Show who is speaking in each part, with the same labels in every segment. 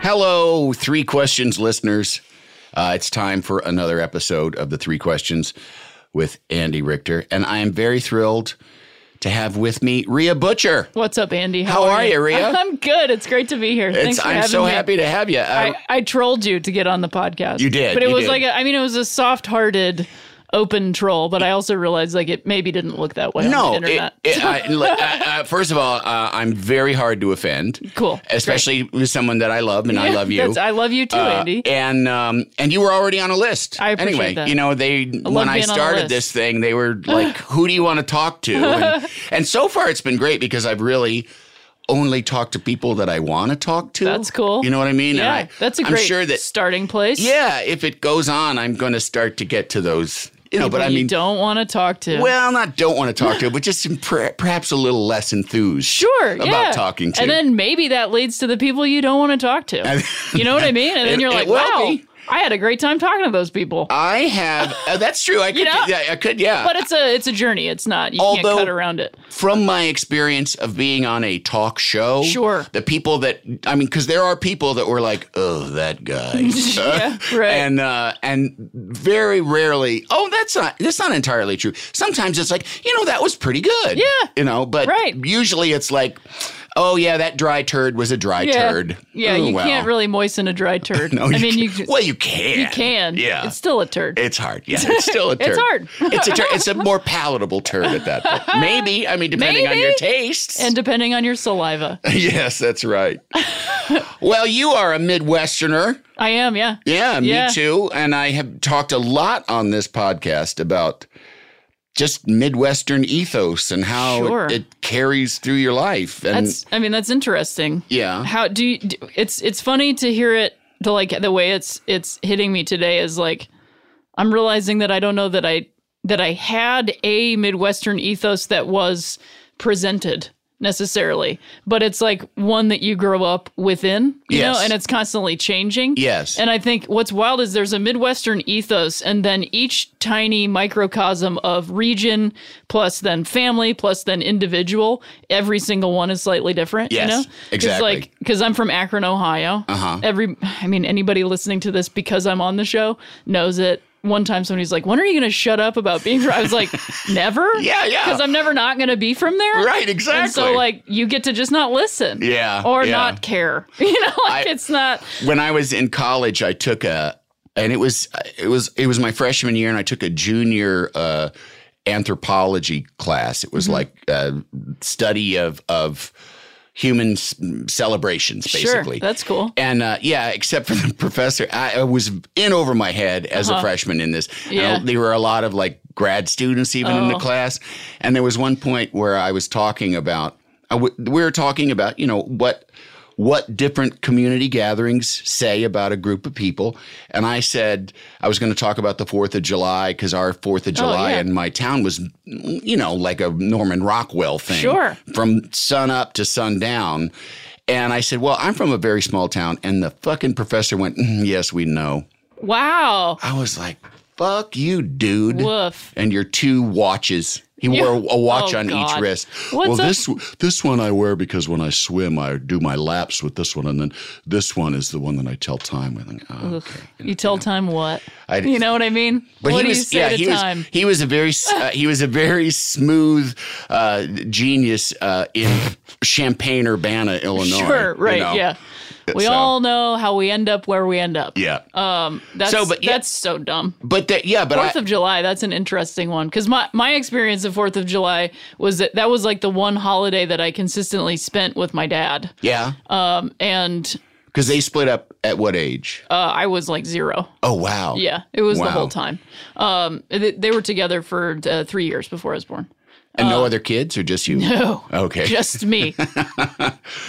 Speaker 1: Hello, three questions listeners. Uh, it's time for another episode of the Three Questions with Andy Richter, and I am very thrilled to have with me Rhea Butcher.
Speaker 2: What's up, Andy?
Speaker 1: How are you, Rhea?
Speaker 2: I'm good. It's great to be here. Thanks
Speaker 1: It's,
Speaker 2: for
Speaker 1: I'm
Speaker 2: having
Speaker 1: so
Speaker 2: me.
Speaker 1: happy to have you. Uh,
Speaker 2: I, I trolled you to get on the podcast.
Speaker 1: You did,
Speaker 2: but it
Speaker 1: you
Speaker 2: was
Speaker 1: did.
Speaker 2: like a, I mean, it was a soft-hearted, open troll. But I also realized like it maybe didn't look that way
Speaker 1: no,
Speaker 2: on the internet.
Speaker 1: it- it- I- look, I- I- first of all, uh, I'm very hard to offend.
Speaker 2: Cool.
Speaker 1: especially with someone that I love, and I
Speaker 2: Yeah,
Speaker 1: love you.
Speaker 2: that's- I love you too,
Speaker 1: Uh,
Speaker 2: Andy.
Speaker 1: and um, and you were already on a list.
Speaker 2: I appreciate
Speaker 1: anyway,
Speaker 2: that.
Speaker 1: you know they
Speaker 2: love
Speaker 1: when I
Speaker 2: being on a
Speaker 1: started
Speaker 2: list.
Speaker 1: this thing, they were like, "Who do you want to talk to?" And, and so far, it's been great because I've really only talked to people that I want to talk to.
Speaker 2: That's cool.
Speaker 1: You know what I mean? And
Speaker 2: yeah,
Speaker 1: I-
Speaker 2: that's a
Speaker 1: I'm
Speaker 2: great
Speaker 1: sure that
Speaker 2: starting place.
Speaker 1: yeah, if it goes on, I'm going to start to get to those. You know, but I
Speaker 2: you
Speaker 1: mean,
Speaker 2: don't want to talk to.
Speaker 1: well, not don't want to talk to, but just per- perhaps a little less enthused.
Speaker 2: sure,
Speaker 1: about
Speaker 2: yeah.
Speaker 1: talking to.
Speaker 2: and then maybe that leads to the people you don't want to talk to. you know what I mean? And then
Speaker 1: It-
Speaker 2: you're
Speaker 1: it
Speaker 2: like,
Speaker 1: will
Speaker 2: wow,
Speaker 1: be.
Speaker 2: I had a great time talking to those people.
Speaker 1: I have. uh, that's true. I could.
Speaker 2: You know?
Speaker 1: yeah, I could. Yeah.
Speaker 2: but uh, it's a it's a journey. It's not you
Speaker 1: Although-
Speaker 2: can't cut around it.
Speaker 1: from my experience of being on a talk show,
Speaker 2: Sure.
Speaker 1: the people that I mean, because there are people that were like, "Oh, that guy,"
Speaker 2: yeah, right.
Speaker 1: and uh, and very rarely, oh, that's not that's not entirely true. Sometimes it's like, you know, that was pretty good,
Speaker 2: Yeah.
Speaker 1: you know, but
Speaker 2: Right.
Speaker 1: usually it's like, oh yeah, that dry turd was a dry
Speaker 2: yeah,
Speaker 1: turd.
Speaker 2: yeah,
Speaker 1: Oh,
Speaker 2: you
Speaker 1: well.
Speaker 2: can't really moisten a dry turd.
Speaker 1: No,
Speaker 2: I mean,
Speaker 1: can-
Speaker 2: you
Speaker 1: well, you can.
Speaker 2: you can.
Speaker 1: Yeah,
Speaker 2: it's still a turd.
Speaker 1: It's hard. Yeah, it's still a turd.
Speaker 2: It's hard.
Speaker 1: it's a turd. It's a more palatable turd at that point. Maybe. I mean, depending on
Speaker 2: Maybe.
Speaker 1: your tastes.
Speaker 2: and depending on your saliva,
Speaker 1: yes, that's right. well, you are a Midwesterner.
Speaker 2: I am. Yeah,
Speaker 1: Yeah, me
Speaker 2: Yeah.
Speaker 1: too. And I have talked a lot on this podcast about just Midwestern ethos and how
Speaker 2: Sure.
Speaker 1: it, it carries through your life. And
Speaker 2: that's. I mean, that's interesting.
Speaker 1: yeah.
Speaker 2: How do you? do- it's it's funny to hear it. The like the way it's it's hitting me today is like I'm realizing that I don't know that I that I had a Midwestern ethos that was presented necessarily, but it's like one that you grow up within, you
Speaker 1: Yes.
Speaker 2: know, and it's constantly changing.
Speaker 1: Yes.
Speaker 2: And I think what's wild is there's a Midwestern ethos, and then each tiny microcosm of region, plus then family, plus then individual, every single one is slightly different.
Speaker 1: Yes,
Speaker 2: you know?
Speaker 1: exactly.
Speaker 2: It's like, because I'm from Akron, Ohio. Uh-huh. Every, I mean, anybody listening to this because I'm on the show knows it. One time somebody's like, when are you going to shut up about being from? I was like, never.
Speaker 1: Yeah, yeah.
Speaker 2: Because I'm never not going to be from there.
Speaker 1: Right,
Speaker 2: And so,
Speaker 1: exactly.
Speaker 2: like, you get to just not listen.
Speaker 1: Yeah,
Speaker 2: Or
Speaker 1: yeah.
Speaker 2: not care. You know, like,
Speaker 1: I-
Speaker 2: it's not.
Speaker 1: when I was in college, I took a, and it was it was it was my freshman year, and I took a junior uh, anthropology class. It was like a study of of human s- celebrations, basically.
Speaker 2: Sure, that's cool.
Speaker 1: And uh, yeah, except for the professor, I, I was in over my head as a freshman in this. And
Speaker 2: Uh-huh. Yeah. Oh.
Speaker 1: I- there were a lot of like grad students even in the class, and there was one point where I was talking about I w- we were talking about you know what what different community gatherings say about a group of people, and I said I was going to talk about the Fourth of July because our Fourth of July
Speaker 2: Oh, yeah.
Speaker 1: in my town was you know like a Norman Rockwell thing
Speaker 2: Sure.
Speaker 1: from sun up to sundown. And I said, Well, I'm from a very small town. And the fucking professor went, "Mm, Yes, we know.
Speaker 2: Wow.
Speaker 1: I was like, Fuck you, dude.
Speaker 2: Woof.
Speaker 1: And your two watches. He wore a- a watch
Speaker 2: Oh,
Speaker 1: on each
Speaker 2: God.
Speaker 1: wrist.
Speaker 2: What's
Speaker 1: well,
Speaker 2: up-
Speaker 1: this this one I wear because when I swim, I do my laps with this one, and then this one is the one that I tell time with. And, oh, okay.
Speaker 2: You tell time what?
Speaker 1: I-
Speaker 2: you know what I mean?
Speaker 1: But he
Speaker 2: what do
Speaker 1: was,
Speaker 2: you say
Speaker 1: yeah,
Speaker 2: to
Speaker 1: he
Speaker 2: time?
Speaker 1: was, he was a very, s- uh, he was a very smooth uh, genius uh, in Champaign, Urbana, Illinois.
Speaker 2: sure,
Speaker 1: you
Speaker 2: right,
Speaker 1: know?
Speaker 2: yeah. We
Speaker 1: So-
Speaker 2: all know how we end up where we end up.
Speaker 1: yeah.
Speaker 2: Um, That's
Speaker 1: So, but yeah-
Speaker 2: that's so dumb.
Speaker 1: but that, yeah, but I,
Speaker 2: Fourth of July, that's an interesting one because my my experience of Fourth of July was that that was like the one holiday that I consistently spent with my dad,
Speaker 1: yeah,
Speaker 2: Uh, and
Speaker 1: because they split up at what age?
Speaker 2: uh, I was like zero.
Speaker 1: oh wow,
Speaker 2: Yeah, it was
Speaker 1: Wow.
Speaker 2: the whole time. Um, they, they were together for uh, three years before I was born.
Speaker 1: and
Speaker 2: uh,
Speaker 1: no other kids or just you?
Speaker 2: No.
Speaker 1: okay,
Speaker 2: Just me.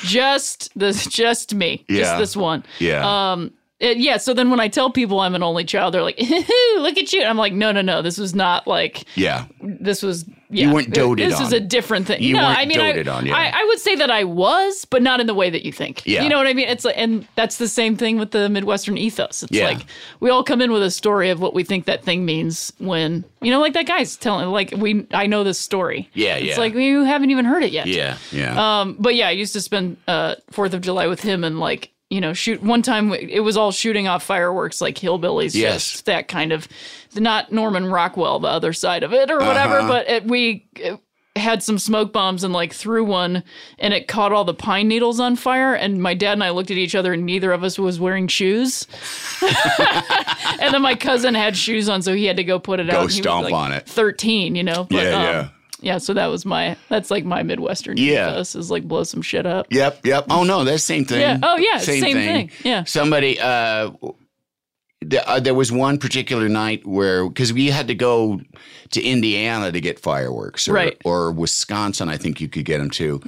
Speaker 2: just this. Just me.
Speaker 1: Yeah.
Speaker 2: Just this one. Uh, Um,
Speaker 1: yeah,
Speaker 2: It- yeah. So then when I tell people I'm an only child, they're like, "Look at you!" And I'm like, "No, no, no. This was not like
Speaker 1: yeah,
Speaker 2: this was yeah,
Speaker 1: weren't doted
Speaker 2: this was
Speaker 1: on.
Speaker 2: a different thing
Speaker 1: You
Speaker 2: no
Speaker 1: weren't
Speaker 2: i mean
Speaker 1: doted
Speaker 2: I,
Speaker 1: on, yeah.
Speaker 2: I, I would say that i was but not in the way that you think
Speaker 1: Yeah.
Speaker 2: you know what i mean it's like and that's the same thing with the midwestern ethos it's
Speaker 1: Yeah.
Speaker 2: like we all come in with a story of what we think that thing means when you know like that guy's telling like we i know this story
Speaker 1: Yeah,
Speaker 2: it's
Speaker 1: yeah.
Speaker 2: like you haven't even heard it yet
Speaker 1: yeah, yeah.
Speaker 2: um, but yeah, I used to spend uh Fourth of July with him and like you know shoot one time it was all shooting off fireworks like hillbillies
Speaker 1: Yes.
Speaker 2: just that kind of not norman rockwell the other side of it or whatever
Speaker 1: Uh-huh.
Speaker 2: but it, we uh had some smoke bombs and like threw one and it caught all the pine needles on fire and my dad and i looked at each other and neither of us was wearing shoes and then my cousin had shoes on so he had to go put it out
Speaker 1: Go
Speaker 2: and he was,
Speaker 1: stomp
Speaker 2: like,
Speaker 1: on it.
Speaker 2: 13 you know um,
Speaker 1: Yeah, yeah.
Speaker 2: yeah, so that was my that's like my Midwestern
Speaker 1: Yeah.
Speaker 2: ethos is like blow some shit up.
Speaker 1: Yep, yep. Oh no, that's same thing.
Speaker 2: Yeah. Oh, yeah, same thing. Yeah.
Speaker 1: Somebody uh th- uh, there was one particular night where because we had to go to Indiana to get fireworks, or,
Speaker 2: Right. Mm-hmm.
Speaker 1: Or Wisconsin, I think you could get them too.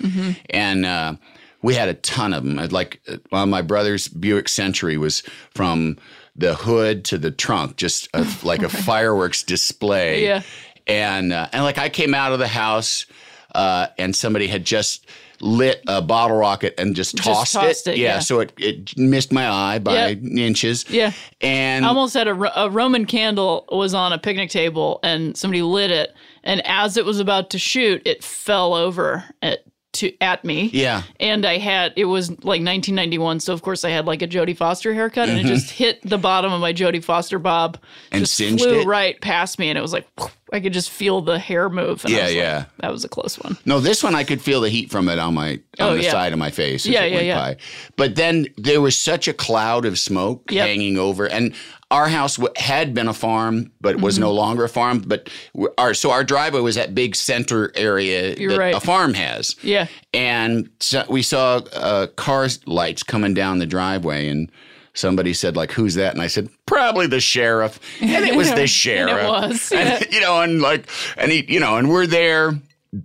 Speaker 1: And uh, we had a ton of them. I'd like uh, well, my brother's Buick Century was from the hood to the trunk, just a, like a fireworks display.
Speaker 2: Yeah.
Speaker 1: And uh, and like I came out of the house, uh, and somebody had just lit a bottle rocket and just tossed,
Speaker 2: tossed
Speaker 1: it.
Speaker 2: it,
Speaker 1: Yeah,
Speaker 2: yeah.
Speaker 1: so it, it missed my eye by
Speaker 2: Yep.
Speaker 1: inches.
Speaker 2: Yeah.
Speaker 1: and
Speaker 2: I almost had a, Ro- a Roman candle was on a picnic table and somebody lit it and as it was about to shoot it fell over at to at me.
Speaker 1: Yeah.
Speaker 2: And I had it was like 1991 so of course I had like a Jodie Foster haircut and it just hit the bottom of my Jodie Foster bob
Speaker 1: Mm-hmm. And
Speaker 2: just
Speaker 1: singed
Speaker 2: flew
Speaker 1: it?
Speaker 2: right past me and it was like I could just feel the hair move and I
Speaker 1: Yeah,
Speaker 2: was like,
Speaker 1: yeah.
Speaker 2: that was a close one.
Speaker 1: No, this one I could feel the heat from it on my on
Speaker 2: Oh,
Speaker 1: the
Speaker 2: yeah.
Speaker 1: side of my face. as
Speaker 2: Yeah,
Speaker 1: it
Speaker 2: yeah,
Speaker 1: went
Speaker 2: yeah.
Speaker 1: by. But then there was such a cloud of smoke
Speaker 2: Yep.
Speaker 1: hanging over, and our house w- had been a farm, but was
Speaker 2: Mm-hmm.
Speaker 1: no longer a farm. But w- our so our driveway was that big center area
Speaker 2: You're
Speaker 1: that
Speaker 2: right.
Speaker 1: a farm has.
Speaker 2: Yeah.
Speaker 1: and so we saw uh, car lights coming down the driveway, and somebody said like, "Who's that?" And I said, "Probably the sheriff." And it was the
Speaker 2: And
Speaker 1: sheriff.
Speaker 2: it was. yeah.
Speaker 1: and, you know, and like, and he, you know, and we're there,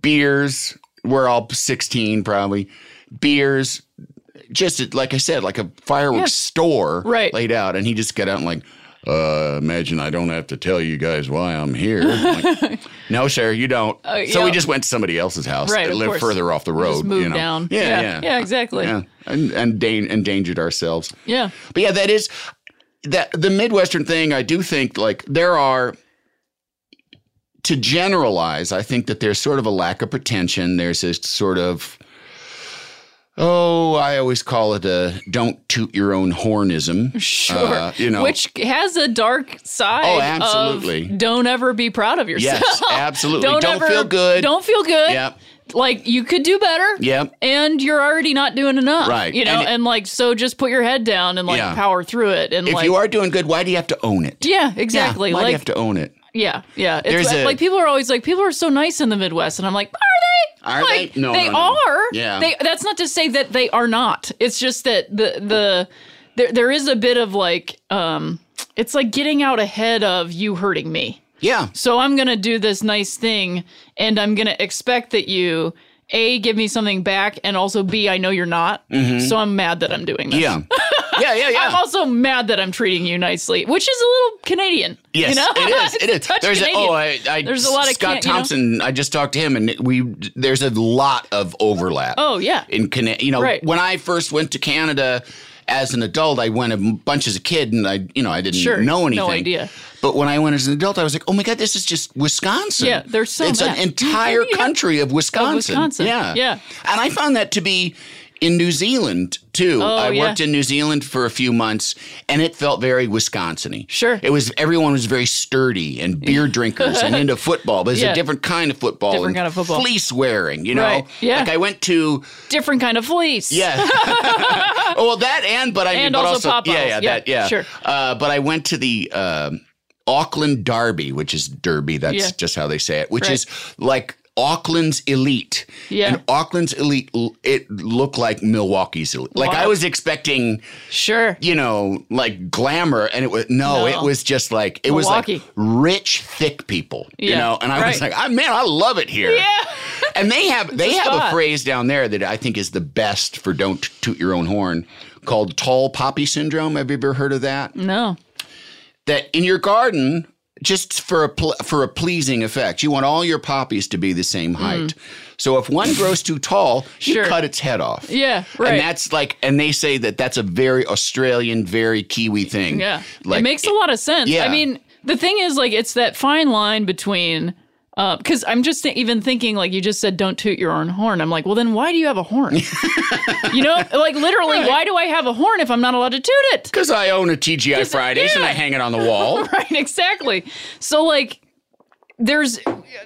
Speaker 1: beers. We're all 16 probably, beers. Just like I said, like a fireworks store
Speaker 2: Right.
Speaker 1: laid out, and he just got out and like, uh, imagine I don't have to tell you guys why I'm here. I'm like, no, sir, you don't. so we
Speaker 2: Uh, yeah.
Speaker 1: just went to somebody else's house
Speaker 2: Right,
Speaker 1: that
Speaker 2: of
Speaker 1: lived
Speaker 2: course.
Speaker 1: further off the road.
Speaker 2: Just move
Speaker 1: you know?
Speaker 2: down.
Speaker 1: Yeah, yeah,
Speaker 2: yeah, exactly.
Speaker 1: yeah, and and dan- endangered ourselves.
Speaker 2: Yeah.
Speaker 1: But yeah, that is that the Midwestern thing. I do think like there are to generalize. I think that there's sort of a lack of pretension. There's this sort of oh, I always call it a don't toot your own hornism.
Speaker 2: Sure.
Speaker 1: Uh, you know,
Speaker 2: Which has a dark side.
Speaker 1: Oh,
Speaker 2: of
Speaker 1: absolutely.
Speaker 2: don't ever be proud of yourself.
Speaker 1: yes, absolutely. Don't,
Speaker 2: ever-
Speaker 1: feel good.
Speaker 2: Don't feel good.
Speaker 1: Yep.
Speaker 2: Like you could do better.
Speaker 1: Yep.
Speaker 2: And you're already not doing enough.
Speaker 1: Right.
Speaker 2: You know,
Speaker 1: And-
Speaker 2: and, like so just put your head down and like
Speaker 1: Yeah.
Speaker 2: power through it. And
Speaker 1: If
Speaker 2: like
Speaker 1: you are doing good, why do you have to own it?
Speaker 2: Yeah, exactly.
Speaker 1: Yeah, why do
Speaker 2: like
Speaker 1: you have to own it?
Speaker 2: Yeah, yeah. It's
Speaker 1: There's
Speaker 2: like,
Speaker 1: a-
Speaker 2: like people are always like people are so nice in the Midwest, and I'm like, are they?
Speaker 1: Are
Speaker 2: like,
Speaker 1: they? No,
Speaker 2: they
Speaker 1: no, no.
Speaker 2: are.
Speaker 1: Yeah.
Speaker 2: they. That's not to say that they are not. It's just that the the there there is a bit of like um, it's like getting out ahead of you hurting me.
Speaker 1: Yeah.
Speaker 2: So I'm going to do this nice thing and I'm going to expect that you A give me something back and also B I know you're not. So I'm mad that I'm doing this.
Speaker 1: Mm-hmm. Yeah. yeah, yeah, yeah.
Speaker 2: I'm also mad that I'm treating you nicely, which is a little Canadian.
Speaker 1: Yes,
Speaker 2: you know?
Speaker 1: it is. It is.
Speaker 2: Touch
Speaker 1: There's a,
Speaker 2: Canadian.
Speaker 1: oh, I, I,
Speaker 2: There's a lot of
Speaker 1: Scott
Speaker 2: can't- you know?
Speaker 1: Thompson. I just talked to him, and we there's a lot of overlap
Speaker 2: Oh yeah.
Speaker 1: in Canada. You know,
Speaker 2: Right.
Speaker 1: when I first went to Canada as an adult, I went a bunch as a kid, and I, you know, I didn't
Speaker 2: Sure,
Speaker 1: know
Speaker 2: no
Speaker 1: anything.
Speaker 2: idea.
Speaker 1: But when I went as an adult, I was like, oh my god, this is just Wisconsin.
Speaker 2: Yeah, they're so
Speaker 1: It's
Speaker 2: mad.
Speaker 1: an entire country of Wisconsin.
Speaker 2: Wisconsin.
Speaker 1: Yeah,
Speaker 2: Yeah.
Speaker 1: And I found that to be. In New Zealand too,
Speaker 2: Oh,
Speaker 1: I
Speaker 2: yeah.
Speaker 1: worked in New Zealand for a few months, and it felt very Wisconsin-y.
Speaker 2: Sure.
Speaker 1: it was everyone was very sturdy and beer drinkers and into football, but it's a
Speaker 2: Yeah.
Speaker 1: different kind of football,
Speaker 2: Different
Speaker 1: and
Speaker 2: kind of football.
Speaker 1: fleece wearing. You know,
Speaker 2: Right, yeah.
Speaker 1: Like I went to
Speaker 2: Different kind of fleece.
Speaker 1: yeah. oh, well, that and but I mean,
Speaker 2: And
Speaker 1: but also,
Speaker 2: also Popeyes.
Speaker 1: yeah, yeah,
Speaker 2: Yeah,
Speaker 1: that, yeah,
Speaker 2: sure.
Speaker 1: Uh, but I went to the um Auckland Derby, which is Derby. That's
Speaker 2: Yeah.
Speaker 1: just how they say it, which
Speaker 2: Right.
Speaker 1: is like Auckland's elite.
Speaker 2: Yeah.
Speaker 1: and Auckland's elite. l- It looked like Milwaukee's elite. Like
Speaker 2: Wow.
Speaker 1: I was expecting,
Speaker 2: Sure.
Speaker 1: you know, like glamour, and it was no,
Speaker 2: No.
Speaker 1: it was just like it was
Speaker 2: Milwaukee.
Speaker 1: like rich, thick people, you
Speaker 2: Yeah,
Speaker 1: know. And I was
Speaker 2: right.
Speaker 1: like, I man, I love it here.
Speaker 2: Yeah.
Speaker 1: And they have they
Speaker 2: a
Speaker 1: have a
Speaker 2: spot.
Speaker 1: phrase down there that I think is the best for don't toot your own horn called tall poppy syndrome. Have you ever heard of that?
Speaker 2: No.
Speaker 1: That in your garden, just for a pl- for a pleasing effect, you want all your poppies to be the same height. So if one grows too tall, you
Speaker 2: Mm. Sure.
Speaker 1: cut its head off.
Speaker 2: Yeah. Right.
Speaker 1: And that's like, and they say that that's a very Australian, very Kiwi thing.
Speaker 2: Yeah.
Speaker 1: like
Speaker 2: it makes a lot of sense.
Speaker 1: yeah.
Speaker 2: I mean, the thing is, like, it's that fine line between, because I'm just th- even thinking, like, you just said, don't toot your own horn. I'm like, well, then why do you have a horn? you know, like, literally, why do I have a horn if I'm not allowed to toot it?
Speaker 1: because I own a TGI Fridays and I
Speaker 2: yeah.
Speaker 1: hang it on the wall.
Speaker 2: right exactly so like there's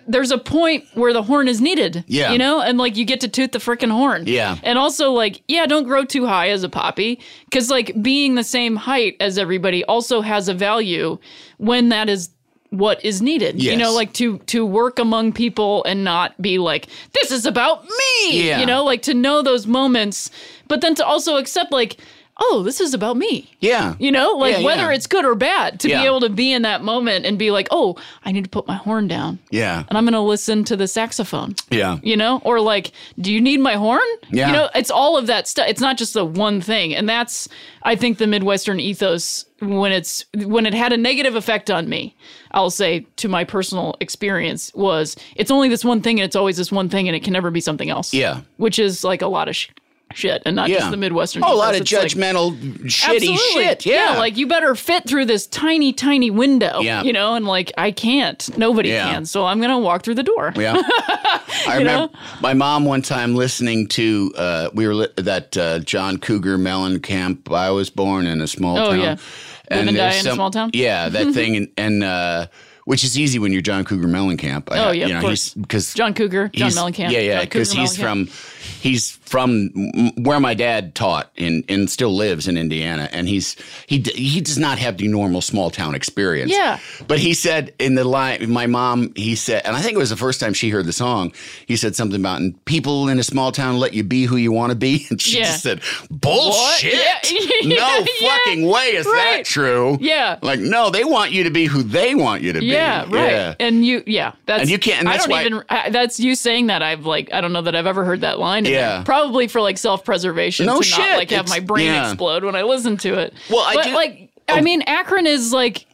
Speaker 2: there's a point where the horn is needed
Speaker 1: Yeah.
Speaker 2: you know and like you get to toot the frickin' horn
Speaker 1: Yeah.
Speaker 2: and also like yeah don't grow too high as a poppy because like being the same height as everybody also has a value when that is what is needed you
Speaker 1: Yes.
Speaker 2: know like to to work among people and not be like this is about me
Speaker 1: Yeah.
Speaker 2: you know like to know those moments but then to also accept like oh this is about me
Speaker 1: yeah.
Speaker 2: you know, like
Speaker 1: Yeah,
Speaker 2: whether
Speaker 1: yeah.
Speaker 2: it's good or bad, to
Speaker 1: Yeah.
Speaker 2: be able to be in that moment and be like, oh, I need to put my horn down
Speaker 1: Yeah.
Speaker 2: and I'm going to listen to the saxophone.
Speaker 1: Yeah.
Speaker 2: You know, or like, do you need my horn?
Speaker 1: Yeah.
Speaker 2: You know, it's all of that stuff. It's not just the one thing. And that's, I think, the Midwestern ethos when it's, when it had a negative effect on me, I'll say to my personal experience was it's only this one thing and it's always this one thing and it can never be something else.
Speaker 1: Yeah.
Speaker 2: Which is like a lot of sh- shit and not just the Midwestern
Speaker 1: Oh, a lot
Speaker 2: ethos.
Speaker 1: of
Speaker 2: It's like-
Speaker 1: judgmental, shitty shit. Yeah.
Speaker 2: like you better fit through this tiny, tiny window.
Speaker 1: Yeah.
Speaker 2: You know, and like I can't. Nobody
Speaker 1: Yeah.
Speaker 2: can. So I'm gonna walk through the door.
Speaker 1: Yeah. I remember my mom one time listening to uh, we were li- that uh, John Cougar Mellencamp. I was born in a small
Speaker 2: Oh,
Speaker 1: town.
Speaker 2: yeah. Live and die
Speaker 1: there's
Speaker 2: in a small town?
Speaker 1: Yeah, that thing and, and uh, which is easy when you're John Cougar Mellencamp. I,
Speaker 2: Oh, yeah,
Speaker 1: you know,
Speaker 2: of course.
Speaker 1: because
Speaker 2: John Cougar, John
Speaker 1: he's-
Speaker 2: Mellencamp.
Speaker 1: Yeah, yeah,
Speaker 2: John Cougar
Speaker 1: because he's
Speaker 2: Mellencamp.
Speaker 1: from he's from m- where my dad taught and and still lives in Indiana, and he's he d- he does not have the normal small town experience.
Speaker 2: Yeah.
Speaker 1: but he said in the line, my mom, he said, and I think it was the first time she heard the song. He said something about and people in a small town let you be who you want to be, and she
Speaker 2: Yeah.
Speaker 1: just said, "Bullshit!
Speaker 2: Yeah.
Speaker 1: no
Speaker 2: Yeah.
Speaker 1: fucking way is that
Speaker 2: Right.
Speaker 1: true."
Speaker 2: Yeah.
Speaker 1: like no, they want you to be who they want you to
Speaker 2: Yeah,
Speaker 1: be.
Speaker 2: right. And you, yeah, that's
Speaker 1: And you can't- and
Speaker 2: I
Speaker 1: that's
Speaker 2: don't
Speaker 1: why-
Speaker 2: even. I, that's you saying that. I've like, I don't know that I've ever heard that line. in
Speaker 1: Yeah.
Speaker 2: there. probably for like self preservation.
Speaker 1: No
Speaker 2: to
Speaker 1: shit.
Speaker 2: Not, like have
Speaker 1: It's-
Speaker 2: my brain
Speaker 1: yeah.
Speaker 2: explode when I listen to it.
Speaker 1: Well, I
Speaker 2: but,
Speaker 1: do- Oh.
Speaker 2: like. I mean, Akron is like.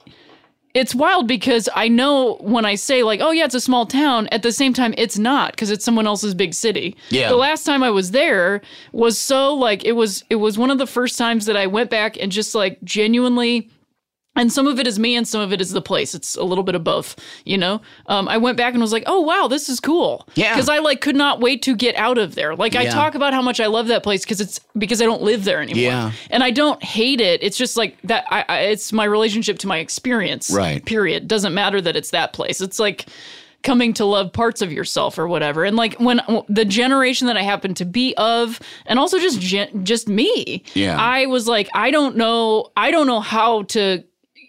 Speaker 2: It's wild because I know when I say like, "Oh yeah, it's a small town." At the same time, it's not because it's someone else's big city.
Speaker 1: Yeah.
Speaker 2: The last time I was there was so like it was it was one of the first times that I went back and just like genuinely and some of it is me and some of it is the place it's a little bit of both you know um, i went back and was like oh wow this is cool
Speaker 1: Yeah.
Speaker 2: because i like could not wait to get out of there like i
Speaker 1: Yeah.
Speaker 2: talk about how much i love that place because it's because i don't live there anymore
Speaker 1: Yeah.
Speaker 2: and i don't hate it it's just like that I, I it's my relationship to my experience
Speaker 1: Right.
Speaker 2: period doesn't matter that it's that place it's like coming to love parts of yourself or whatever and like when the generation that i happen to be of and also just gen- just me
Speaker 1: Yeah.
Speaker 2: i was like i don't know i don't know how to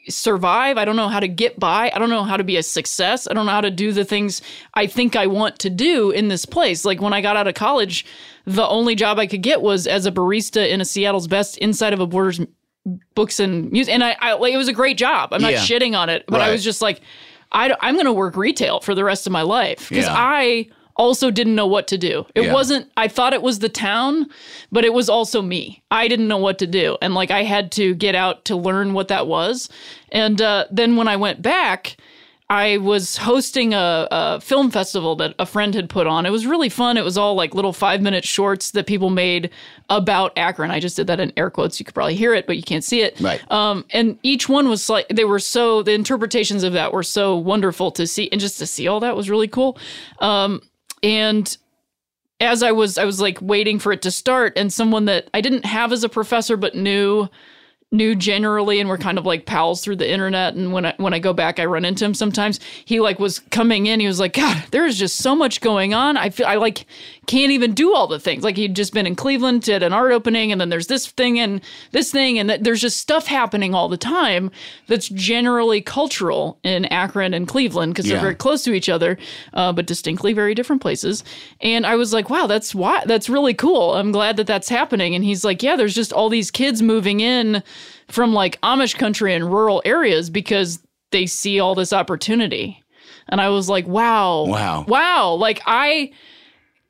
Speaker 2: survive. I don't know how to get by. I don't know how to be a success. I don't know how to do the things I think I want to do in this place. Like when I got out of college, the only job I could get was as a barista in a Seattle's Best inside of a Borders books and music. And I, I like, it was a great job. I'm not
Speaker 1: Yeah.
Speaker 2: shitting on it, but
Speaker 1: Right.
Speaker 2: I was just like, I, am going to work retail for the rest of my life because
Speaker 1: Yeah.
Speaker 2: I also didn't know what to do. It
Speaker 1: Yeah.
Speaker 2: wasn't, I thought it was the town, but it was also me. I didn't know what to do. And like, I had to get out to learn what that was. And uh, then when I went back, I was hosting a, a film festival that a friend had put on. It was really fun. It was all like little five minute shorts that people made about Akron. I just did that in air quotes. You could probably hear it, but you can't see it.
Speaker 1: Right.
Speaker 2: Um, and each one was like, they were so, the interpretations of that were so wonderful to see. And just to see all that was really cool. Um, and as I was, I was like waiting for it to start, and someone that I didn't have as a professor but knew knew generally and we're kind of like pals through the internet and when I when I go back I run into him sometimes he like was coming in he was like god there is just so much going on I feel I like can't even do all the things like he'd just been in Cleveland did an art opening and then there's this thing and this thing and that there's just stuff happening all the time that's generally cultural in Akron and Cleveland because
Speaker 1: Yeah.
Speaker 2: they're very close to each other, uh, but distinctly very different places. And I was like, wow, that's why that's really cool. I'm glad that that's happening. And he's like, yeah, there's just all these kids moving in from like Amish country and rural areas because they see all this opportunity. And I was like, wow,
Speaker 1: Wow.
Speaker 2: wow. Like I,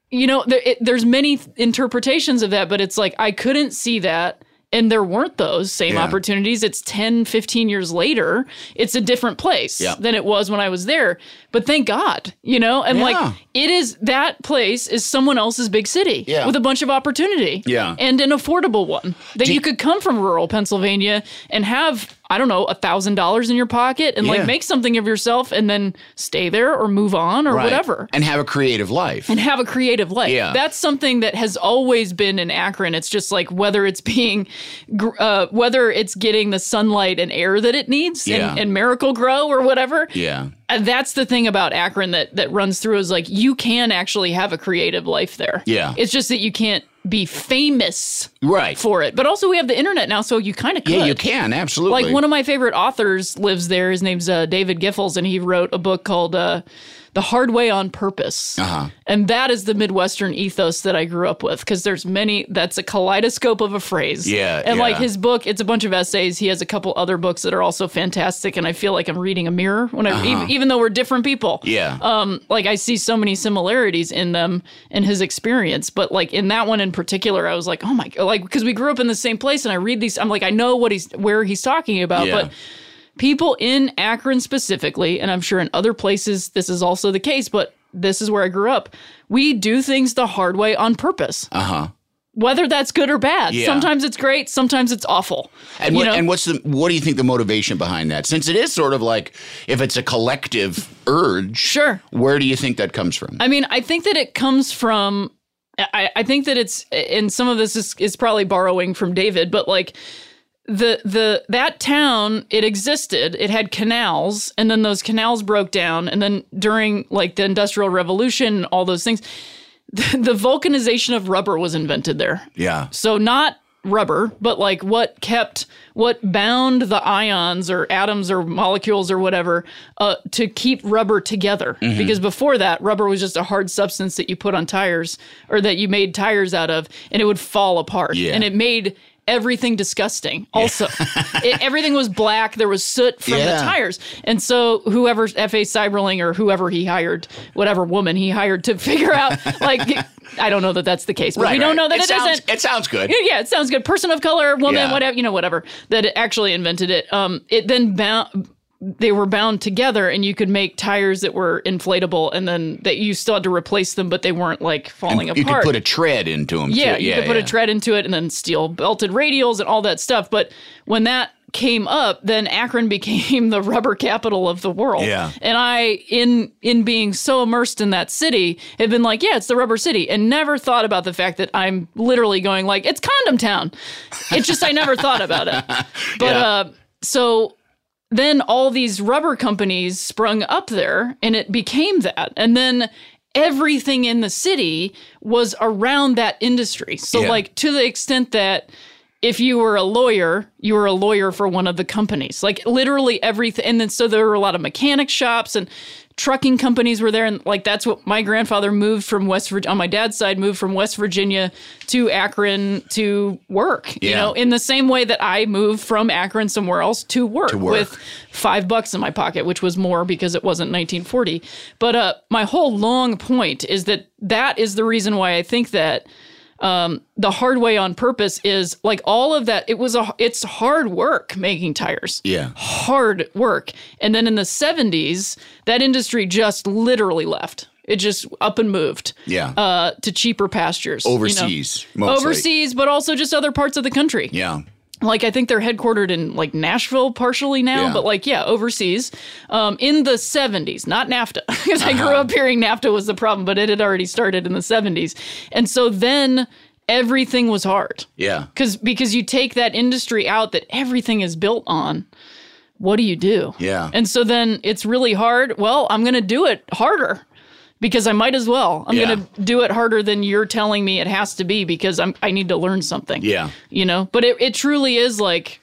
Speaker 2: you know, there, it, there's many interpretations of that, but it's like I couldn't see that. And there weren't those same
Speaker 1: Yeah.
Speaker 2: opportunities. It's 10, 15 years later. It's a different place
Speaker 1: Yeah.
Speaker 2: than it was when I was there. But thank God, you know? And
Speaker 1: Yeah.
Speaker 2: like, it is that place is someone else's big city
Speaker 1: Yeah.
Speaker 2: with a bunch of opportunity
Speaker 1: Yeah.
Speaker 2: and an affordable one that you could come from rural Pennsylvania and have, I don't know, a thousand dollars in your pocket and
Speaker 1: Yeah.
Speaker 2: like make something of yourself and then stay there or move on or
Speaker 1: Right.
Speaker 2: whatever
Speaker 1: and have a creative life.
Speaker 2: and have a creative life.
Speaker 1: Yeah.
Speaker 2: That's something that has always been in Akron. It's just like whether it's being, gr- uh, whether it's getting the sunlight and air that it needs
Speaker 1: Yeah.
Speaker 2: and, and miracle grow or whatever.
Speaker 1: yeah.
Speaker 2: And that's the thing about Akron that, that runs through is like you can actually have a creative life there.
Speaker 1: Yeah.
Speaker 2: It's just that you can't be famous
Speaker 1: Right.
Speaker 2: for it. But also we have the internet now, so you kind of could.
Speaker 1: yeah, you can absolutely.
Speaker 2: Like one of my favorite authors lives there. His name's uh, David Giffels, and he wrote a book called uh, "The Hard Way on Purpose,"
Speaker 1: Uh-huh.
Speaker 2: and that is the Midwestern ethos that I grew up with. Because there's many. That's a kaleidoscope of a phrase.
Speaker 1: Yeah,
Speaker 2: and like
Speaker 1: yeah.
Speaker 2: his book, it's a bunch of essays. He has a couple other books that are also fantastic, and I feel like I'm reading a mirror when I,
Speaker 1: Uh-huh.
Speaker 2: even, even though we're different people
Speaker 1: yeah.
Speaker 2: um like i see so many similarities in them and his experience but like in that one in particular i was like oh my god like because we grew up in the same place and i read these i'm like i know what he's where he's talking about
Speaker 1: Yeah.
Speaker 2: but people in akron specifically and i'm sure in other places this is also the case but this is where i grew up we do things the hard way on purpose
Speaker 1: uh huh.
Speaker 2: whether that's good or bad
Speaker 1: Yeah.
Speaker 2: sometimes it's great sometimes it's awful
Speaker 1: And
Speaker 2: you
Speaker 1: what,
Speaker 2: know?
Speaker 1: and what's the what do you think the motivation behind that? Since it is sort of like if it's a collective urge,
Speaker 2: Sure.
Speaker 1: Where do you think that comes from?
Speaker 2: I mean, I think that it comes from. I, I think that it's, and some of this is, is probably borrowing from David, but like the the that town, it existed. It had canals, and then those canals broke down, and then during like the Industrial Revolution, all those things, the, the vulcanization of rubber was invented there.
Speaker 1: yeah.
Speaker 2: So not rubber, but like what kept what bound the ions or atoms or molecules or whatever uh, to keep rubber together.
Speaker 1: Mm-hmm.
Speaker 2: Because before that, rubber was just a hard substance that you put on tires or that you made tires out of, and it would fall apart.
Speaker 1: Yeah.
Speaker 2: And it made everything disgusting also it, everything was black there was soot from
Speaker 1: Yeah.
Speaker 2: the tires and so whoever fa cyberling or whoever he hired whatever woman he hired to figure out like i don't know that that's the case but we don't know that it,
Speaker 1: sounds,
Speaker 2: isn't
Speaker 1: It sounds good.
Speaker 2: yeah, yeah, it sounds good. Person of color, woman,
Speaker 1: Yeah.
Speaker 2: whatever, you know, whatever that it actually invented it. Um, it then bound. They were bound together, and you could make tires that were inflatable, and then that you still had to replace them, but they weren't like falling
Speaker 1: You could
Speaker 2: apart.
Speaker 1: put a tread into them.
Speaker 2: yeah,
Speaker 1: too.
Speaker 2: you could put
Speaker 1: yeah.
Speaker 2: a tread into it, and then steel belted radials and all that stuff. But when that came up, then Akron became the rubber capital of the world.
Speaker 1: Yeah.
Speaker 2: and I, in in being so immersed in that city, have been like, yeah, it's the rubber city, and never thought about the fact that I'm literally going like, it's condom town. It's just I never thought about it. But uh, so then all these rubber companies sprung up there, and it became that, and then. Everything in the city was around that industry. So,
Speaker 1: Yeah.
Speaker 2: like, to the extent that if you were a lawyer, you were a lawyer for one of the companies. Like literally everything. And then so there were a lot of mechanic shops and trucking companies were there. And like that's what my grandfather moved from West Virginia, on my dad's side, moved from West Virginia to Akron to work. You
Speaker 1: Yeah.
Speaker 2: know, in the same way that I moved from Akron somewhere else to work,
Speaker 1: work.
Speaker 2: with five bucks in my pocket, which was more because it wasn't 1940. But uh, my whole long point is that that is the reason why I think that um, the hard way on purpose is like all of that. It was a it's hard work making tires.
Speaker 1: Yeah.
Speaker 2: hard work. And then in the seventies, that industry just literally left. It just up and moved.
Speaker 1: Yeah.
Speaker 2: uh, to cheaper pastures you know.
Speaker 1: Overseas, mostly.
Speaker 2: overseas, but also just other parts of the country
Speaker 1: Yeah.
Speaker 2: like I think they're headquartered in like Nashville partially now,
Speaker 1: Yeah.
Speaker 2: but like yeah, overseas. Um, in the 70s, not NAFTA, because I
Speaker 1: Uh-huh.
Speaker 2: grew up hearing NAFTA was the problem, but it had already started in the 70s, and so then everything was hard
Speaker 1: Yeah.
Speaker 2: because because you take that industry out that everything is built on. What do you do?
Speaker 1: Yeah.
Speaker 2: and so then it's really hard. Well, I'm going to do it harder. Because I might as well. I'm
Speaker 1: Yeah.
Speaker 2: going to do it harder than you're telling me it has to be because I'm, I need to learn something
Speaker 1: Yeah.
Speaker 2: you know but it, it truly is like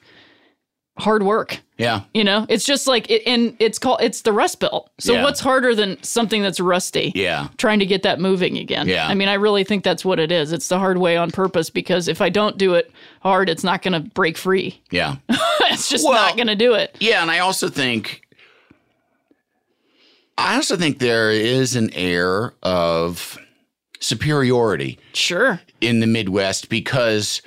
Speaker 2: hard work
Speaker 1: Yeah.
Speaker 2: you know it's just like it, and it's called it's the rust belt so
Speaker 1: Yeah.
Speaker 2: what's harder than something that's rusty
Speaker 1: Yeah.
Speaker 2: trying to get that moving again
Speaker 1: Yeah.
Speaker 2: i mean i really think that's what it is it's the hard way on purpose because if i don't do it hard it's not going to break free
Speaker 1: Yeah.
Speaker 2: it's just
Speaker 1: Well-
Speaker 2: not going to do it
Speaker 1: Yeah, and I also think I also think there is an air of superiority
Speaker 2: sure
Speaker 1: in the Midwest because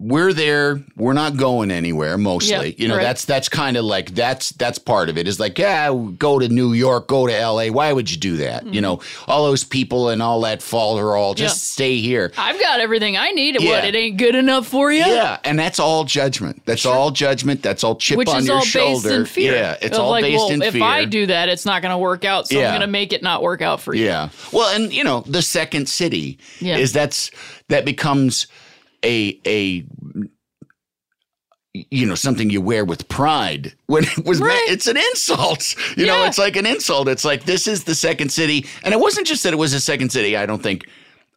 Speaker 1: we're there, we're not going anywhere mostly.
Speaker 2: Yeah,
Speaker 1: you know,
Speaker 2: right.
Speaker 1: that's that's kind of like that's that's part of it. Is like, yeah, go to New York, go to LA. Why would you do that? You know, all those people and all that falter all just
Speaker 2: Mm-hmm. Yeah.
Speaker 1: stay here.
Speaker 2: i've got everything i need and what
Speaker 1: Yeah.
Speaker 2: it ain't good enough for you
Speaker 1: Yeah, and that's all judgment. That's all judgment. That's all chip
Speaker 2: Which
Speaker 1: on
Speaker 2: is
Speaker 1: your
Speaker 2: all
Speaker 1: shoulder.
Speaker 2: based in fear.
Speaker 1: Yeah, it's
Speaker 2: Of
Speaker 1: all
Speaker 2: like,
Speaker 1: based
Speaker 2: well,
Speaker 1: in
Speaker 2: if
Speaker 1: fear.
Speaker 2: I do that, it's not going to work out. So
Speaker 1: Yeah.
Speaker 2: I'm going to make it not work out for you.
Speaker 1: Yeah. Well, and you know, the second city
Speaker 2: Yeah.
Speaker 1: is that's that becomes a a you know something you wear with pride when it was
Speaker 2: Right.
Speaker 1: it's an insult you know
Speaker 2: Yeah.
Speaker 1: it's like an insult it's like this is the second city and it wasn't just that it was a second city i don't think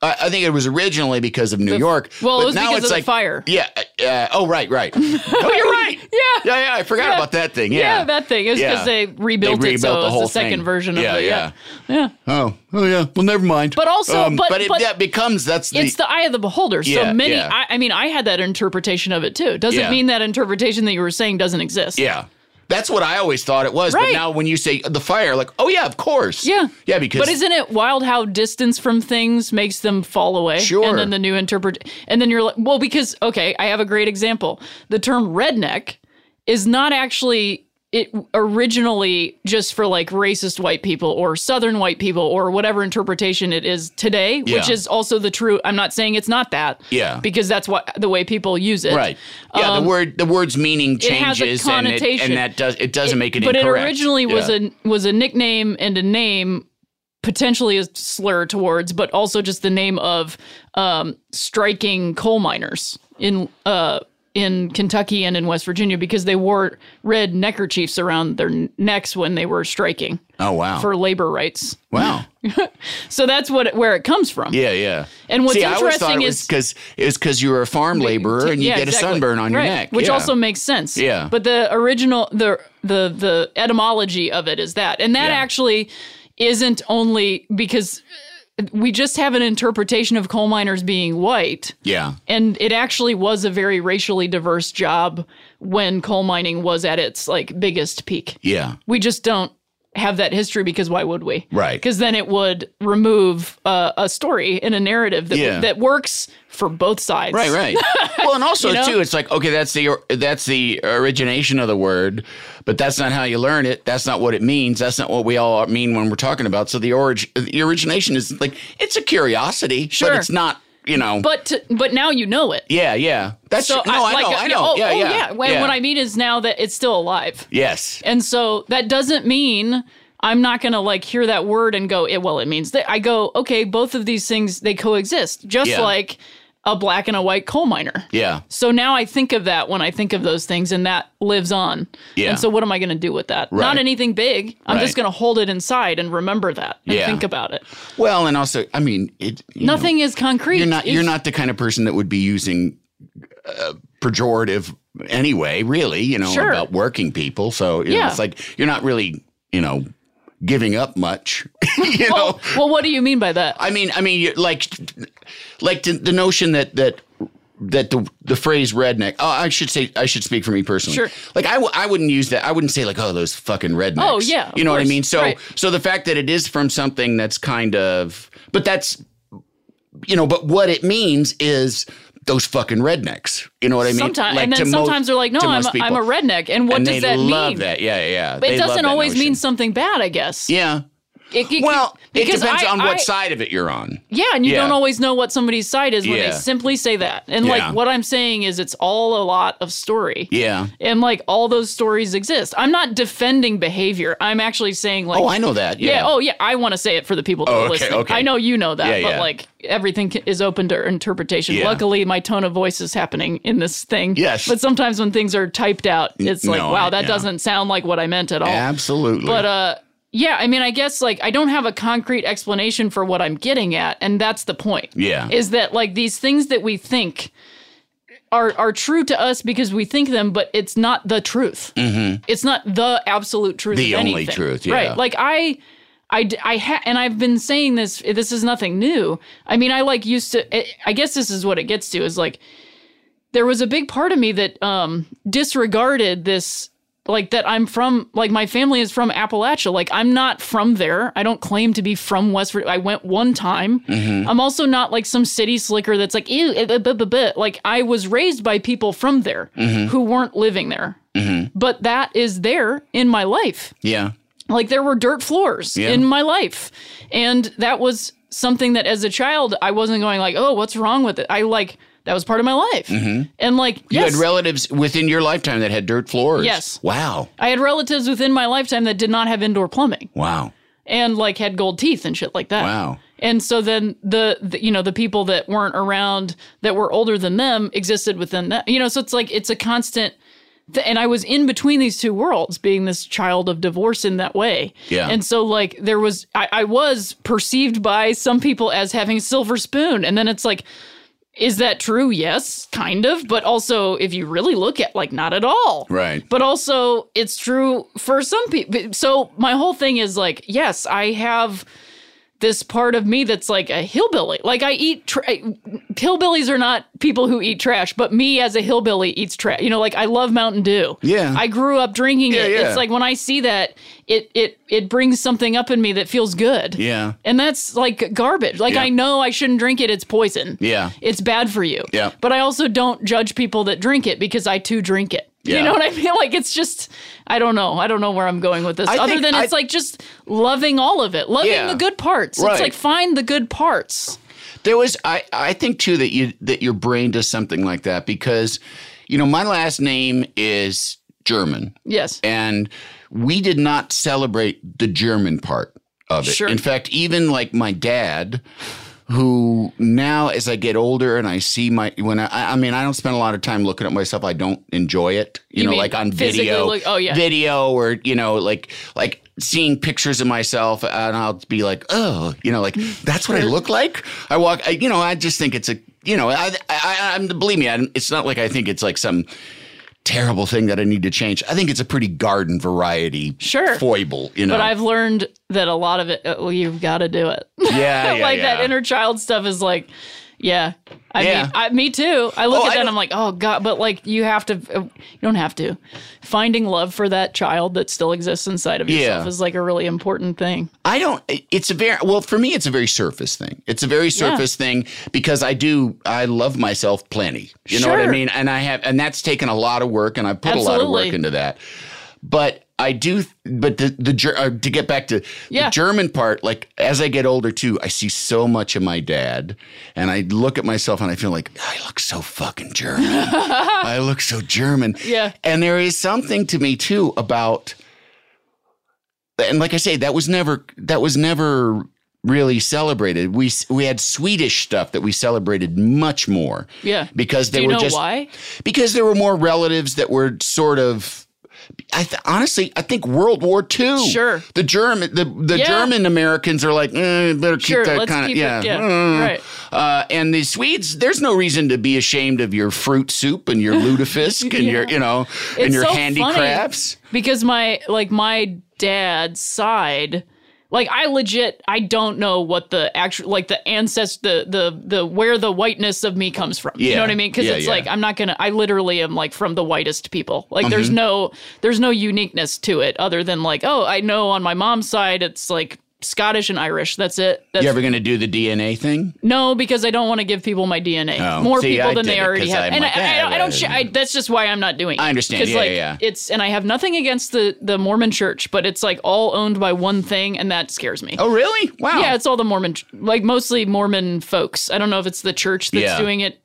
Speaker 1: i, I think it was originally because of new york
Speaker 2: well, it
Speaker 1: but
Speaker 2: was
Speaker 1: now
Speaker 2: because
Speaker 1: it's
Speaker 2: of the
Speaker 1: like
Speaker 2: fire.
Speaker 1: yeah uh, oh right right oh you're right
Speaker 2: Yeah.
Speaker 1: yeah yeah i forgot
Speaker 2: Yeah.
Speaker 1: about that thing yeah,
Speaker 2: that thing. It's because
Speaker 1: Yeah.
Speaker 2: they rebuilt,
Speaker 1: They
Speaker 2: it, so
Speaker 1: rebuilt the
Speaker 2: it's
Speaker 1: whole
Speaker 2: the second
Speaker 1: thing.
Speaker 2: version of
Speaker 1: Yeah,
Speaker 2: it.
Speaker 1: yeah.
Speaker 2: Yeah. yeah.
Speaker 1: Oh, oh yeah. Well, never mind. Um,
Speaker 2: But also- but-
Speaker 1: it,
Speaker 2: but-
Speaker 1: that becomes that's the,
Speaker 2: It's the eye of the beholder.
Speaker 1: Yeah,
Speaker 2: so many,
Speaker 1: yeah.
Speaker 2: I, I mean, I had that interpretation of it too. Doesn't
Speaker 1: Yeah.
Speaker 2: mean that interpretation that you were saying doesn't exist.
Speaker 1: yeah. That's what I always thought it was. But
Speaker 2: Right.
Speaker 1: now when you say the fire, like, oh yeah, of course.
Speaker 2: Yeah.
Speaker 1: Yeah, because
Speaker 2: But isn't it wild how distance from things makes them fall away?
Speaker 1: Sure.
Speaker 2: And then the new interpret, and then you're like, well, because okay, I have a great example. The term redneck is not actually it originally just for like racist white people or southern white people or whatever interpretation it is today, which
Speaker 1: Yeah.
Speaker 2: is also the true. I'm not saying it's not that.
Speaker 1: Yeah.
Speaker 2: Because that's what the way people use it. um,
Speaker 1: right. Yeah, the word the word's meaning
Speaker 2: it has a
Speaker 1: changes and it,
Speaker 2: connotation.
Speaker 1: and that does it doesn't make it
Speaker 2: but
Speaker 1: incorrect.
Speaker 2: it originally was
Speaker 1: Yeah.
Speaker 2: a was a nickname and a name potentially a slur towards but also just the name of um, striking coal miners in uh, in Kentucky and in West Virginia because they wore red neckerchiefs around their necks when they were striking
Speaker 1: Oh wow.
Speaker 2: for labor rights.
Speaker 1: wow.
Speaker 2: So that's what where it comes from.
Speaker 1: Yeah, yeah.
Speaker 2: And what's
Speaker 1: See, I always thought
Speaker 2: interesting
Speaker 1: it
Speaker 2: is-
Speaker 1: was because is because you were a farm laborer and you
Speaker 2: Yeah,
Speaker 1: get
Speaker 2: exactly.
Speaker 1: a sunburn on
Speaker 2: Right,
Speaker 1: your neck.
Speaker 2: which
Speaker 1: Yeah.
Speaker 2: also makes sense.
Speaker 1: Yeah.
Speaker 2: But the original, the the the etymology of it is that, and that
Speaker 1: Yeah.
Speaker 2: actually isn't only because we just have an interpretation of coal miners being white.
Speaker 1: Yeah.
Speaker 2: And it actually was a very racially diverse job when coal mining was at its like biggest peak.
Speaker 1: Yeah.
Speaker 2: We just don't have that history because why would we?
Speaker 1: Right.
Speaker 2: Because then it would remove uh, a story and a narrative that
Speaker 1: Yeah.
Speaker 2: that works for both sides.
Speaker 1: Right, right. well, and also
Speaker 2: You know?
Speaker 1: too, it's like okay, that's the that's the origination of the word, but that's not how you learn it. That's not what it means. That's not what we all mean when we're talking about. So the origin, the origination is like it's a curiosity,
Speaker 2: Sure.
Speaker 1: but it's not. You know,
Speaker 2: But to, but now you know it.
Speaker 1: yeah, yeah. That's
Speaker 2: So
Speaker 1: no, I,
Speaker 2: like,
Speaker 1: know,
Speaker 2: uh,
Speaker 1: I know.
Speaker 2: Oh,
Speaker 1: yeah,
Speaker 2: oh,
Speaker 1: yeah,
Speaker 2: When,
Speaker 1: yeah.
Speaker 2: What I mean is now that it's still alive,
Speaker 1: yes,
Speaker 2: and so that doesn't mean I'm not gonna like hear that word and go, it, well, it means that. I go, okay, both of these things they coexist, just
Speaker 1: Yeah.
Speaker 2: like a black and a white coal miner.
Speaker 1: yeah,
Speaker 2: So now I think of that when I think of those things, and that lives on.
Speaker 1: Yeah.
Speaker 2: And so what am I going to do with that? Not
Speaker 1: Right.
Speaker 2: anything big. I'm just
Speaker 1: Right.
Speaker 2: going to hold it inside and remember that and
Speaker 1: Yeah.
Speaker 2: think about it.
Speaker 1: Well, and also, I mean, it, you know,
Speaker 2: Nothing is concrete.
Speaker 1: you're not you're
Speaker 2: It's-
Speaker 1: not the kind of person that would be using uh, pejorative anyway really you know
Speaker 2: Sure.
Speaker 1: about working people so you know,
Speaker 2: Yeah.
Speaker 1: it's like you're not really you know giving up much you know
Speaker 2: Oh, Well, what do you mean by that?
Speaker 1: i mean i mean you like like the, the notion that that that the the phrase redneck oh i should say i should speak for me personally
Speaker 2: Sure.
Speaker 1: like i, w- I wouldn't use that i wouldn't say like oh those fucking rednecks
Speaker 2: Oh, yeah, of
Speaker 1: you know what i
Speaker 2: course.
Speaker 1: mean so
Speaker 2: Right.
Speaker 1: so the fact that it is from something that's kind of but that's you know, but what it means is those fucking rednecks. You know what I mean?
Speaker 2: Sometimes,
Speaker 1: Like,
Speaker 2: and
Speaker 1: to
Speaker 2: then
Speaker 1: mo-
Speaker 2: sometimes they're like, "No,
Speaker 1: to
Speaker 2: I'm
Speaker 1: most
Speaker 2: a, I'm
Speaker 1: people.
Speaker 2: a redneck," and what
Speaker 1: and
Speaker 2: does
Speaker 1: they
Speaker 2: that
Speaker 1: love
Speaker 2: mean?
Speaker 1: that. Yeah, yeah, yeah.
Speaker 2: But
Speaker 1: They
Speaker 2: it
Speaker 1: love
Speaker 2: doesn't
Speaker 1: that
Speaker 2: always
Speaker 1: notion.
Speaker 2: mean something bad, I guess.
Speaker 1: Yeah.
Speaker 2: It- it-
Speaker 1: Well, it
Speaker 2: because
Speaker 1: depends
Speaker 2: I-
Speaker 1: on what
Speaker 2: I-
Speaker 1: side of it you're on.
Speaker 2: Yeah, and you
Speaker 1: Yeah.
Speaker 2: don't always know what somebody's side is when
Speaker 1: Yeah.
Speaker 2: they simply say that. And
Speaker 1: Yeah.
Speaker 2: like what I'm saying is it's all a lot of story.
Speaker 1: Yeah.
Speaker 2: And like all those stories exist. I'm not defending behavior. I'm actually saying like
Speaker 1: Oh, I know that.
Speaker 2: yeah.
Speaker 1: Yeah.
Speaker 2: oh yeah, I want to say it for the people that
Speaker 1: Oh,
Speaker 2: are
Speaker 1: okay,
Speaker 2: listening.
Speaker 1: okay.
Speaker 2: I know you know that,
Speaker 1: Yeah,
Speaker 2: but
Speaker 1: yeah.
Speaker 2: like everything ca- is open to interpretation.
Speaker 1: Yeah.
Speaker 2: Luckily, my tone of voice is happening in this thing.
Speaker 1: Yes.
Speaker 2: But sometimes when things are typed out, it's like,
Speaker 1: no, I-
Speaker 2: wow, that
Speaker 1: yeah.
Speaker 2: doesn't sound like what I meant at all.
Speaker 1: Absolutely.
Speaker 2: But uh yeah, I mean I guess like I don't have a concrete explanation for what I'm getting at and that's the point.
Speaker 1: Yeah.
Speaker 2: Is that like these things that we think are are true to us because we think them but it's not the truth. Mm-hmm. It's not the absolute truth
Speaker 1: The
Speaker 2: of
Speaker 1: only
Speaker 2: anything.
Speaker 1: truth, yeah.
Speaker 2: Right. Like I I, d- I ha- and I've been saying this this is nothing new. I mean, I like used to I- I guess this is what it gets to is like there was a big part of me that um disregarded this like that I'm from like my family is from Appalachia. Like I'm not from there. I don't claim to be from West Virginia. I went one time. I'm also not like some city slicker that's like ew. eh, buh, buh, buh, buh." Like I was raised by people from there who weren't living there. But that is there in my life.
Speaker 1: yeah.
Speaker 2: Like there were dirt floors
Speaker 1: Yeah.
Speaker 2: in my life. And that was something that as a child I wasn't going like, "Oh, what's wrong with it?" I like that was part of my life. And like
Speaker 1: Mm-hmm. You
Speaker 2: yes,
Speaker 1: had relatives within your lifetime that had dirt floors.
Speaker 2: Yes.
Speaker 1: Wow.
Speaker 2: I had relatives within my lifetime that did not have indoor plumbing
Speaker 1: Wow.
Speaker 2: and like had gold teeth and shit like that.
Speaker 1: Wow.
Speaker 2: And so then the, the you know the people that weren't around that were older than them existed within that. You know, so it's like it's a constant th- and I was in between these two worlds being this child of divorce in that way.
Speaker 1: Yeah.
Speaker 2: And so like there was I, I was perceived by some people as having a silver spoon and then it's like is that true? Yes, kind of, but also if you really look at like not at all.
Speaker 1: Right.
Speaker 2: But also it's true for some people. So my whole thing is like, yes, I have this part of me that's like a hillbilly. Like I eat tra- hillbillies are not people who eat trash, but me as a hillbilly eats trash. You know, like I love Mountain Dew.
Speaker 1: Yeah.
Speaker 2: I grew up drinking it.
Speaker 1: yeah.
Speaker 2: It's like when I see that, it it it brings something up in me that feels good.
Speaker 1: Yeah.
Speaker 2: And that's like garbage. Like
Speaker 1: Yeah.
Speaker 2: I know I shouldn't drink it. It's poison.
Speaker 1: Yeah.
Speaker 2: It's bad for you.
Speaker 1: Yeah.
Speaker 2: But I also don't judge people that drink it because I too drink it.
Speaker 1: Yeah.
Speaker 2: You know what I mean? Like it's just I don't know. I don't know where I'm going with this.
Speaker 1: I
Speaker 2: Other
Speaker 1: think
Speaker 2: than
Speaker 1: I-
Speaker 2: it's like just loving all of it. Loving
Speaker 1: Yeah.
Speaker 2: the good parts.
Speaker 1: Right.
Speaker 2: It's like find the good parts.
Speaker 1: There was I I think too that you that your brain does something like that because you know my last name is German.
Speaker 2: Yes.
Speaker 1: And we did not celebrate the German part of it.
Speaker 2: Sure.
Speaker 1: In fact, even like my dad, who now as I get older and I see my when I I mean I don't spend a lot of time looking at myself. I don't enjoy it. You,
Speaker 2: You
Speaker 1: know,
Speaker 2: mean
Speaker 1: like on
Speaker 2: physically
Speaker 1: video.
Speaker 2: look- oh, yeah.
Speaker 1: Video or, you know, like like seeing pictures of myself and I'll be like, oh, you know, like
Speaker 2: Mm.
Speaker 1: that's what I look like. I walk I, you know, I just think it's a you know, I, I, I, am believe me, I, it's not like I think it's like some terrible thing that I need to change. I think it's a pretty garden variety
Speaker 2: Sure.
Speaker 1: foible, you know.
Speaker 2: But I've learned that a lot of it uh, well, you've gotta do it.
Speaker 1: yeah, yeah,
Speaker 2: like
Speaker 1: yeah.
Speaker 2: that inner child stuff is like yeah. I
Speaker 1: Yeah.
Speaker 2: mean, I, me too. I look
Speaker 1: Oh,
Speaker 2: at
Speaker 1: I
Speaker 2: that
Speaker 1: don't-
Speaker 2: and I'm like, oh god, but like you have to, uh, you don't have to. Finding love for that child that still exists inside of
Speaker 1: Yeah.
Speaker 2: yourself is like a really important thing.
Speaker 1: I don't. It's a very well for me. It's a very surface thing. It's a very surface thing because I do. I love myself plenty. You know what I
Speaker 2: Sure.
Speaker 1: mean. And I have, and that's taken a lot of work, and I put a lot of work
Speaker 2: Absolutely.
Speaker 1: into that. But I do. But the the Ger- uh, to get back to
Speaker 2: Yeah.
Speaker 1: the German part, like as I get older too, I see so much of my dad, and I look at myself and I feel like I look so fucking German. I look so German.
Speaker 2: Yeah.
Speaker 1: And there is something to me too about and like I say, that was never that was never really celebrated. We we had Swedish stuff that we celebrated much more.
Speaker 2: Yeah.
Speaker 1: because they
Speaker 2: Do you
Speaker 1: were
Speaker 2: know
Speaker 1: just
Speaker 2: why?
Speaker 1: because there were more relatives that were sort of. I th- honestly, I think World War II.
Speaker 2: Sure.
Speaker 1: the German the, the
Speaker 2: Yeah.
Speaker 1: German Americans are like eh, better keep
Speaker 2: Sure,
Speaker 1: that
Speaker 2: let's
Speaker 1: kind of
Speaker 2: keep it. Yeah,
Speaker 1: Mm.
Speaker 2: right.
Speaker 1: Uh, and the Swedes, there's no reason to be ashamed of your fruit soup and your lutefisk and your you know and
Speaker 2: It's
Speaker 1: your
Speaker 2: so
Speaker 1: handicrafts.
Speaker 2: funny because my like my dad's side like i legit i don't know what the actual like the ancest the the the where the whiteness of me comes from you
Speaker 1: Yeah.
Speaker 2: know what i mean because
Speaker 1: Yeah,
Speaker 2: it's
Speaker 1: yeah.
Speaker 2: like i'm not gonna i literally am like from the whitest people like there's
Speaker 1: Mm-hmm.
Speaker 2: no there's no uniqueness to it other than like oh i know on my mom's side it's like Scottish and Irish. That's it. That's
Speaker 1: you ever going to do the DNA thing?
Speaker 2: No, because I don't want to give people my DNA.
Speaker 1: Oh,
Speaker 2: More
Speaker 1: see,
Speaker 2: people
Speaker 1: I
Speaker 2: than
Speaker 1: did
Speaker 2: they
Speaker 1: it
Speaker 2: already
Speaker 1: 'cause
Speaker 2: have,
Speaker 1: I'm
Speaker 2: and
Speaker 1: like,
Speaker 2: I, I,
Speaker 1: "Ah,
Speaker 2: don't. I don't sh-
Speaker 1: whatever."
Speaker 2: I, that's just why I'm not doing it.
Speaker 1: I understand.
Speaker 2: 'Cause,
Speaker 1: Yeah,
Speaker 2: like,
Speaker 1: yeah.
Speaker 2: It's and I have nothing against the the Mormon Church, but it's like all owned by one thing, and that scares me.
Speaker 1: Oh, really? Wow.
Speaker 2: Yeah, it's all the Mormon, like mostly Mormon folks. I don't know if it's the church that's
Speaker 1: Yeah.
Speaker 2: doing it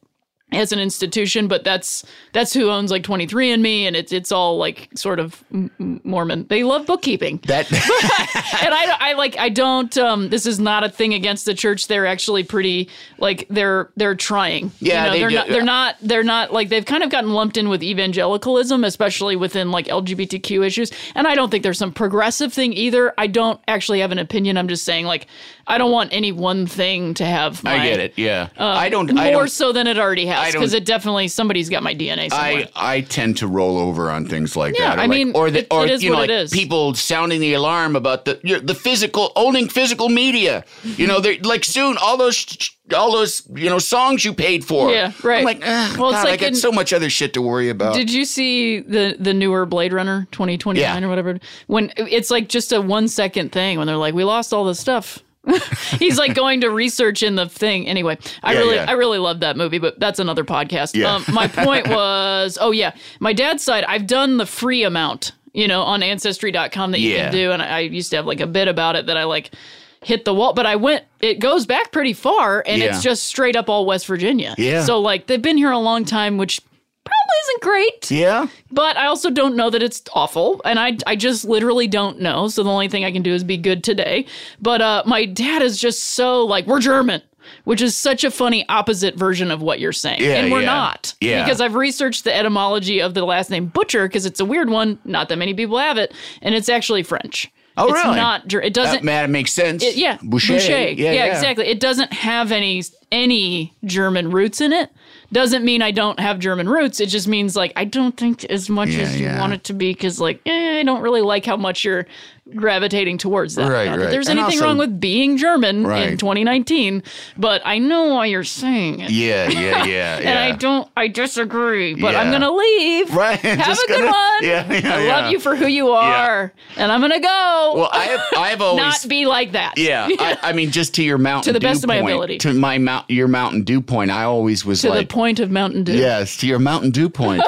Speaker 2: as an institution, but that's that's who owns like 23andMe, and it's it's all like sort of m- m- Mormon. They love bookkeeping
Speaker 1: that
Speaker 2: and I, I like I don't um this is not a thing against the church they're actually pretty like they're they're trying
Speaker 1: Yeah,
Speaker 2: you know,
Speaker 1: they
Speaker 2: are
Speaker 1: do-
Speaker 2: not they're not they're not like they've kind of gotten lumped in with evangelicalism especially within like LGBTQ issues and I don't think there's some progressive thing either I don't actually have an opinion I'm just saying like I don't want any one thing to have my,
Speaker 1: I get it. Yeah. I don't. I
Speaker 2: Uh, more
Speaker 1: don't.
Speaker 2: so than it already
Speaker 1: I
Speaker 2: has
Speaker 1: don't-
Speaker 2: because it definitely somebody's got my DNA somewhere
Speaker 1: I, I tend to roll over on things like
Speaker 2: Yeah,
Speaker 1: that. Or
Speaker 2: I
Speaker 1: like-
Speaker 2: mean,
Speaker 1: or the,
Speaker 2: it-
Speaker 1: or
Speaker 2: it is
Speaker 1: you know,
Speaker 2: what
Speaker 1: like
Speaker 2: it is.
Speaker 1: people sounding the alarm about the you the physical owning physical media. You know, they're like soon all those sh- all those you know songs you paid for.
Speaker 2: Yeah, right.
Speaker 1: I'm like, "Ah,
Speaker 2: Well, it's
Speaker 1: God, I
Speaker 2: like
Speaker 1: got
Speaker 2: in-
Speaker 1: so much other shit to worry about.
Speaker 2: Did you see the the newer Blade Runner 2029
Speaker 1: Yeah.
Speaker 2: or whatever? When it's like just a one second thing when they're like, we lost all the stuff. He's like going to research in the thing. Anyway, I
Speaker 1: Yeah,
Speaker 2: really
Speaker 1: yeah.
Speaker 2: I really love that movie, but that's another podcast.
Speaker 1: Yeah.
Speaker 2: Um, my point was, oh yeah, my dad's side, I've done the free amount, you know, on ancestry.com that you
Speaker 1: Yeah.
Speaker 2: can do and I, I used to have like a bit about it that I like hit the wall, but I went it goes back pretty far and
Speaker 1: Yeah.
Speaker 2: it's just straight up all West Virginia.
Speaker 1: Yeah.
Speaker 2: So like they've been here a long time, which probably isn't great.
Speaker 1: yeah.
Speaker 2: But I also don't know that it's awful, and I I just literally don't know. So the only thing I can do is be good today. But uh, my dad is just so like we're German, which is such a funny opposite version of what you're saying,
Speaker 1: Yeah,
Speaker 2: and we're
Speaker 1: yeah.
Speaker 2: not.
Speaker 1: Yeah.
Speaker 2: because I've researched the etymology of the last name Butcher because it's a weird one. Not that many people have it, and it's actually French.
Speaker 1: Oh,
Speaker 2: it's
Speaker 1: really?
Speaker 2: Not Ger- it doesn't
Speaker 1: That, that makes sense.
Speaker 2: it- yeah,
Speaker 1: Boucher.
Speaker 2: Yeah, exactly. It doesn't have any any German roots in it. Doesn't mean I don't have German roots. It just means like I don't think as much
Speaker 1: Yeah,
Speaker 2: as you
Speaker 1: yeah.
Speaker 2: want it to be because like eh, I don't really like how much you're gravitating towards that.
Speaker 1: Right,
Speaker 2: Not that
Speaker 1: right.
Speaker 2: There's
Speaker 1: And
Speaker 2: anything
Speaker 1: also-
Speaker 2: wrong with being German in
Speaker 1: Right.
Speaker 2: 2019, but I know why you're saying it.
Speaker 1: Yeah, yeah, yeah, yeah.
Speaker 2: And I don't, I disagree, but I'm
Speaker 1: Yeah.
Speaker 2: gonna leave.
Speaker 1: Right.
Speaker 2: Have
Speaker 1: Just
Speaker 2: a good
Speaker 1: gonna-
Speaker 2: one.
Speaker 1: Yeah, yeah,
Speaker 2: I
Speaker 1: yeah.
Speaker 2: love you for who you are, and I'm gonna go.
Speaker 1: Well, I have I've always
Speaker 2: not be like that.
Speaker 1: Yeah, I, I mean, just to your mountain
Speaker 2: the
Speaker 1: Dew
Speaker 2: best of my
Speaker 1: point,
Speaker 2: ability.
Speaker 1: to my mount your Mountain Dew point. I always was
Speaker 2: to
Speaker 1: like,
Speaker 2: the point of Mountain Dew.
Speaker 1: yes, to your Mountain Dew point.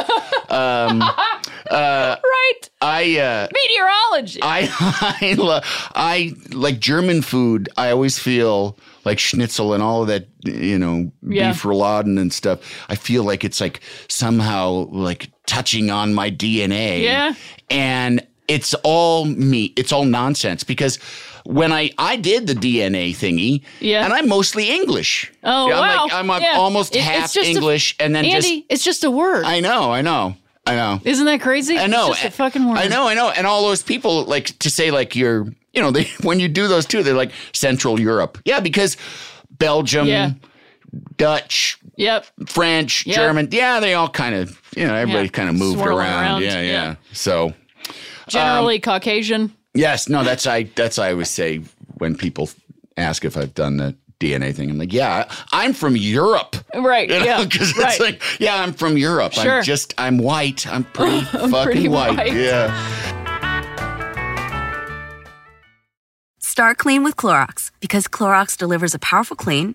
Speaker 2: Right.
Speaker 1: I uh,
Speaker 2: Meteorology.
Speaker 1: I I, lo- I like German food. I always feel like schnitzel and all of that, you know,
Speaker 2: Yeah.
Speaker 1: beef rouladen and stuff. I feel like it's like somehow like touching on my DNA.
Speaker 2: Yeah.
Speaker 1: and it's all meat. It's all nonsense because when I I did the DNA thingy,
Speaker 2: Yeah.
Speaker 1: and I'm mostly English. I'm
Speaker 2: oh wow.
Speaker 1: like, I'm like
Speaker 2: Yeah.
Speaker 1: almost
Speaker 2: It- it's
Speaker 1: half
Speaker 2: just a-
Speaker 1: English, and then
Speaker 2: Andy,
Speaker 1: just
Speaker 2: it's just a word.
Speaker 1: I know, I know, I know.
Speaker 2: Isn't that crazy?
Speaker 1: I know.
Speaker 2: It's just a fucking word.
Speaker 1: I know. I know. And all those people like to say like you're, you know, they when you do those too, they're like Central Europe. Yeah, because Belgium,
Speaker 2: Yeah.
Speaker 1: Dutch,
Speaker 2: Yep.
Speaker 1: French,
Speaker 2: Yeah.
Speaker 1: German. Yeah, they all kind of, you know, everybody
Speaker 2: Yeah.
Speaker 1: kind of moved
Speaker 2: Swirling
Speaker 1: around.
Speaker 2: around,
Speaker 1: Yeah, yeah,
Speaker 2: yeah.
Speaker 1: So
Speaker 2: Generally Caucasian.
Speaker 1: yes, no, that's I. That's I always say when people ask if I've done the DNA thing. I'm like, yeah, I'm from Europe.
Speaker 2: Right.
Speaker 1: You know,
Speaker 2: yeah.
Speaker 1: 'cause
Speaker 2: right.
Speaker 1: it's like, yeah, I'm from Europe.
Speaker 2: Sure.
Speaker 1: I'm just, I'm white. I'm pretty fucking
Speaker 2: pretty white.
Speaker 1: white. Yeah.
Speaker 3: Start clean with Clorox because Clorox delivers a powerful clean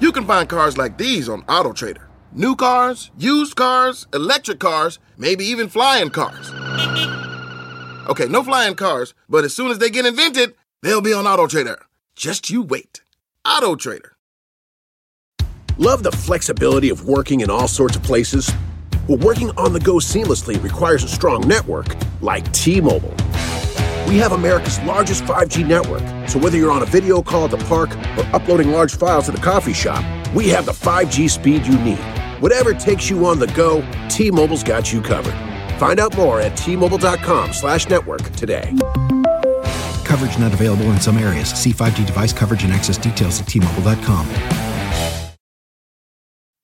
Speaker 4: You can find cars like these on AutoTrader. New cars, used cars, electric cars, maybe even flying cars. Okay, no flying cars, but as soon as they get invented, they'll be on AutoTrader. Just you wait. AutoTrader.
Speaker 5: Love the flexibility of working in all sorts of places? Well, working on the go seamlessly requires a strong network like T Mobile. We have America's largest 5G network, so whether you're on a video call at the park or uploading large files at a coffee shop, we have the 5G speed you need. Whatever takes you on the go, T Mobile's got you covered. Find out more at T Mobile.com slash network today.
Speaker 6: Coverage not available in some areas. See 5G device coverage and access details at tmobile.com.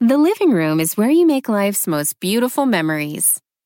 Speaker 7: The living room is where you make life's most beautiful memories.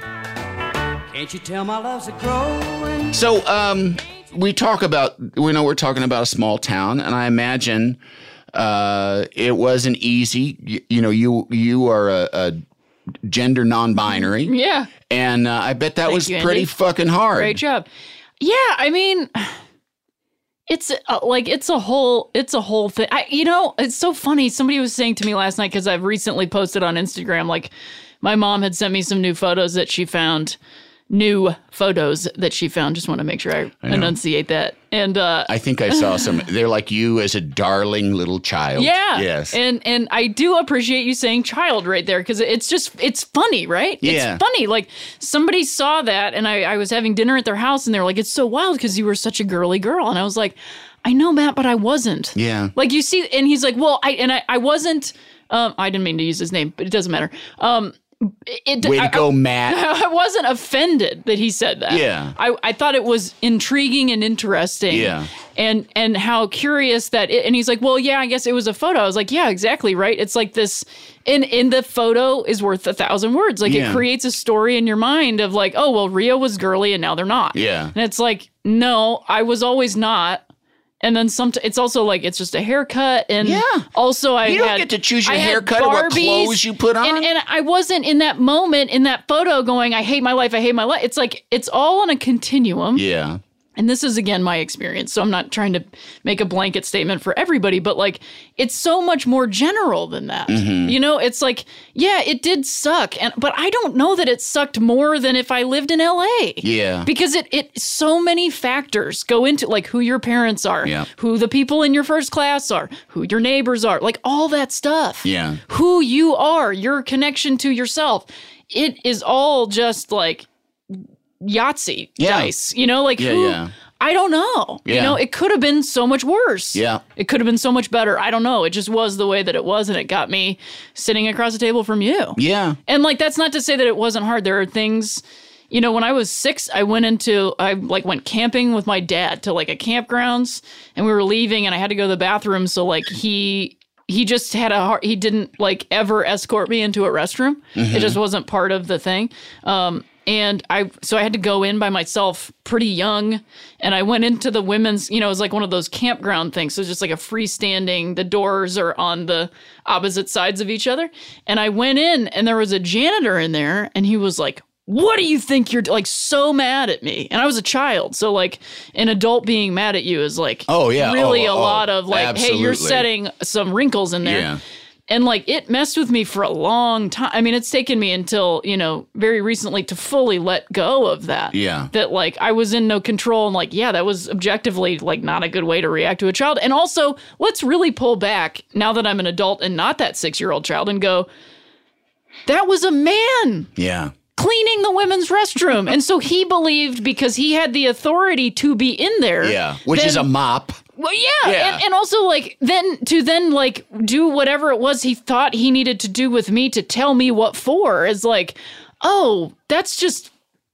Speaker 8: Can't you tell my love's a growing?
Speaker 1: So um, we talk about we know we're talking about a small town, and I imagine uh, it wasn't easy. You, you know, you you are a, a gender non-binary,
Speaker 2: Yeah.
Speaker 1: and uh, I bet that
Speaker 2: Thank
Speaker 1: was
Speaker 2: you, Andy.
Speaker 1: pretty fucking hard.
Speaker 2: Great job. Yeah, I mean, it's uh, like it's a whole it's a whole thing. I, you know, it's so funny. Somebody was saying to me last night because I've recently posted on Instagram. Like, my mom had sent me some new photos that she found. New photos that she found. Just want to make sure I,
Speaker 1: know.
Speaker 2: enunciate that. And uh,
Speaker 1: I think I saw some. They're like you as a darling little child.
Speaker 2: Yeah.
Speaker 1: Yes.
Speaker 2: And and I do appreciate you saying child right there because it's just it's funny, right?
Speaker 1: Yeah.
Speaker 2: It's funny. Like somebody saw that and I, I was having dinner at their house and they were like, It's so wild because you were such a girly girl. And I was like, I know, Matt, but I wasn't.
Speaker 1: yeah.
Speaker 2: Like you see, and he's like, Well, I and I, I wasn't um I didn't mean to use his name, but it doesn't matter. Um it
Speaker 1: Way to
Speaker 2: I-
Speaker 1: go, Matt.
Speaker 2: I wasn't offended that he said that.
Speaker 1: Yeah.
Speaker 2: I, I thought it was intriguing and interesting.
Speaker 1: Yeah.
Speaker 2: And and how curious that it, and he's like, Well, yeah, I guess it was a photo. I was like, Yeah, exactly, right? It's like this in in the photo is worth a thousand words. Like
Speaker 1: Yeah.
Speaker 2: it creates a story in your mind of like, oh well, Rio was girly and now they're not.
Speaker 1: Yeah.
Speaker 2: And it's like, no, I was always not. And then some. It's also like it's just a haircut, and
Speaker 1: Yeah.
Speaker 2: Also, I
Speaker 1: You don't
Speaker 2: had-
Speaker 1: get to choose your
Speaker 2: I had
Speaker 1: haircut or what
Speaker 2: Barbies,
Speaker 1: clothes you put on.
Speaker 2: and, and I wasn't in that moment in that photo going, I hate my life, I hate my life. It's like it's all on a continuum.
Speaker 1: Yeah.
Speaker 2: And this is again my experience. So I'm not trying to make a blanket statement for everybody, but like it's so much more general than that.
Speaker 1: Mm-hmm.
Speaker 2: You know, it's like, yeah, it did suck. And but I don't know that it sucked more than if I lived in LA.
Speaker 1: Yeah.
Speaker 2: Because it it so many factors go into like who your parents are,
Speaker 1: Yeah.
Speaker 2: who the people in your first class are, who your neighbors are, like all that stuff
Speaker 1: Yeah.
Speaker 2: who you are, your connection to yourself. It is all just like Yahtzee
Speaker 1: Yeah.
Speaker 2: dice, you know, like
Speaker 1: Yeah,
Speaker 2: who.
Speaker 1: yeah.
Speaker 2: I don't know. You
Speaker 1: Yeah.
Speaker 2: know, it could have been so much worse.
Speaker 1: Yeah.
Speaker 2: It could have been so much better. I don't know. It just was the way that it was, and it got me sitting across the table from you.
Speaker 1: Yeah.
Speaker 2: And like that's not to say that it wasn't hard. There are things, you know, when I was six, I went into I like went camping with my dad to like a campgrounds and we were leaving and I had to go to the bathroom, so like he he just had a hard he didn't like ever escort me into a restroom.
Speaker 1: Mm-hmm.
Speaker 2: It just wasn't part of the thing. Um and I so I had to go in by myself pretty young and I went into the women's you know it was like one of those campground things so it's just like a freestanding the doors are on the opposite sides of each other and I went in and there was a janitor in there and he was like what do you think you're do-" like so mad at me and I was a child so like an adult being mad at you is like
Speaker 1: Oh, yeah.
Speaker 2: really
Speaker 1: Oh,
Speaker 2: a
Speaker 1: oh,
Speaker 2: lot of like hey you're
Speaker 1: absolutely.
Speaker 2: setting some wrinkles in there
Speaker 1: Yeah.
Speaker 2: and like it messed with me for a long time. I mean, it's taken me until, you know, very recently to fully let go of that.
Speaker 1: Yeah.
Speaker 2: That like I was in no control and like, yeah, that was objectively like not a good way to react to a child. And also, let's really pull back now that I'm an adult and not that six year old child and go, that was a man
Speaker 1: Yeah.
Speaker 2: cleaning the women's restroom. and so he believed because he had the authority to be in there.
Speaker 1: Yeah. Which is
Speaker 2: then-
Speaker 1: a mop.
Speaker 2: well, yeah,
Speaker 1: Yeah.
Speaker 2: And, and also like then to then like do whatever it was he thought he needed to do with me to tell me what for is like, oh, that's just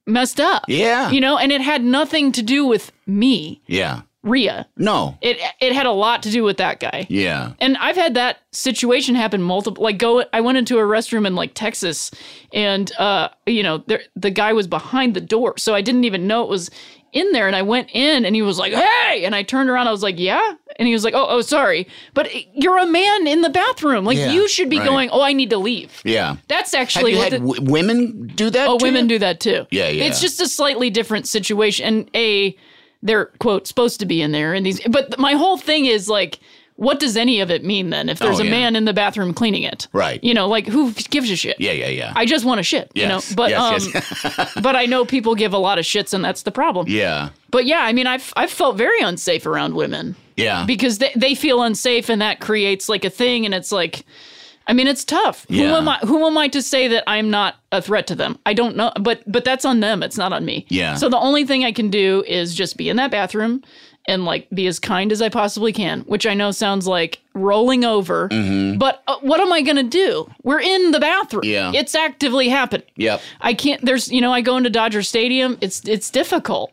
Speaker 2: messed up.
Speaker 1: Yeah.
Speaker 2: you know, and it had nothing to do with me,
Speaker 1: Yeah.
Speaker 2: Rhea.
Speaker 1: No.
Speaker 2: It it had a lot to do with that guy.
Speaker 1: Yeah.
Speaker 2: And I've had that situation happen multiple. Like, go. I went into a restroom in like Texas, and uh, you know, there, the guy was behind the door, so I didn't even know it was in there. And I went in, and he was like, "Hey!" And I turned around, I was like, "Yeah," and he was like, "Oh, oh, sorry, but you're a man in the bathroom. Like,
Speaker 1: Yeah,
Speaker 2: you should be
Speaker 1: right.
Speaker 2: going. Oh, I need to leave."
Speaker 1: Yeah.
Speaker 2: That's
Speaker 1: Have
Speaker 2: actually
Speaker 1: you
Speaker 2: what
Speaker 1: had
Speaker 2: the-
Speaker 1: w- women do that?
Speaker 2: Oh,
Speaker 1: to
Speaker 2: women
Speaker 1: you?
Speaker 2: do that too.
Speaker 1: Yeah, yeah.
Speaker 2: It's just a slightly different situation. And a, they're quote supposed to be in there, and these. But my whole thing is like what does any of it mean then if there's
Speaker 1: Oh,
Speaker 2: a
Speaker 1: yeah.
Speaker 2: man in the bathroom cleaning it?
Speaker 1: Right.
Speaker 2: You know, like who gives a shit?
Speaker 1: Yeah, yeah, yeah.
Speaker 2: I just want a shit, you know.
Speaker 1: Yes,
Speaker 2: But
Speaker 1: yes,
Speaker 2: um
Speaker 1: yes.
Speaker 2: but I know people give a lot of shits and that's the problem.
Speaker 1: yeah.
Speaker 2: But yeah, I mean I've I've felt very unsafe around women
Speaker 1: Yeah.
Speaker 2: because they, they feel unsafe and that creates like a thing and it's like I mean it's tough. Who
Speaker 1: Yeah.
Speaker 2: am I who am I to say that I'm not a threat to them? I don't know but but that's on them, it's not on me.
Speaker 1: Yeah.
Speaker 2: So the only thing I can do is just be in that bathroom and like be as kind as I possibly can, which I know sounds like rolling over, but uh, what am I going to do? We're in the bathroom.
Speaker 1: Mm-hmm. Yeah.
Speaker 2: It's actively happening.
Speaker 1: Yep.
Speaker 2: I can't. There's, you know, I go into Dodger Stadium. It's it's difficult.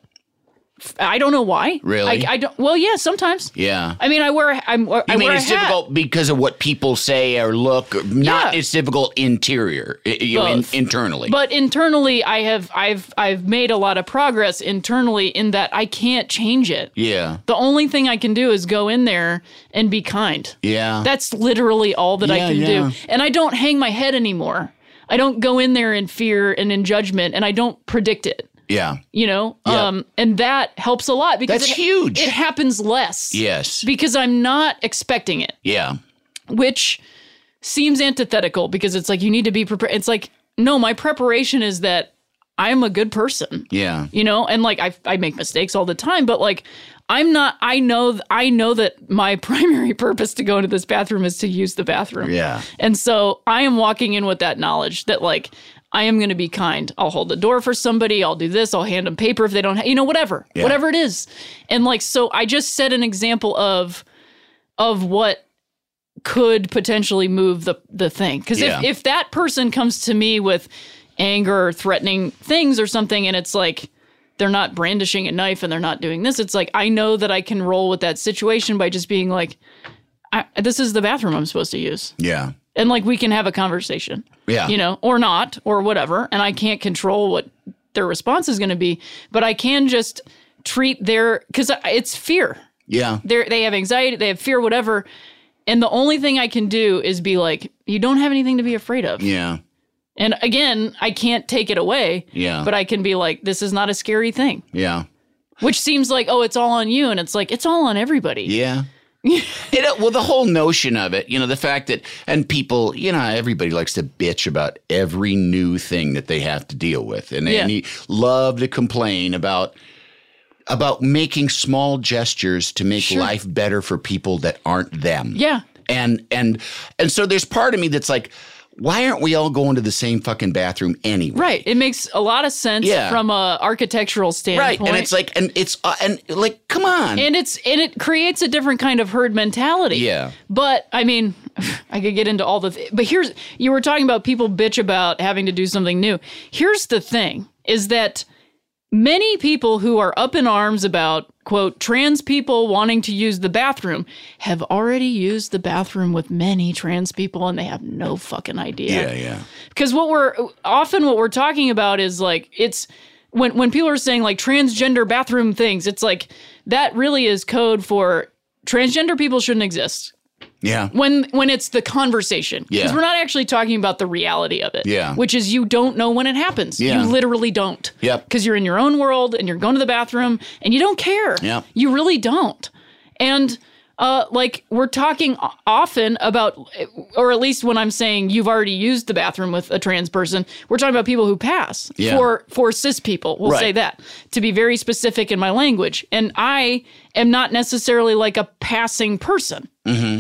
Speaker 2: F- I don't know why.
Speaker 1: Really?
Speaker 2: I, I don't. Well, yeah, sometimes.
Speaker 1: Yeah.
Speaker 2: I mean, I wear. a- I'm. I
Speaker 1: You mean
Speaker 2: wear a
Speaker 1: it's
Speaker 2: hat.
Speaker 1: difficult because of what people say or look, or not
Speaker 2: Yeah.
Speaker 1: it's difficult interior, i- you know, in,
Speaker 2: Both.
Speaker 1: internally.
Speaker 2: But internally, I have. I've. I've made a lot of progress internally in that I can't change it.
Speaker 1: yeah,
Speaker 2: The only thing I can do is go in there and be kind.
Speaker 1: yeah,
Speaker 2: That's literally all that I
Speaker 1: Yeah,
Speaker 2: can
Speaker 1: yeah.
Speaker 2: do. And I don't hang my head anymore. I don't go in there in fear and in judgment, and I don't predict it.
Speaker 1: yeah,
Speaker 2: you know
Speaker 1: Yeah.
Speaker 2: um and that helps a lot because
Speaker 1: That's
Speaker 2: it,
Speaker 1: huge.
Speaker 2: it happens less
Speaker 1: yes,
Speaker 2: because i'm not expecting it
Speaker 1: yeah,
Speaker 2: which seems antithetical because it's like you need to be prepared it's like no my preparation is that i'm a good person
Speaker 1: yeah,
Speaker 2: you know and like I, I make mistakes all the time but like i'm not i know i know that my primary purpose to go into this bathroom is to use the bathroom
Speaker 1: Yeah.
Speaker 2: and so i am walking in with that knowledge that like i am going to be kind i'll hold the door for somebody i'll do this i'll hand them paper if they don't ha- you know whatever
Speaker 1: Yeah.
Speaker 2: whatever it is and like so i just set an example of of what could potentially move the the thing because
Speaker 1: Yeah.
Speaker 2: if, if that person comes to me with anger or threatening things or something and it's like they're not brandishing a knife and they're not doing this it's like i know that i can roll with that situation by just being like I, this is the bathroom i'm supposed to use
Speaker 1: yeah,
Speaker 2: and like we can have a conversation
Speaker 1: Yeah.
Speaker 2: you know or not or whatever and i can't control what their response is going to be but i can just treat their because it's fear
Speaker 1: yeah,
Speaker 2: they they have anxiety, they have fear, whatever. And the only thing I can do is be like, you don't have anything to be afraid of.
Speaker 1: yeah,
Speaker 2: And again, I can't take it away.
Speaker 1: Yeah.
Speaker 2: But I can be like, this is not a scary thing,
Speaker 1: yeah.
Speaker 2: which seems like, oh, it's all on you. And it's like, it's all on everybody.
Speaker 1: Yeah. It, uh, well, the whole notion of it, you know, the fact that, and people, you know, everybody likes to bitch about every new thing that they have to deal with, and they
Speaker 2: Yeah.
Speaker 1: need- love to complain about about making small gestures to make life better for people that aren't them.
Speaker 2: Yeah.
Speaker 1: And and and so there's part of me that's like, why aren't we all going to the same fucking bathroom anyway?
Speaker 2: Right. It makes a lot of sense
Speaker 1: Yeah.
Speaker 2: from a architectural standpoint.
Speaker 1: Right. And it's like, and it's uh, and like, come on.
Speaker 2: and it's and it creates a different kind of herd mentality.
Speaker 1: Yeah.
Speaker 2: But I mean, I could get into all the. Th- but here's you were talking about people bitch about having to do something new. Here's the thing: is that many people who are up in arms about quote trans people wanting to use the bathroom have already used the bathroom with many trans people and they have no fucking idea
Speaker 1: yeah. Yeah.
Speaker 2: because what we're often what we're talking about is like it's when when people are saying like transgender bathroom things it's like that really is code for transgender people shouldn't exist
Speaker 1: Yeah.
Speaker 2: when when it's the conversation because
Speaker 1: Yeah.
Speaker 2: we're not actually talking about the reality of it
Speaker 1: Yeah.
Speaker 2: which is you don't know when it happens
Speaker 1: Yeah.
Speaker 2: you literally don't
Speaker 1: Yep.
Speaker 2: because you're in your own world and you're going to the bathroom and you don't care
Speaker 1: Yep.
Speaker 2: you really don't and uh, like we're talking o- often about or at least when i'm saying you've already used the bathroom with a trans person we're talking about people who pass
Speaker 1: Yeah.
Speaker 2: for for cis people we'll
Speaker 1: Right.
Speaker 2: say that to be very specific in my language and i am not necessarily like a passing person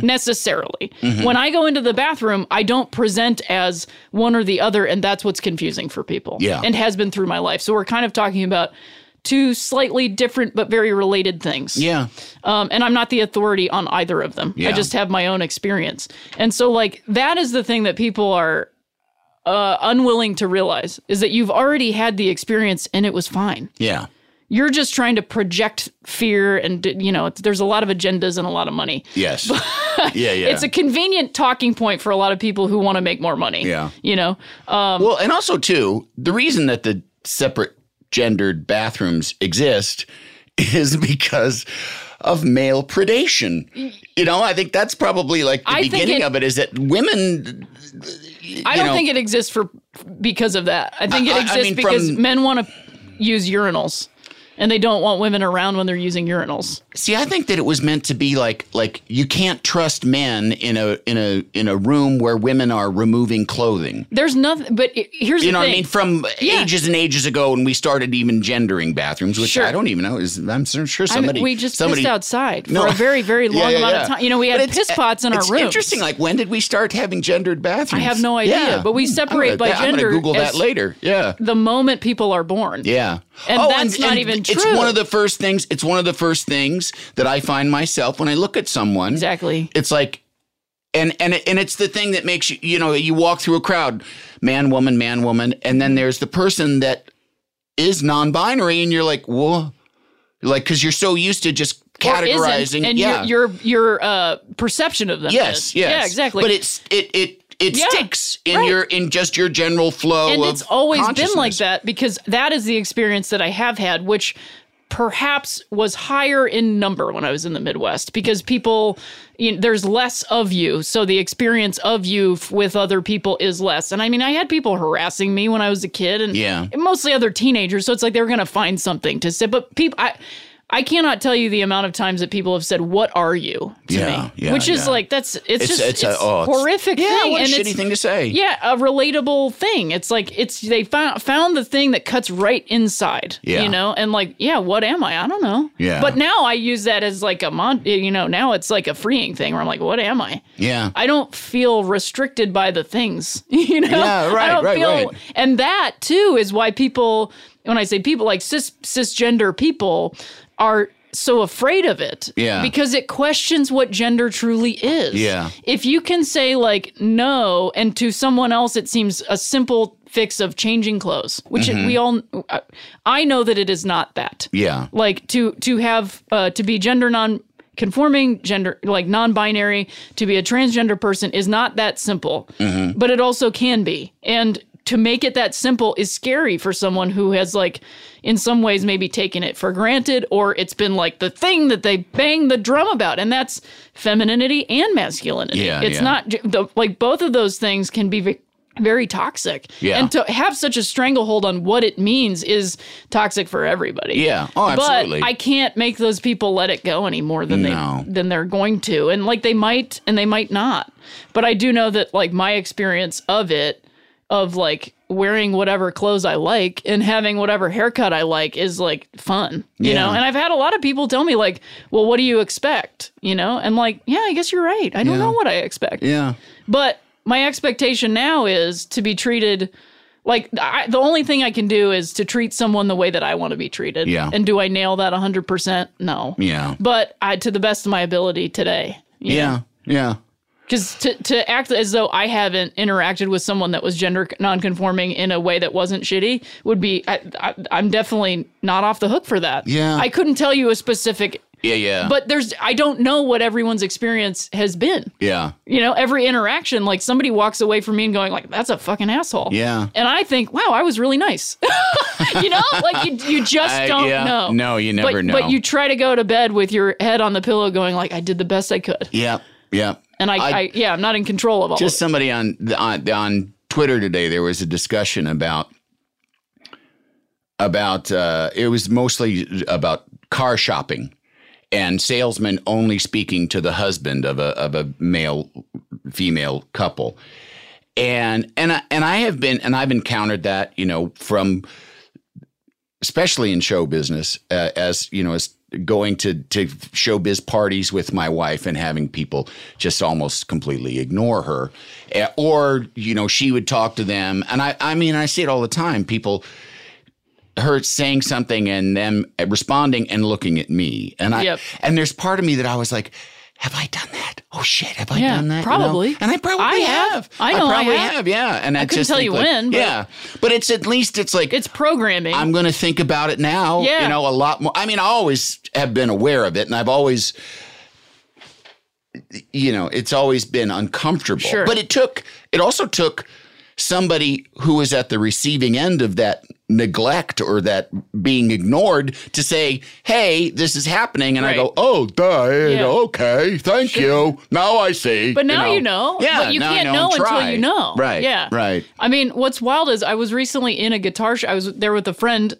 Speaker 2: necessarily
Speaker 1: Mm-hmm.
Speaker 2: when i go into the bathroom i don't present as one or the other and that's what's confusing for people
Speaker 1: Yeah.
Speaker 2: and has been through my life so we're kind of talking about two slightly different but very related things
Speaker 1: Yeah.
Speaker 2: um, and I'm not the authority on either of them.
Speaker 1: Yeah.
Speaker 2: I just have my own experience, and so like that is the thing that people are uh, unwilling to realize is that you've already had the experience and it was fine.
Speaker 1: Yeah.
Speaker 2: You're just trying to project fear, and you know it's- there's a lot of agendas and a lot of money.
Speaker 1: Yes. yeah. Yeah.
Speaker 2: It's a convenient talking point for a lot of people who want to make more money.
Speaker 1: Yeah.
Speaker 2: you know, um,
Speaker 1: Well, and also too, the reason that the separate gendered bathrooms exist is because of male predation. You know, I think that's probably like the
Speaker 2: I think
Speaker 1: beginning
Speaker 2: it-
Speaker 1: of it is that women
Speaker 2: I
Speaker 1: you
Speaker 2: don't
Speaker 1: know-
Speaker 2: think it exists for because of that. I think
Speaker 1: I-
Speaker 2: it
Speaker 1: I- I
Speaker 2: exists
Speaker 1: mean,
Speaker 2: because
Speaker 1: from-
Speaker 2: men want to use urinals, and they don't want women around when they're using urinals.
Speaker 1: See, I think that it was meant to be like like you can't trust men in a in a in a room where women are removing clothing.
Speaker 2: There's nothing, but i- here's
Speaker 1: you
Speaker 2: the
Speaker 1: know what
Speaker 2: thing.
Speaker 1: I mean? From
Speaker 2: Yeah.
Speaker 1: ages and ages ago, when we started even gendering bathrooms, which
Speaker 2: Sure.
Speaker 1: I don't even know is I'm so- sure
Speaker 2: I mean,
Speaker 1: somebody
Speaker 2: we just
Speaker 1: somebody
Speaker 2: pissed outside for
Speaker 1: No.
Speaker 2: a very, very long
Speaker 1: Yeah, yeah,
Speaker 2: amount of
Speaker 1: yeah.
Speaker 2: time. You know, we
Speaker 1: But
Speaker 2: had
Speaker 1: it's- e-, eh,
Speaker 2: piss pots in
Speaker 1: it's
Speaker 2: our rooms.
Speaker 1: Interesting. Like when did we start having gendered
Speaker 2: I
Speaker 1: bathrooms?
Speaker 2: have no idea,
Speaker 1: Yeah.
Speaker 2: but we
Speaker 1: I'm gonna-
Speaker 2: separate by
Speaker 1: I'm gonna
Speaker 2: gender.
Speaker 1: Google that
Speaker 2: as
Speaker 1: later. Yeah.
Speaker 2: The moment people are born.
Speaker 1: Yeah. Oh,
Speaker 2: And that's not even
Speaker 1: It's
Speaker 2: true.
Speaker 1: one of the first things. It's one of the first things that I find myself when I look at someone.
Speaker 2: Exactly.
Speaker 1: It's like, and and and it's the thing that makes you. You know, you walk through a crowd, man, woman, man, woman, and then there's the person that is non-binary, and you're like, whoa, like because you're so used to just
Speaker 2: Or isn't,
Speaker 1: categorizing.
Speaker 2: and
Speaker 1: yeah.
Speaker 2: your your your uh, perception of them.
Speaker 1: yes.
Speaker 2: is.
Speaker 1: Yes.
Speaker 2: Yeah. Exactly.
Speaker 1: But it's it it. It
Speaker 2: Yeah.
Speaker 1: sticks in
Speaker 2: Right.
Speaker 1: your in just your general flow.
Speaker 2: and
Speaker 1: of
Speaker 2: it's always been like
Speaker 1: consciousness.
Speaker 2: that because that is the experience that I have had, which perhaps was higher in number when I was in the Midwest because people, you know, there's less of you. So the experience of you f- with other people is less. And I mean, I had people harassing me when I was a kid and
Speaker 1: Yeah.
Speaker 2: and mostly other teenagers. So it's like they were going to find something to say. But people, I, I cannot tell you the amount of times that people have said, "What are you?" to
Speaker 1: Yeah,
Speaker 2: me,
Speaker 1: yeah,
Speaker 2: which is
Speaker 1: yeah.
Speaker 2: like that's it's,
Speaker 1: It's-
Speaker 2: just
Speaker 1: it's
Speaker 2: it's
Speaker 1: a-
Speaker 2: a,
Speaker 1: oh, it's-
Speaker 2: horrific
Speaker 1: Yeah,
Speaker 2: thing
Speaker 1: what a
Speaker 2: and
Speaker 1: shitty
Speaker 2: it's-
Speaker 1: thing to say.
Speaker 2: yeah, a relatable thing. It's like it's they found found the thing that cuts right inside.
Speaker 1: Yeah.
Speaker 2: You know, and like, yeah, what am I? I don't know.
Speaker 1: Yeah.
Speaker 2: But now I use that as like a mon you know, now it's like a freeing thing where I'm like, what am I?
Speaker 1: Yeah.
Speaker 2: I don't feel restricted by the things. You know?
Speaker 1: Yeah, right,
Speaker 2: I don't
Speaker 1: right,
Speaker 2: feel
Speaker 1: right.
Speaker 2: and that too is why people when I say people like cis cisgender people are so afraid of it.
Speaker 1: Yeah.
Speaker 2: Because it questions what gender truly is.
Speaker 1: Yeah.
Speaker 2: If you can say like no, and to someone else it seems a simple fix of changing clothes, which
Speaker 1: Mm-hmm.
Speaker 2: we all, I- I know that it is not that.
Speaker 1: Yeah.
Speaker 2: Like to to have uh, to be gender non conforming gender like non-binary to be a transgender person is not that simple
Speaker 1: Mm-hmm.
Speaker 2: but it also can be and to make it that simple is scary for someone who has like in some ways maybe taken it for granted or it's been like the thing that they bang the drum about and that's femininity and masculinity
Speaker 1: Yeah,
Speaker 2: it's
Speaker 1: yeah.
Speaker 2: not j- the, like both of those things can be ve- very toxic
Speaker 1: Yeah.
Speaker 2: and to have such a stranglehold on what it means is toxic for everybody
Speaker 1: Yeah. Oh, absolutely.
Speaker 2: but I can't make those people let it go any more than
Speaker 1: No.
Speaker 2: they than they're going to. And like they might and they might not. But I do know that like my experience of it of like wearing whatever clothes I like and having whatever haircut I like is like fun, you
Speaker 1: Yeah.
Speaker 2: know? And I've had a lot of people tell me like, "Well, what do you expect?" you know? And like, "Yeah, I guess you're right. I don't know what I expect."
Speaker 1: yeah.
Speaker 2: But my expectation now is to be treated like I, the only thing I can do is to treat someone the way that I want to be treated.
Speaker 1: Yeah.
Speaker 2: And do I nail that 100%? No.
Speaker 1: Yeah.
Speaker 2: But I, to the best of my ability today.
Speaker 1: Yeah. Yeah.
Speaker 2: Because to, to act as though I haven't interacted with someone that was gender nonconforming in a way that wasn't shitty would be, I, I, I'm definitely not off the hook for that.
Speaker 1: Yeah.
Speaker 2: I couldn't tell you a specific,
Speaker 1: Yeah. Yeah.
Speaker 2: but there's, I don't know what everyone's experience has been
Speaker 1: yeah.
Speaker 2: you know, every interaction, like somebody walks away from me and going, like, that's a fucking asshole.
Speaker 1: Yeah.
Speaker 2: And I think, wow, I was really nice. you know, like you, you just
Speaker 1: I-
Speaker 2: don't
Speaker 1: yeah.
Speaker 2: know.
Speaker 1: No, you never
Speaker 2: But-
Speaker 1: know.
Speaker 2: But you try to go to bed with your head on the pillow going, like, I did the best I could.
Speaker 1: Yeah. Yeah.
Speaker 2: And I, I, yeah, I'm not in control of all
Speaker 1: just
Speaker 2: of
Speaker 1: somebody on, on on Twitter today there was a discussion about about uh it was mostly about car shopping and salesmen only speaking to the husband of a of a male female couple. And and I, and I have been and I've encountered that, you know, from especially in show business uh, as you know as going to to showbiz parties with my wife and having people just almost completely ignore her Eh, or you know she would talk to them and i i mean i see it all the time people her saying something and them responding and looking at me and i
Speaker 2: Yep.
Speaker 1: and there's part of me that i was like have I done that? Oh shit! Have I
Speaker 2: Yeah,
Speaker 1: done that? You know?
Speaker 2: probably.
Speaker 1: and I probably
Speaker 2: I have. I know I
Speaker 1: probably
Speaker 2: have.
Speaker 1: Yeah, and I,
Speaker 2: couldn't
Speaker 1: just
Speaker 2: tell
Speaker 1: think
Speaker 2: you
Speaker 1: like,
Speaker 2: when, but-
Speaker 1: yeah, but it's at least it's like
Speaker 2: it. It's programming.
Speaker 1: I'm going to think about it now.
Speaker 2: Yeah.
Speaker 1: You know, a lot more. I mean, I always have been aware of it and I've always, you know, it's always been uncomfortable.
Speaker 2: Sure.
Speaker 1: But it took, it also took somebody who was at the receiving end of that neglect or that being ignored to say, hey, this is happening. And I
Speaker 2: Right.
Speaker 1: go, oh, duh. you
Speaker 2: Yeah.
Speaker 1: know, Okay. Thank you. Now I see.
Speaker 2: But now you know.
Speaker 1: Yeah.
Speaker 2: But you
Speaker 1: now I
Speaker 2: can't
Speaker 1: and
Speaker 2: know,
Speaker 1: try.
Speaker 2: until you know.
Speaker 1: Right.
Speaker 2: Yeah.
Speaker 1: Right.
Speaker 2: I mean, what's wild is I was recently in a guitar show. I was there with a friend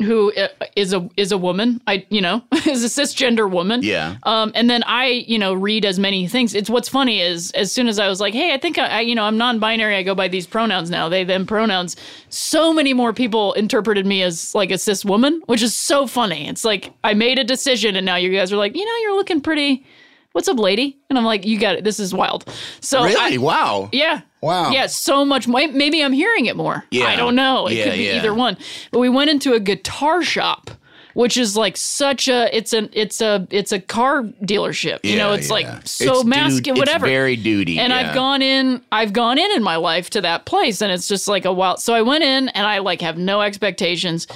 Speaker 2: who i- is a is a woman. I you know is a cisgender woman.
Speaker 1: Yeah.
Speaker 2: Um, and then I you know read as many things. It's what's funny is as soon as I was like, hey, I think I, I you know I'm non-binary. I go by these pronouns now. They them pronouns. So many more people interpreted me as like a cis woman, which is so funny. It's like I made a decision, and now you guys are like, you know, you're looking pretty. What's up, lady? And I'm like, you got it. This is wild. So I-
Speaker 1: really? wow.
Speaker 2: yeah.
Speaker 1: Wow.
Speaker 2: Yeah, so much. mo- Maybe I'm hearing it more.
Speaker 1: Yeah.
Speaker 2: I don't know. It
Speaker 1: Yeah,
Speaker 2: could be
Speaker 1: yeah.
Speaker 2: either one. But we went into a guitar shop, which is like such a it's an it's a it's a car dealership. you know,
Speaker 1: Yeah,
Speaker 2: it's
Speaker 1: yeah.
Speaker 2: like so
Speaker 1: dude-
Speaker 2: masculine, whatever.
Speaker 1: It's very duty.
Speaker 2: And
Speaker 1: yeah.
Speaker 2: I've gone in, I've gone in in my life to that place, and it's just like a wild. So I went in, and I like have no expectations.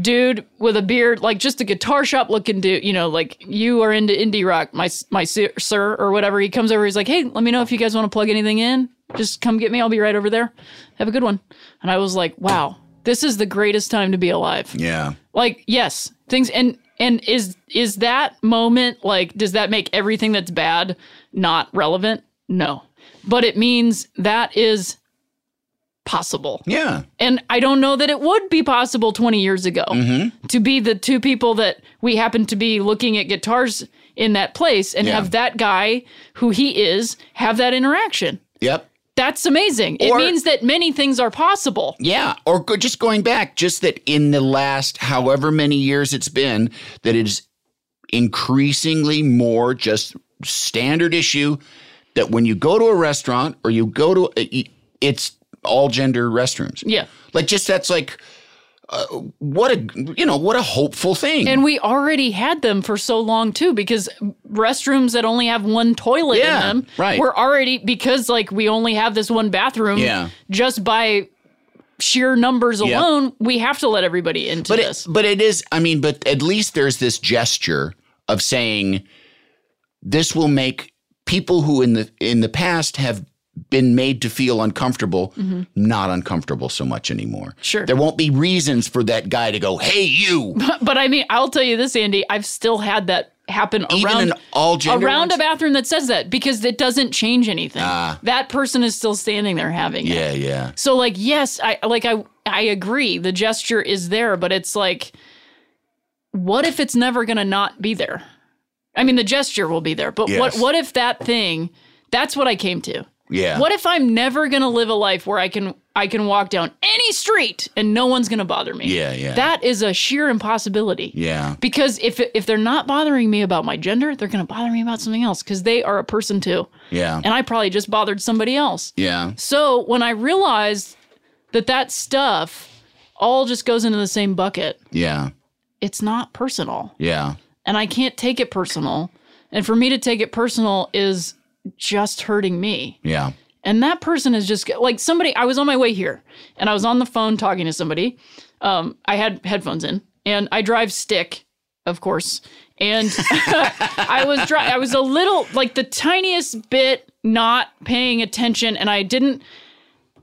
Speaker 2: Dude with a beard, like just a guitar shop looking dude, you know, like you are into indie rock. My my sir- sir or whatever, he comes over. He's like, hey, let me know if you guys want to plug anything in. Just come get me. I'll be right over there. Have a good one. And I was like, wow, this is the greatest time to be alive
Speaker 1: Yeah.
Speaker 2: like yes things and and is is that moment like does that make everything that's bad not relevant no but it means that is possible
Speaker 1: Yeah.
Speaker 2: and i don't know that it would be possible 20 years ago
Speaker 1: Mm-hmm.
Speaker 2: to be the two people that we happen to be looking at guitars in that place and
Speaker 1: Yeah.
Speaker 2: have that guy who he is have that interaction
Speaker 1: Yep.
Speaker 2: that's amazing
Speaker 1: Or-
Speaker 2: it means that many things are possible
Speaker 1: Yeah, or go, just going back, just that in the last however many years it's been, that it is increasingly more just standard issue that when you go to a restaurant or you go to, uh, it's all gender restrooms.
Speaker 2: yeah
Speaker 1: Like, just that's like, uh, what a, you know, what a hopeful thing.
Speaker 2: And we already had them for so long too, because restrooms that only have one toilet
Speaker 1: Yeah,
Speaker 2: in them
Speaker 1: right.
Speaker 2: were already because like we only have this one bathroom.
Speaker 1: Yeah.
Speaker 2: Just by sheer numbers
Speaker 1: Yeah.
Speaker 2: alone, we have to let everybody into
Speaker 1: but
Speaker 2: this.
Speaker 1: it, but it is i mean but at least there's this gesture of saying this will make people who in the in the past have been made to feel uncomfortable not uncomfortable so much anymore
Speaker 2: Mm-hmm. Sure.
Speaker 1: there won't be reasons for that guy to go hey you
Speaker 2: but I mean, I'll tell you this, Andy. I've still had that happen
Speaker 1: Even
Speaker 2: around
Speaker 1: in all gender
Speaker 2: around
Speaker 1: ones?
Speaker 2: a
Speaker 1: Ah.
Speaker 2: bathroom that says that because it doesn't change anything. that person is still standing there having it.
Speaker 1: yeah yeah
Speaker 2: So like yes, I like I I agree the gesture is there, but it's like what if it's never going to not be there? I mean the gesture will be there, but what
Speaker 1: Yes.
Speaker 2: what if that thing that's what I came to.
Speaker 1: yeah
Speaker 2: What if I'm never going to live a life where I can I can walk down any street and no one's going to bother me?
Speaker 1: Yeah, yeah.
Speaker 2: That is a sheer impossibility.
Speaker 1: yeah
Speaker 2: Because if if they're not bothering me about my gender, they're going to bother me about something else cuz they are a person too.
Speaker 1: yeah
Speaker 2: And I probably just bothered somebody else.
Speaker 1: yeah
Speaker 2: So when I realized that that stuff all just goes into the same bucket,
Speaker 1: yeah
Speaker 2: it's not personal.
Speaker 1: yeah
Speaker 2: And I can't take it personal. And for me to take it personal is just hurting me.
Speaker 1: yeah
Speaker 2: And that person is just like somebody. I was on my way here and I was on the phone talking to somebody. Um, I had headphones in and I drive stick, of course. And I was dri- I was a little like the tiniest bit not paying attention and I didn't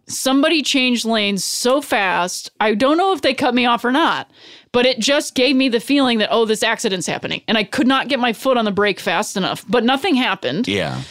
Speaker 2: somebody changed lanes so fast. I don't know if they cut me off or not, but it just gave me the feeling that oh this accident's happening and I could not get my foot on the brake fast enough. But nothing happened.
Speaker 1: yeah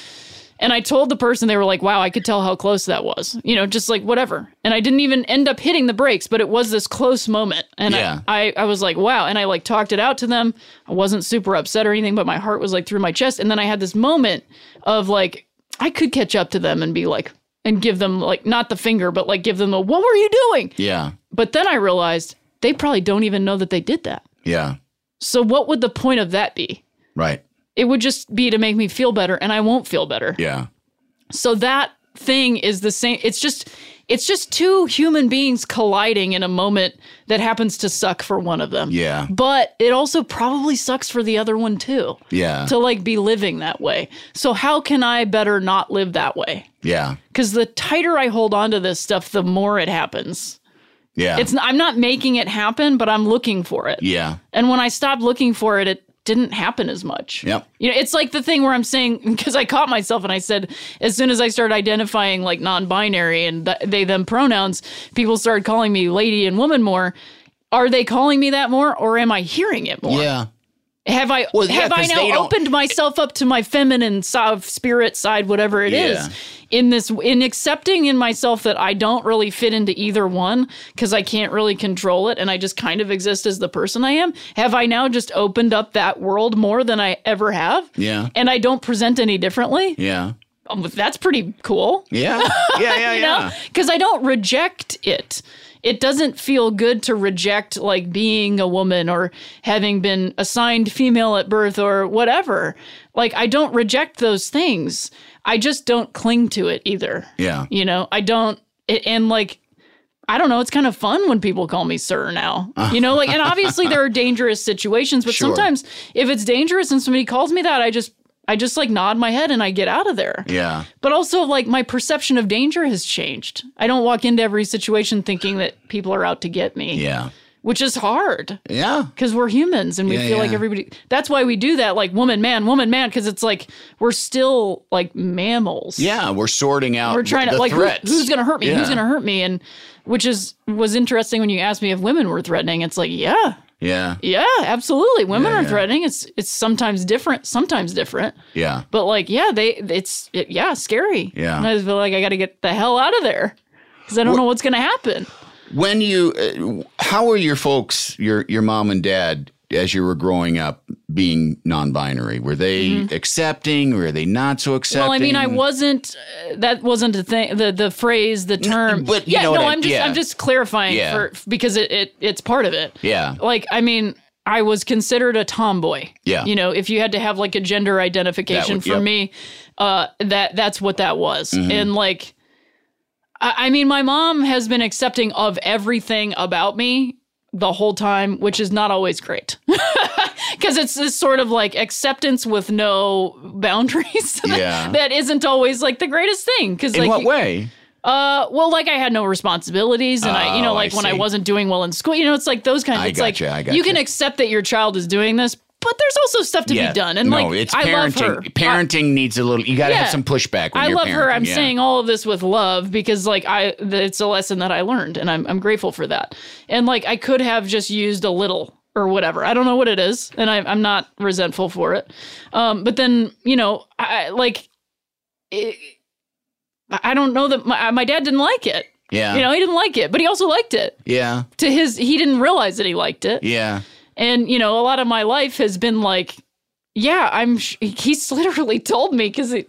Speaker 2: And I told the person, they were like, wow, I could tell how close that was, you know, just like whatever. And I didn't even end up hitting the brakes, but it was this close moment. And I-
Speaker 1: Yeah.
Speaker 2: I, I, was like, wow. And I like talked it out to them. I wasn't super upset or anything, but my heart was like through my chest. And then I had this moment of like, I could catch up to them and be like, and give them like, not the finger, but like give them a, what were you doing?
Speaker 1: yeah
Speaker 2: But then I realized they probably don't even know that they did that.
Speaker 1: yeah
Speaker 2: So what would the point of that be?
Speaker 1: right
Speaker 2: It would just be to make me feel better, and I won't feel better.
Speaker 1: yeah
Speaker 2: So that thing is the same. It's just it's just two human beings colliding in a moment that happens to suck for one of them.
Speaker 1: Yeah.
Speaker 2: But it also probably sucks for the other one too.
Speaker 1: yeah
Speaker 2: To like be living that way. So how can I better not live that way?
Speaker 1: yeah
Speaker 2: Cuz the tighter I hold on to this stuff, the more it happens.
Speaker 1: yeah
Speaker 2: It's I'm not making it happen, but I'm looking for it.
Speaker 1: yeah
Speaker 2: And when I stopped looking for it, it didn't happen as much.
Speaker 1: Yep.
Speaker 2: You know, it's like the thing where I'm saying because I caught myself and I said as soon as I started identifying like non-binary and th- they them pronouns, people started calling me lady and woman more. Are they calling me that more, or am I hearing it more?
Speaker 1: yeah
Speaker 2: Have I
Speaker 1: Well, yeah,
Speaker 2: have I
Speaker 1: 'cause they
Speaker 2: now
Speaker 1: don't-
Speaker 2: opened myself up to my feminine side, of spirit side, whatever it is,
Speaker 1: Yeah.
Speaker 2: in this in accepting in myself that I don't really fit into either one because I can't really control it and I just kind of exist as the person I am? Have I now just opened up that world more than I ever have?
Speaker 1: Yeah.
Speaker 2: and I don't present any differently.
Speaker 1: Yeah.
Speaker 2: Um, That's pretty cool
Speaker 1: Yeah. Yeah. Yeah.
Speaker 2: you know
Speaker 1: yeah.
Speaker 2: because i don't reject it it doesn't feel good to reject like being a woman or having been assigned female at birth or whatever like i don't reject those things i just don't cling to it either
Speaker 1: Yeah.
Speaker 2: you know i don't it, and like i don't know it's kind of fun when people call me sir now you know like and obviously there are dangerous situations but
Speaker 1: Sure.
Speaker 2: sometimes if it's dangerous and somebody calls me that i just i just like nod my head and i get out of there
Speaker 1: Yeah.
Speaker 2: but also, like, my perception of danger has changed. I don't walk into every situation thinking that people are out to get me,
Speaker 1: Yeah.
Speaker 2: which is hard
Speaker 1: Yeah.
Speaker 2: because we're humans and we
Speaker 1: Yeah,
Speaker 2: feel like
Speaker 1: yeah.
Speaker 2: everybody. That's why we do that, like, woman, man, woman, man, because it's like we're still like mammals.
Speaker 1: Yeah. We're sorting out.
Speaker 2: We're trying
Speaker 1: the
Speaker 2: to, like, who-
Speaker 1: threats.
Speaker 2: who's going to hurt me?
Speaker 1: Yeah.
Speaker 2: Who's going to hurt me? And which is, was interesting when you asked me if women were threatening. It's like, yeah,
Speaker 1: Yeah.
Speaker 2: yeah, absolutely. Women are threatening. It's, it's sometimes different, sometimes different.
Speaker 1: Yeah.
Speaker 2: But like, yeah, they it's it, yeah, scary.
Speaker 1: Yeah.
Speaker 2: and I just feel like I got to get the hell out of there because I don't know what's gonna happen.
Speaker 1: When you, uh, how were your folks, your your mom and dad, as you were growing up, being non-binary? Were they accepting? Were they not so accepting?
Speaker 2: Mm-hmm. Well, I mean, I wasn't. Uh, that wasn't the thing. The the phrase, the term.
Speaker 1: but you
Speaker 2: yeah,
Speaker 1: know
Speaker 2: no,
Speaker 1: what I-
Speaker 2: I'm just
Speaker 1: yeah.
Speaker 2: I'm just clarifying
Speaker 1: Yeah.
Speaker 2: for because it, it it's part of it.
Speaker 1: Yeah.
Speaker 2: Like, I mean, I was considered a tomboy.
Speaker 1: Yeah.
Speaker 2: You know, if you had to have like a gender identification
Speaker 1: would-
Speaker 2: for
Speaker 1: yep. Mm-hmm.
Speaker 2: me, uh, that that's what that was. And like, I, I mean, my mom has been accepting of everything about me the whole time, which is not always great. Because it's this sort of like acceptance with no boundaries. that-
Speaker 1: Yeah.
Speaker 2: that isn't always like the greatest thing. Because
Speaker 1: In
Speaker 2: like,
Speaker 1: what way?
Speaker 2: uh, well, like I had no responsibilities, and I, you know,
Speaker 1: Oh, I
Speaker 2: like when I
Speaker 1: see.
Speaker 2: wasn't doing well in school, you know, it's like those kinds.
Speaker 1: I
Speaker 2: it's
Speaker 1: gotcha, I
Speaker 2: like
Speaker 1: gotcha.
Speaker 2: you can accept that your child is doing this, but there's also stuff to be done. And
Speaker 1: no,
Speaker 2: like,
Speaker 1: it's
Speaker 2: I
Speaker 1: parenting.
Speaker 2: love her.
Speaker 1: Parenting needs a little. You got to have
Speaker 2: Yeah.
Speaker 1: some pushback. When
Speaker 2: I
Speaker 1: you're
Speaker 2: love her.
Speaker 1: parenting,
Speaker 2: I'm
Speaker 1: yeah.
Speaker 2: saying all of this with love because, like, I th- it's a lesson that I learned, and I'm I'm grateful for that. And like, I could have just used a little or whatever. I don't know what it is, and I, I'm not resentful for it. Um, but then you know, I I- like, it, I I don't know that my my dad didn't like it.
Speaker 1: Yeah.
Speaker 2: You know, he didn't like it, but he also liked it.
Speaker 1: Yeah.
Speaker 2: To his, he didn't realize that he liked it.
Speaker 1: Yeah.
Speaker 2: And, you know, a lot of my life has been like, yeah, I'm, sh- he's literally told me because he,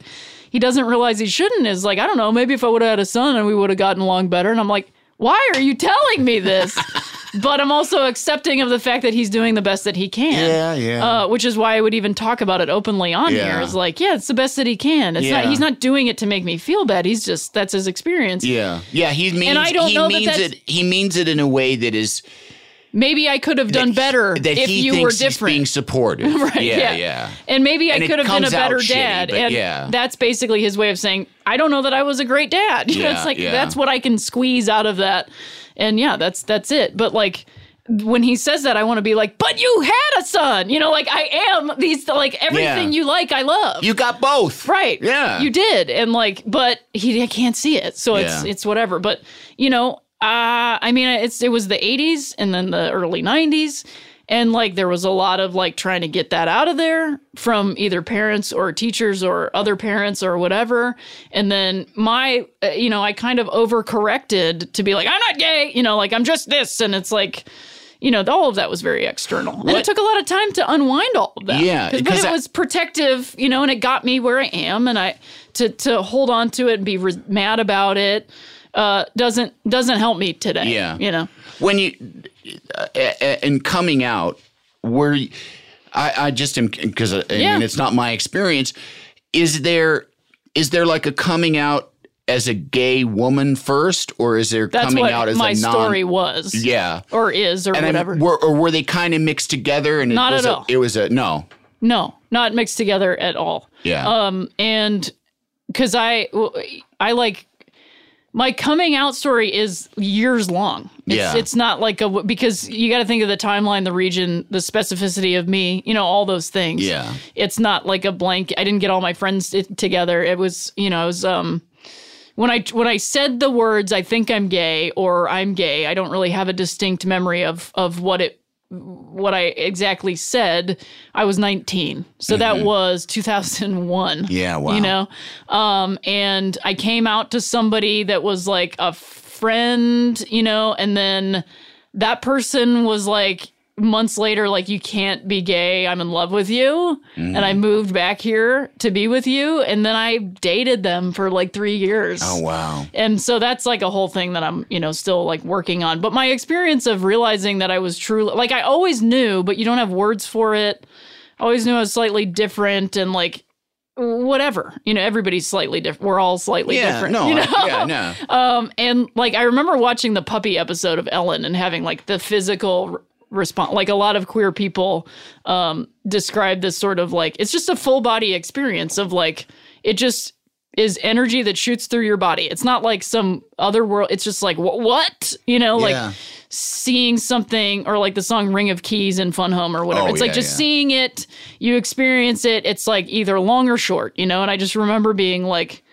Speaker 2: he doesn't realize he shouldn't. Is like, I don't know, maybe if I would have had a son and we would have gotten along better. And I'm like, why are you telling me this? but I'm also accepting of the fact that he's doing the best that he can.
Speaker 1: Yeah, yeah.
Speaker 2: Uh, which is why I would even talk about it openly on
Speaker 1: Yeah.
Speaker 2: here. Is like, yeah, it's the best that he can. It's
Speaker 1: Yeah.
Speaker 2: not, he's not doing it to make me feel bad. He's just, that's his experience.
Speaker 1: Yeah. Yeah. He means.
Speaker 2: I don't
Speaker 1: he
Speaker 2: know that
Speaker 1: means
Speaker 2: that's-
Speaker 1: it. He means it in a way that is
Speaker 2: Maybe I could have done better
Speaker 1: that
Speaker 2: if
Speaker 1: he
Speaker 2: you were
Speaker 1: thinks
Speaker 2: different.
Speaker 1: He's being supportive.
Speaker 2: Right,
Speaker 1: Yeah. Yeah.
Speaker 2: yeah. And maybe
Speaker 1: And
Speaker 2: I
Speaker 1: it
Speaker 2: could have been a
Speaker 1: comes out
Speaker 2: better
Speaker 1: shitty,
Speaker 2: dad.
Speaker 1: but
Speaker 2: and
Speaker 1: yeah.
Speaker 2: that's basically his way of saying, I don't know that I was a great dad. You know,
Speaker 1: Yeah,
Speaker 2: it's like
Speaker 1: yeah.
Speaker 2: that's what I can squeeze out of that. And yeah, that's that's it. But like when he says that, I want to be like, but you had a son. You know, like I am these like everything
Speaker 1: Yeah.
Speaker 2: you like, I love.
Speaker 1: You got both.
Speaker 2: Right.
Speaker 1: Yeah.
Speaker 2: You did. And like, but he can't see it. So it's
Speaker 1: Yeah.
Speaker 2: it's whatever. But you know, uh I mean it's it was the 80s and then the early 90s and like there was a lot of like trying to get that out of there from either parents or teachers or other parents or whatever. And then my uh, you know, I kind of overcorrected to be like I'm not gay, you know, like I'm just this and it's like you know, all of that was very external. And
Speaker 1: What-
Speaker 2: it took a lot of time to unwind all of that.
Speaker 1: Yeah,
Speaker 2: But
Speaker 1: because
Speaker 2: it
Speaker 1: I-
Speaker 2: was it's protective, you know, and it got me where I am, and I to to hold on to it and be re- mad about it uh, doesn't doesn't help me today.
Speaker 1: Yeah.
Speaker 2: you know,
Speaker 1: when you uh, and coming out were you- I, I just am because I
Speaker 2: Yeah.
Speaker 1: mean it's not my experience. Is there is there like a coming out as a gay woman first, or is there
Speaker 2: that's
Speaker 1: coming
Speaker 2: what
Speaker 1: out as
Speaker 2: my
Speaker 1: a non?
Speaker 2: story was,
Speaker 1: Yeah,
Speaker 2: or is, or
Speaker 1: and I'm-
Speaker 2: whatever.
Speaker 1: were, or were they kind of mixed together? And it
Speaker 2: Not
Speaker 1: was
Speaker 2: at
Speaker 1: a-
Speaker 2: all.
Speaker 1: It was a no.
Speaker 2: no, not mixed together at all.
Speaker 1: Yeah.
Speaker 2: Um, and because I I like my coming out story is years long. It's,
Speaker 1: Yeah.
Speaker 2: it's not like a because you got to think of the timeline, the region, the specificity of me, you know, all those things.
Speaker 1: Yeah.
Speaker 2: it's not like a blank. I didn't get all my friends t- together. It was you know it was um. When I when I said the words I think I'm gay or I'm gay, I don't really have a distinct memory of of what it what I exactly said, I was 19. So that was 2001.
Speaker 1: Mm-hmm. Yeah, wow.
Speaker 2: You know, um, and I came out to somebody that was like a friend, you know, and then that person was like months later, like, you can't be gay. I'm in love with you. And
Speaker 1: Mm.
Speaker 2: I moved back here to be with you. And then I dated them for like three years.
Speaker 1: Oh, wow.
Speaker 2: And so that's like a whole thing that I'm, you know, still like working on. But my experience of realizing that I was truly like I always knew, but you don't have words for it. I always knew I was slightly different and like whatever. You know, everybody's slightly different. We're all slightly
Speaker 1: Yeah,
Speaker 2: different.
Speaker 1: no,
Speaker 2: you know?
Speaker 1: I- yeah, no.
Speaker 2: Um, and like I remember watching the puppy episode of Ellen and having like the physical r- response. Like a lot of queer people um, describe this sort of like it's just a full body experience of like it just is energy that shoots through your body. It's not like some other world. It's just like wh- what you know,
Speaker 1: Yeah.
Speaker 2: like seeing something or like the song Ring of Keys in Fun Home or whatever.
Speaker 1: Oh,
Speaker 2: it's like
Speaker 1: yeah,
Speaker 2: just
Speaker 1: yeah.
Speaker 2: seeing it, you experience it. It's like either long or short, you know. And I just remember being like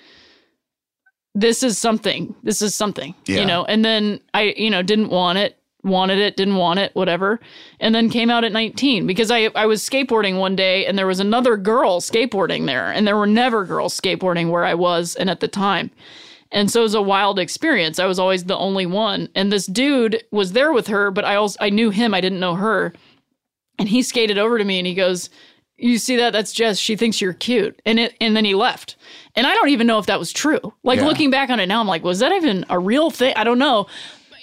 Speaker 2: this is something. This is something.
Speaker 1: Yeah.
Speaker 2: You know, and then I, you know, didn't want it, wanted it, didn't want it, whatever. And then came out at 19 because I I was skateboarding one day and there was another girl skateboarding there and there were never girls skateboarding where I was and at the time. And so it was a wild experience. I was always the only one and this dude was there with her, but I also I knew him, I didn't know her. And he skated over to me and he goes, you see that? That's Jess. She thinks you're cute. And it and then he left. And I don't even know if that was true. Like
Speaker 1: Yeah.
Speaker 2: looking back on it now, I'm like, was that even a real thing? I don't know.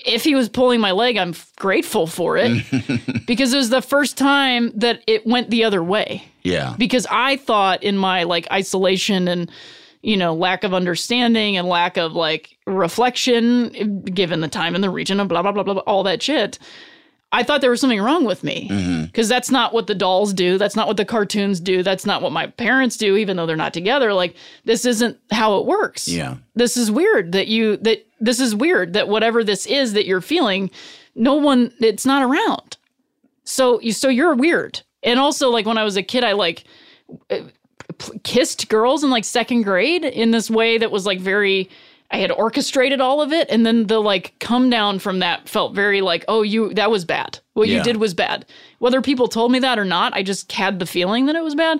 Speaker 2: If he was pulling my leg, I'm f- grateful for it because it was the first time that it went the other way.
Speaker 1: Yeah.
Speaker 2: Because I thought in my like isolation and you know lack of understanding and lack of like reflection, given the time and the region and blah blah blah blah, blah all that shit. I thought there was something wrong with me
Speaker 1: Mm-hmm.
Speaker 2: because that's not what the dolls do. That's not what the cartoons do. That's not what my parents do, even though they're not together. Like this isn't how it works.
Speaker 1: Yeah.
Speaker 2: This is weird that you that this is weird that whatever this is that you're feeling, no one it's not around. So you so you're weird. And also like when I was a kid, I like uh, kissed girls in like second grade in this way that was like very I had orchestrated all of it and then the like come down from that felt very like oh you that was bad. What
Speaker 1: Yeah.
Speaker 2: you did was bad. Whether people told me that or not, I just had the feeling that it was bad.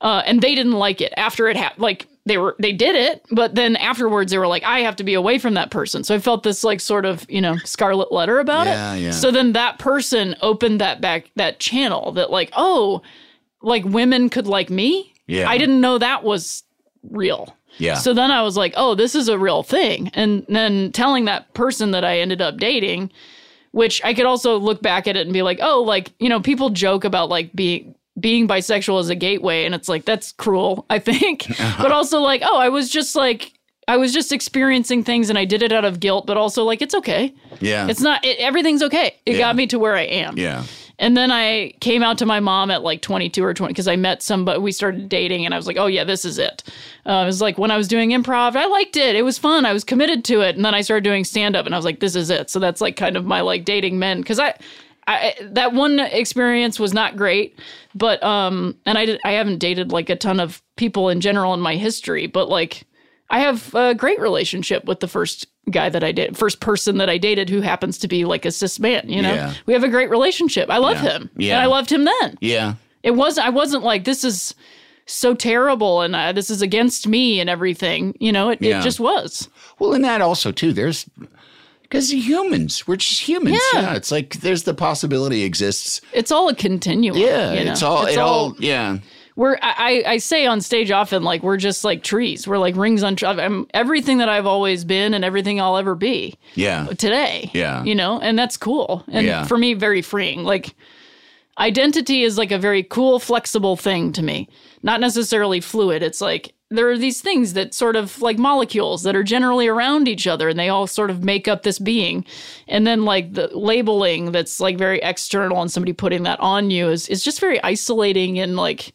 Speaker 2: Uh, and they didn't like it after it happened like they were they did it, but then afterwards they were like I have to be away from that person. So I felt this like sort of, you know, scarlet letter about
Speaker 1: Yeah,
Speaker 2: it.
Speaker 1: yeah.
Speaker 2: So then that person opened that back that channel that like oh like women could like me.
Speaker 1: Yeah.
Speaker 2: I didn't know that was real.
Speaker 1: Yeah.
Speaker 2: So then I was like, oh, this is a real thing. And then telling that person that I ended up dating, which I could also look back at it and be like, oh, like, you know, people joke about like being being bisexual as a gateway and it's like that's cruel, I think.
Speaker 1: Uh-huh.
Speaker 2: but also like, oh, I was just like I was just experiencing things and I did it out of guilt, but also like it's okay.
Speaker 1: yeah.
Speaker 2: It's not it, everything's okay. It
Speaker 1: Uh-huh. Yeah.
Speaker 2: got me to where I am.
Speaker 1: yeah.
Speaker 2: And then I came out to my mom at like 22 or 20 because I met somebody. We started dating, and I was like, "Oh yeah, this is it." Uh, it was like when I was doing improv, I liked it. It was fun. I was committed to it. And then I started doing stand up, and I was like, "This is it." So that's like kind of my like dating men because I, I that one experience was not great, but um, and I did, I haven't dated like a ton of people in general in my history, but like I have a great relationship with the first guy that I did, first person that I dated who happens to be like a cis man, you know?
Speaker 1: Yeah.
Speaker 2: We have a great relationship. I love him.
Speaker 1: Yeah.
Speaker 2: And I loved him then.
Speaker 1: Yeah.
Speaker 2: It was I wasn't like this is so terrible and uh, this is against me and everything. You know, it,
Speaker 1: Yeah.
Speaker 2: it just was.
Speaker 1: Well, and that also too. There's because humans, we're just humans.
Speaker 2: Yeah.
Speaker 1: It's like there's the possibility exists.
Speaker 2: It's all a continuum.
Speaker 1: Yeah.
Speaker 2: you know?
Speaker 1: It's all.
Speaker 2: It's
Speaker 1: it all, Yeah.
Speaker 2: we're I, I I say on stage often like we're just like trees. We're like rings on. Tr- I'm everything that I've always been and everything I'll ever be.
Speaker 1: Yeah.
Speaker 2: today.
Speaker 1: Yeah.
Speaker 2: You know, and that's cool. And
Speaker 1: Yeah.
Speaker 2: for me, very freeing. Like, identity is like a very cool, flexible thing to me, not necessarily fluid. It's like there are these things that sort of like molecules that are generally around each other and they all sort of make up this being. And then, like, the labeling that's like very external and somebody putting that on you is, is just very isolating and like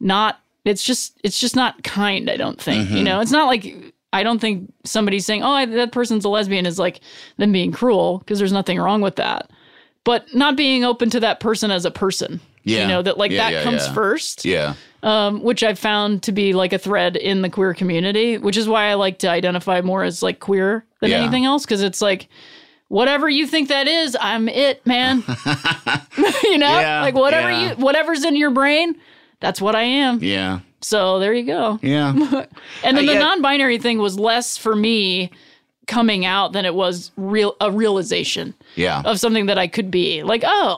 Speaker 2: not it's just it's just not kind i don't think
Speaker 1: Mm-hmm.
Speaker 2: you know it's not like i don't think somebody saying oh I, that person's a lesbian is like them being cruel because there's nothing wrong with that but not being open to that person as a person
Speaker 1: Yeah.
Speaker 2: you know that like
Speaker 1: Yeah,
Speaker 2: that
Speaker 1: yeah,
Speaker 2: comes
Speaker 1: yeah.
Speaker 2: first
Speaker 1: Yeah.
Speaker 2: um, which i've found to be like a thread in the queer community which is why i like to identify more as like queer than
Speaker 1: Yeah.
Speaker 2: anything else because it's like whatever you think that is, I'm it, man. you know,
Speaker 1: Yeah,
Speaker 2: like whatever
Speaker 1: yeah.
Speaker 2: you, whatever's in your brain, that's what I am.
Speaker 1: Yeah.
Speaker 2: So there you go.
Speaker 1: Yeah.
Speaker 2: And then
Speaker 1: Uh,
Speaker 2: the
Speaker 1: yeah.
Speaker 2: non-binary thing was less for me coming out than it was real a realization
Speaker 1: Yeah.
Speaker 2: of something that I could be. Like, oh,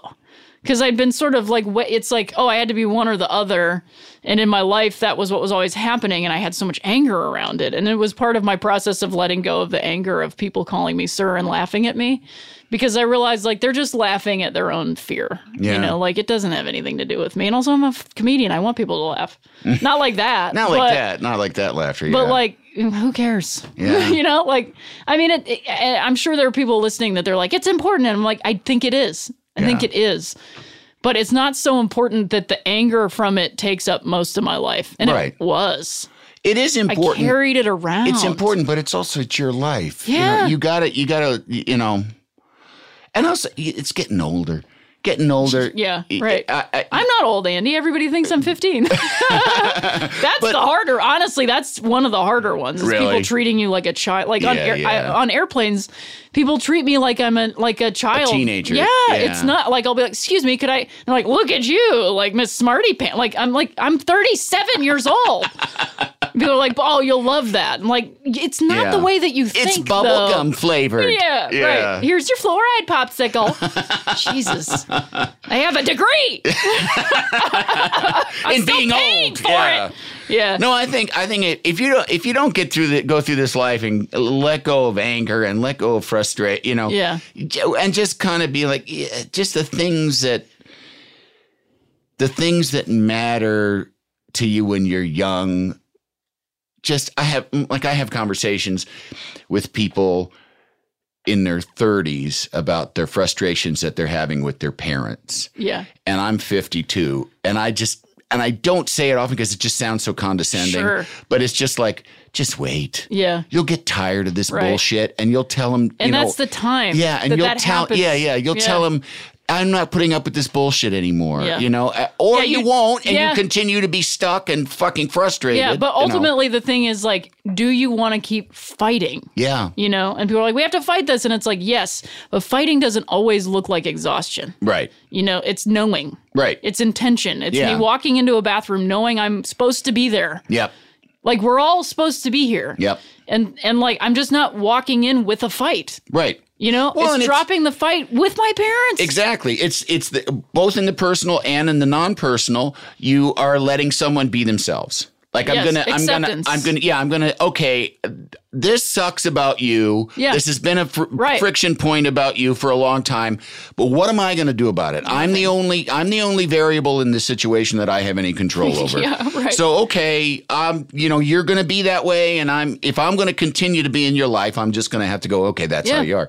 Speaker 2: because I'd been sort of like, wa- it's like, oh, I had to be one or the other. And in my life, that was what was always happening. And I had so much anger around it. And it was part of my process of letting go of the anger of people calling me sir and laughing at me because I realized like they're just laughing at their own fear.
Speaker 1: Yeah.
Speaker 2: You know, like it doesn't have anything to do with me. And also, I'm a f- comedian. I want people to laugh. Not like that.
Speaker 1: Not like
Speaker 2: but-
Speaker 1: that. Not like that laughter.
Speaker 2: but
Speaker 1: yeah.
Speaker 2: like who cares
Speaker 1: Yeah.
Speaker 2: you know like i mean it, it- i'm sure there are people listening that they're like it's important and i'm like i think it is i think
Speaker 1: Yeah.
Speaker 2: it is but it's not so important that the anger from it takes up most of my life and
Speaker 1: Right.
Speaker 2: it was
Speaker 1: it is important.
Speaker 2: i carried it around
Speaker 1: It's important, but it's also it's your life. You know,
Speaker 2: Yeah.
Speaker 1: you got to You got to. You know. And also, y- it's getting older. Getting older.
Speaker 2: yeah
Speaker 1: I-
Speaker 2: right
Speaker 1: I- I-
Speaker 2: i'm not old andy everybody thinks i'm 15 that's the harder honestly that's one of the harder ones is
Speaker 1: Really?
Speaker 2: people treating you like a child like on,
Speaker 1: Yeah,
Speaker 2: air,
Speaker 1: yeah.
Speaker 2: I, on airplanes people treat me like i'm a like a child
Speaker 1: teenager.
Speaker 2: yeah,
Speaker 1: Yeah.
Speaker 2: it's not like i'll be like excuse me could i and they're like look at you like miss smarty pants like i'm like i'm 37 years old people are like oh you'll love that i'm like it's not
Speaker 1: Yeah.
Speaker 2: the way that you think
Speaker 1: it's
Speaker 2: though.
Speaker 1: bubblegum flavored.
Speaker 2: Yeah, right. Here's your fluoride popsicle. Jesus. I have a degree. I'm
Speaker 1: And
Speaker 2: still
Speaker 1: being
Speaker 2: paying
Speaker 1: old,
Speaker 2: for
Speaker 1: yeah.
Speaker 2: it. Yeah.
Speaker 1: No, I think I think if you don't if you don't get through the go through this life and let go of anger and let go of frustration, you know,
Speaker 2: Yeah.
Speaker 1: and just kind of be like yeah, just the things that the things that matter to you when you're young. Just I have like I have conversations with people in their 30s about their frustrations that they're having with their parents
Speaker 2: Yeah.
Speaker 1: and I'm 52, and I just and I don't say it often because it just sounds so condescending.
Speaker 2: Sure.
Speaker 1: But it's just like, just wait.
Speaker 2: Yeah.
Speaker 1: You'll get tired of this
Speaker 2: Right.
Speaker 1: bullshit, and you'll tell them.
Speaker 2: And that's the time
Speaker 1: Yeah, and
Speaker 2: that
Speaker 1: you'll
Speaker 2: that
Speaker 1: tell.
Speaker 2: happens.
Speaker 1: Yeah, yeah, you'll
Speaker 2: Yeah.
Speaker 1: tell them. I'm not putting up with this bullshit anymore.
Speaker 2: Yeah.
Speaker 1: You know, Uh, or
Speaker 2: Yeah,
Speaker 1: you,
Speaker 2: you-
Speaker 1: won't, and
Speaker 2: yeah.
Speaker 1: you continue to be stuck and fucking frustrated.
Speaker 2: Yeah. But
Speaker 1: you know.
Speaker 2: ultimately, the thing is like, do you want to keep fighting?
Speaker 1: yeah,
Speaker 2: You know, and people are like, we have to fight this. And it's like, yes, but fighting doesn't always look like exhaustion.
Speaker 1: right,
Speaker 2: You know, it's knowing,
Speaker 1: right.
Speaker 2: it's intention. It's
Speaker 1: Yeah.
Speaker 2: me walking into a bathroom knowing I'm supposed to be there.
Speaker 1: yep,
Speaker 2: Like, we're all supposed to be here.
Speaker 1: yep,
Speaker 2: and and like I'm just not walking in with a fight.
Speaker 1: right.
Speaker 2: You know,
Speaker 1: Well, and
Speaker 2: it's
Speaker 1: it's-
Speaker 2: dropping the fight with my parents.
Speaker 1: Exactly. It's it's the, both in the personal and in the non-personal. You are letting someone be themselves. Like I'm
Speaker 2: Yes,
Speaker 1: gonna, I'm gonna,
Speaker 2: acceptance.
Speaker 1: I'm gonna, yeah, I'm gonna. Okay, this sucks about you.
Speaker 2: Yeah.
Speaker 1: This has been a fr-
Speaker 2: Right.
Speaker 1: friction point about you for a long time. But what am I gonna do about it? I'm the only, I'm the only variable in this situation that I have any control over.
Speaker 2: Yeah, right.
Speaker 1: So okay, um, you know, you're gonna be that way, and I'm. If I'm gonna continue to be in your life, I'm just gonna have to go. Okay, that's how
Speaker 2: Yeah.
Speaker 1: you are.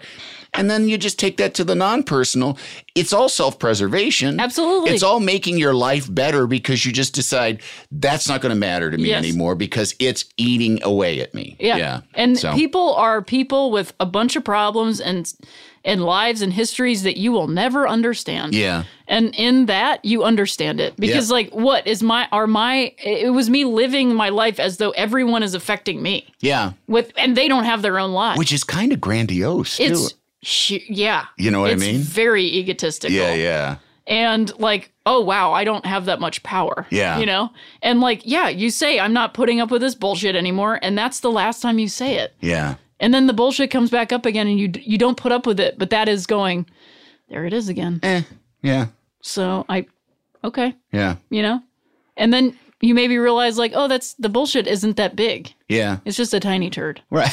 Speaker 1: And then you just take that to the non personal. It's all self preservation.
Speaker 2: Absolutely.
Speaker 1: It's all making your life better because you just decide that's not going to matter to me
Speaker 2: Yes.
Speaker 1: anymore because it's eating away at me.
Speaker 2: Yeah. And
Speaker 1: so,
Speaker 2: people are people with a bunch of problems and and lives and histories that you will never understand.
Speaker 1: Yeah.
Speaker 2: And in that you understand it because
Speaker 1: Yeah.
Speaker 2: like what is my are my it was me living my life as though everyone is affecting me
Speaker 1: Yeah.
Speaker 2: with and they don't have their own lives.
Speaker 1: Which is kind of grandiose.
Speaker 2: it's
Speaker 1: too.
Speaker 2: sh- yeah.
Speaker 1: You know what I
Speaker 2: It's
Speaker 1: mean?
Speaker 2: Very egotistical.
Speaker 1: Yeah. Yeah.
Speaker 2: and like oh wow i don't have that much power
Speaker 1: Yeah.
Speaker 2: you know and like yeah you say i'm not putting up with this bullshit anymore and that's the last time you say it
Speaker 1: Yeah.
Speaker 2: and then the bullshit comes back up again and you you don't put up with it but that is going there it is again
Speaker 1: Yeah.
Speaker 2: so i okay
Speaker 1: Yeah.
Speaker 2: you know and then you maybe realize like oh that's the bullshit isn't that big
Speaker 1: Yeah.
Speaker 2: it's just a tiny turd
Speaker 1: Right.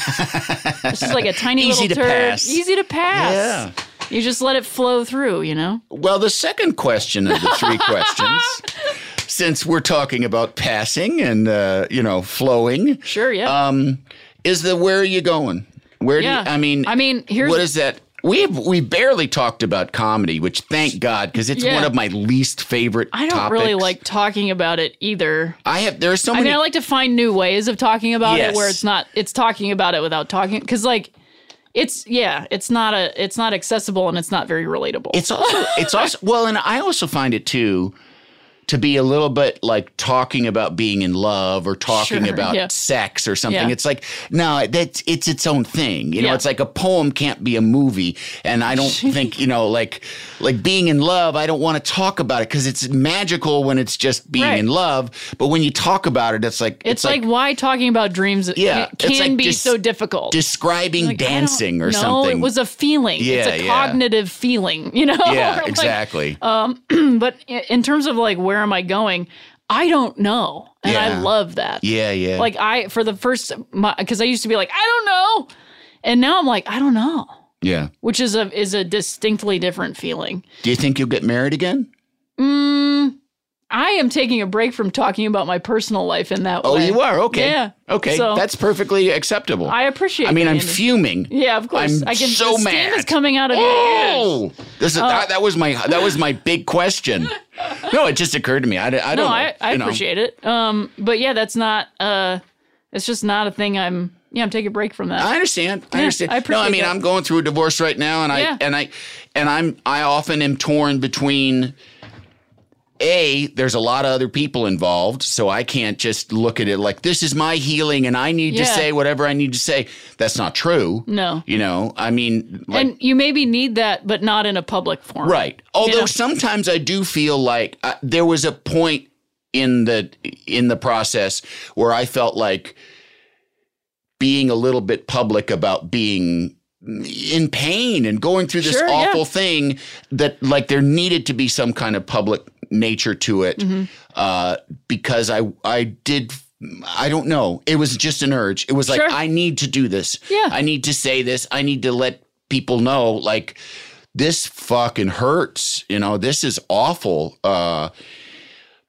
Speaker 2: it's just like a tiny
Speaker 1: Easy
Speaker 2: little
Speaker 1: to
Speaker 2: turd
Speaker 1: pass.
Speaker 2: easy to pass yeah. you just let it flow through you know
Speaker 1: Well, the second question of the three questions, since we're talking about passing and uh, you know flowing,
Speaker 2: sure yeah
Speaker 1: um, is the where are you going? Where do
Speaker 2: Yeah.
Speaker 1: you, I mean?
Speaker 2: I mean, here's-
Speaker 1: what is that? We have, we barely talked about comedy, which thank God because it's
Speaker 2: Yeah.
Speaker 1: one of my least favorite.
Speaker 2: I don't really
Speaker 1: topics.
Speaker 2: like talking about it either.
Speaker 1: I have there are so
Speaker 2: I
Speaker 1: many.
Speaker 2: mean, I like to find new ways of talking about it where
Speaker 1: Yes.
Speaker 2: it's not it's talking about it without talking because like it's yeah it's not a it's not accessible and it's not very relatable.
Speaker 1: it's also it's also well, and I also find it too to be a little bit like talking about being in love or talking
Speaker 2: Sure,
Speaker 1: about
Speaker 2: yeah.
Speaker 1: sex or something.
Speaker 2: Yeah.
Speaker 1: It's like no, that's it's its own thing. You know,
Speaker 2: Yeah.
Speaker 1: it's like a poem can't be a movie, and I don't think you know like like being in love. I don't want to talk about it because it's magical when it's just being
Speaker 2: Right.
Speaker 1: in love, but when you talk about it, it's like
Speaker 2: It's, like, why talking about dreams
Speaker 1: Yeah,
Speaker 2: can,
Speaker 1: it's
Speaker 2: can
Speaker 1: like
Speaker 2: be
Speaker 1: dis-
Speaker 2: so difficult.
Speaker 1: describing
Speaker 2: Like, I don't
Speaker 1: dancing or
Speaker 2: know,
Speaker 1: something.
Speaker 2: it was a feeling. it's
Speaker 1: Yeah,
Speaker 2: a
Speaker 1: yeah.
Speaker 2: cognitive feeling, you know?
Speaker 1: yeah,
Speaker 2: Like, uh,
Speaker 1: exactly.
Speaker 2: but i- in terms of like, where am I going? I don't know. And I
Speaker 1: Yeah.
Speaker 2: love that.
Speaker 1: yeah, yeah.
Speaker 2: Like, I, for the first, because I used to be like, I don't know. And now I'm like, I don't know,
Speaker 1: yeah.
Speaker 2: which is a is a distinctly different feeling.
Speaker 1: Do you think you'll get married again?
Speaker 2: Mm, I am taking a break from talking about my personal life in that
Speaker 1: Oh,
Speaker 2: way.
Speaker 1: you are okay.
Speaker 2: Yeah.
Speaker 1: okay.
Speaker 2: So-
Speaker 1: That's perfectly acceptable.
Speaker 2: I appreciate.
Speaker 1: I mean,
Speaker 2: that,
Speaker 1: I'm
Speaker 2: Andy.
Speaker 1: fuming.
Speaker 2: Yeah, of course.
Speaker 1: I'm
Speaker 2: I can,
Speaker 1: so
Speaker 2: the steam
Speaker 1: mad.
Speaker 2: is coming out of your ears.
Speaker 1: Oh, this is
Speaker 2: Uh,
Speaker 1: that, that was my that was my big question. no, it just occurred to me. I, d- I
Speaker 2: No,
Speaker 1: don't know.
Speaker 2: I, I
Speaker 1: you know.
Speaker 2: appreciate it. Um, but yeah, that's not. Uh, it's just not a thing. I'm. Yeah, I'm taking a break from that.
Speaker 1: I understand. I
Speaker 2: Yeah,
Speaker 1: understand.
Speaker 2: I
Speaker 1: no, I
Speaker 2: appreciate
Speaker 1: mean
Speaker 2: that.
Speaker 1: I'm going through a divorce right now, and I
Speaker 2: Yeah.
Speaker 1: and I and I'm I often am torn between. A, there's a lot of other people involved, so I can't just look at it like this is my healing and I need to
Speaker 2: Yeah. Mm.
Speaker 1: say whatever I need to say. That's not true.
Speaker 2: No.
Speaker 1: You know, I mean, like,
Speaker 2: and you maybe need that, but not in a public forum.
Speaker 1: Right. Although
Speaker 2: know?
Speaker 1: sometimes I do feel like uh, there was a point in the in the process where I felt like being a little bit public about being in pain and going through this
Speaker 2: Sure, yeah.
Speaker 1: awful thing that like there needed to be some kind of public nature to it
Speaker 2: Mm-hmm.
Speaker 1: uh, because I I did I don't know it was just an urge it was like
Speaker 2: Sure.
Speaker 1: I need to do this
Speaker 2: Yeah.
Speaker 1: I need to say this I need to let people know like this fucking hurts you know this is awful uh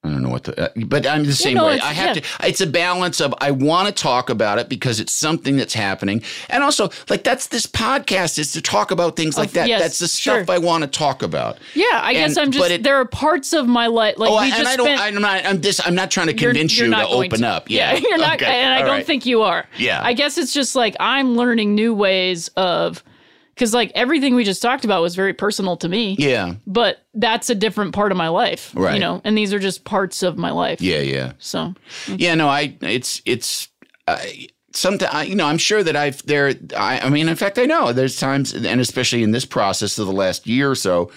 Speaker 1: I don't know what the, uh, but I'm the same
Speaker 2: no,
Speaker 1: way.
Speaker 2: it's-
Speaker 1: I have
Speaker 2: yeah.
Speaker 1: to, it's a balance of I want to talk about it because it's something that's happening. And also, like, that's this podcast is to talk about things like that.
Speaker 2: yes,
Speaker 1: that's the
Speaker 2: sure.
Speaker 1: stuff I want to talk about.
Speaker 2: Yeah, I guess
Speaker 1: And-
Speaker 2: I'm just.
Speaker 1: but it-
Speaker 2: there are parts of my life like
Speaker 1: oh,
Speaker 2: we
Speaker 1: I,
Speaker 2: just
Speaker 1: and I don't,
Speaker 2: spent.
Speaker 1: I'm not, I'm this, I'm not trying to
Speaker 2: you're-
Speaker 1: convince
Speaker 2: you're
Speaker 1: you
Speaker 2: not
Speaker 1: to
Speaker 2: going
Speaker 1: open up. Yeah.
Speaker 2: you're not.
Speaker 1: Okay.
Speaker 2: And I
Speaker 1: All
Speaker 2: don't
Speaker 1: right.
Speaker 2: think you are.
Speaker 1: Yeah.
Speaker 2: I guess it's just like I'm learning new ways of, because like everything we just talked about was very personal to me.
Speaker 1: Yeah.
Speaker 2: But that's a different part of my life.
Speaker 1: Right.
Speaker 2: You know, and these are just parts of my life.
Speaker 1: Yeah. Yeah.
Speaker 2: So
Speaker 1: Yeah, no, I it's it's I sometimes you know I'm sure that I've there. I, I mean, in fact, I know there's times, and especially in this process of the last year or so,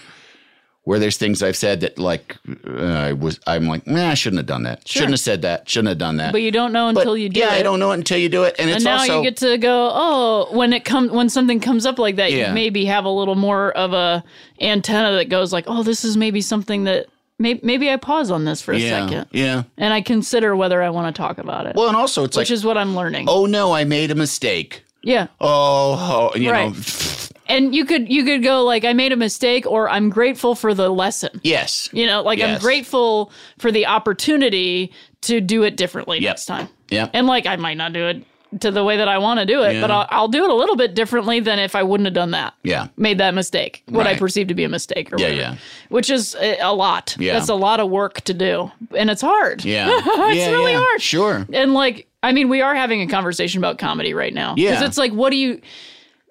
Speaker 1: where there's things I've said that like uh, I was I'm like, nah, I shouldn't have done that. Shouldn't have said that. Shouldn't have done that.
Speaker 2: But you don't know
Speaker 1: But,
Speaker 2: until you do
Speaker 1: Yeah,
Speaker 2: it.
Speaker 1: I don't know it until you do it, and it's
Speaker 2: and now
Speaker 1: also
Speaker 2: you get to go, oh, when it comes when something comes up like that,
Speaker 1: Yeah.
Speaker 2: you maybe have a little more of a antenna that goes like, oh, this is maybe something that maybe maybe I pause on this for a
Speaker 1: yeah,
Speaker 2: second
Speaker 1: yeah.
Speaker 2: and I consider whether I want to talk about it,
Speaker 1: Well, and also it's
Speaker 2: which
Speaker 1: like,
Speaker 2: is what I'm learning.
Speaker 1: oh no, I made a mistake.
Speaker 2: yeah,
Speaker 1: Oh, oh you
Speaker 2: Right.
Speaker 1: know,
Speaker 2: and you could you could go like, I made a mistake, or I'm grateful for the lesson.
Speaker 1: yes,
Speaker 2: You know, like I'm
Speaker 1: Yes.
Speaker 2: grateful for the opportunity to do it differently
Speaker 1: Yep.
Speaker 2: next time.
Speaker 1: Yep.
Speaker 2: And like I might not do it to the way that I want to do it, but I'll, I'll do it a little bit differently than if I wouldn't have done that.
Speaker 1: Yeah.
Speaker 2: Made that mistake, what I
Speaker 1: Right.
Speaker 2: perceive to be a mistake or
Speaker 1: Yeah,
Speaker 2: whatever.
Speaker 1: yeah.
Speaker 2: Which is eh, a a lot.
Speaker 1: Yeah.
Speaker 2: That's a lot of work to do. And it's hard.
Speaker 1: yeah,
Speaker 2: it's
Speaker 1: yeah,
Speaker 2: really
Speaker 1: yeah.
Speaker 2: hard.
Speaker 1: Sure,
Speaker 2: And like, I mean, we are having a conversation about comedy right now.
Speaker 1: Yeah.
Speaker 2: Because it's like, what do you.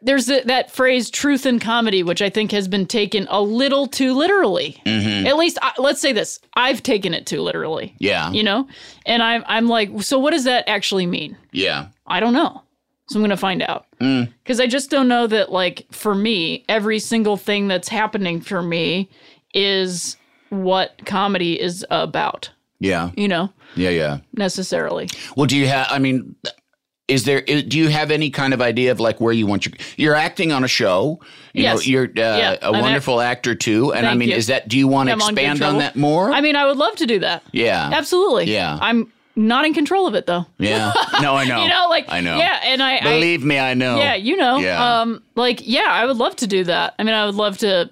Speaker 2: There's the, that phrase "truth in comedy," which I think has been taken a little too literally.
Speaker 1: Mm-hmm.
Speaker 2: At least, I, let's say this: I've taken it too literally.
Speaker 1: Yeah.
Speaker 2: you know, and I'm I'm like, so what does that actually mean?
Speaker 1: yeah,
Speaker 2: I don't know, so I'm gonna find out
Speaker 1: Mm.
Speaker 2: because I just don't know that. Like for me, every single thing that's happening for me is what comedy is about.
Speaker 1: yeah,
Speaker 2: You know,
Speaker 1: yeah, yeah.
Speaker 2: necessarily.
Speaker 1: Well, do you have? I mean, is there? i- Do you have any kind of idea of like where you want your? You're acting on a show. You
Speaker 2: Yes.
Speaker 1: Know, you're uh,
Speaker 2: Yeah,
Speaker 1: a
Speaker 2: I'm act-
Speaker 1: wonderful actor too, and I
Speaker 2: Thank
Speaker 1: mean,
Speaker 2: you.
Speaker 1: is that? Do you want to
Speaker 2: I'm on good
Speaker 1: expand on
Speaker 2: trouble.
Speaker 1: that more?
Speaker 2: I mean, I would love to do that.
Speaker 1: yeah.
Speaker 2: Absolutely.
Speaker 1: Yeah.
Speaker 2: I'm not in control of it though.
Speaker 1: Yeah. No, I know.
Speaker 2: You know, like
Speaker 1: I know.
Speaker 2: Yeah, and I I-
Speaker 1: Believe me, I know.
Speaker 2: yeah, you know,
Speaker 1: Yeah.
Speaker 2: um, like yeah, I would love to do that. I mean, I would love to.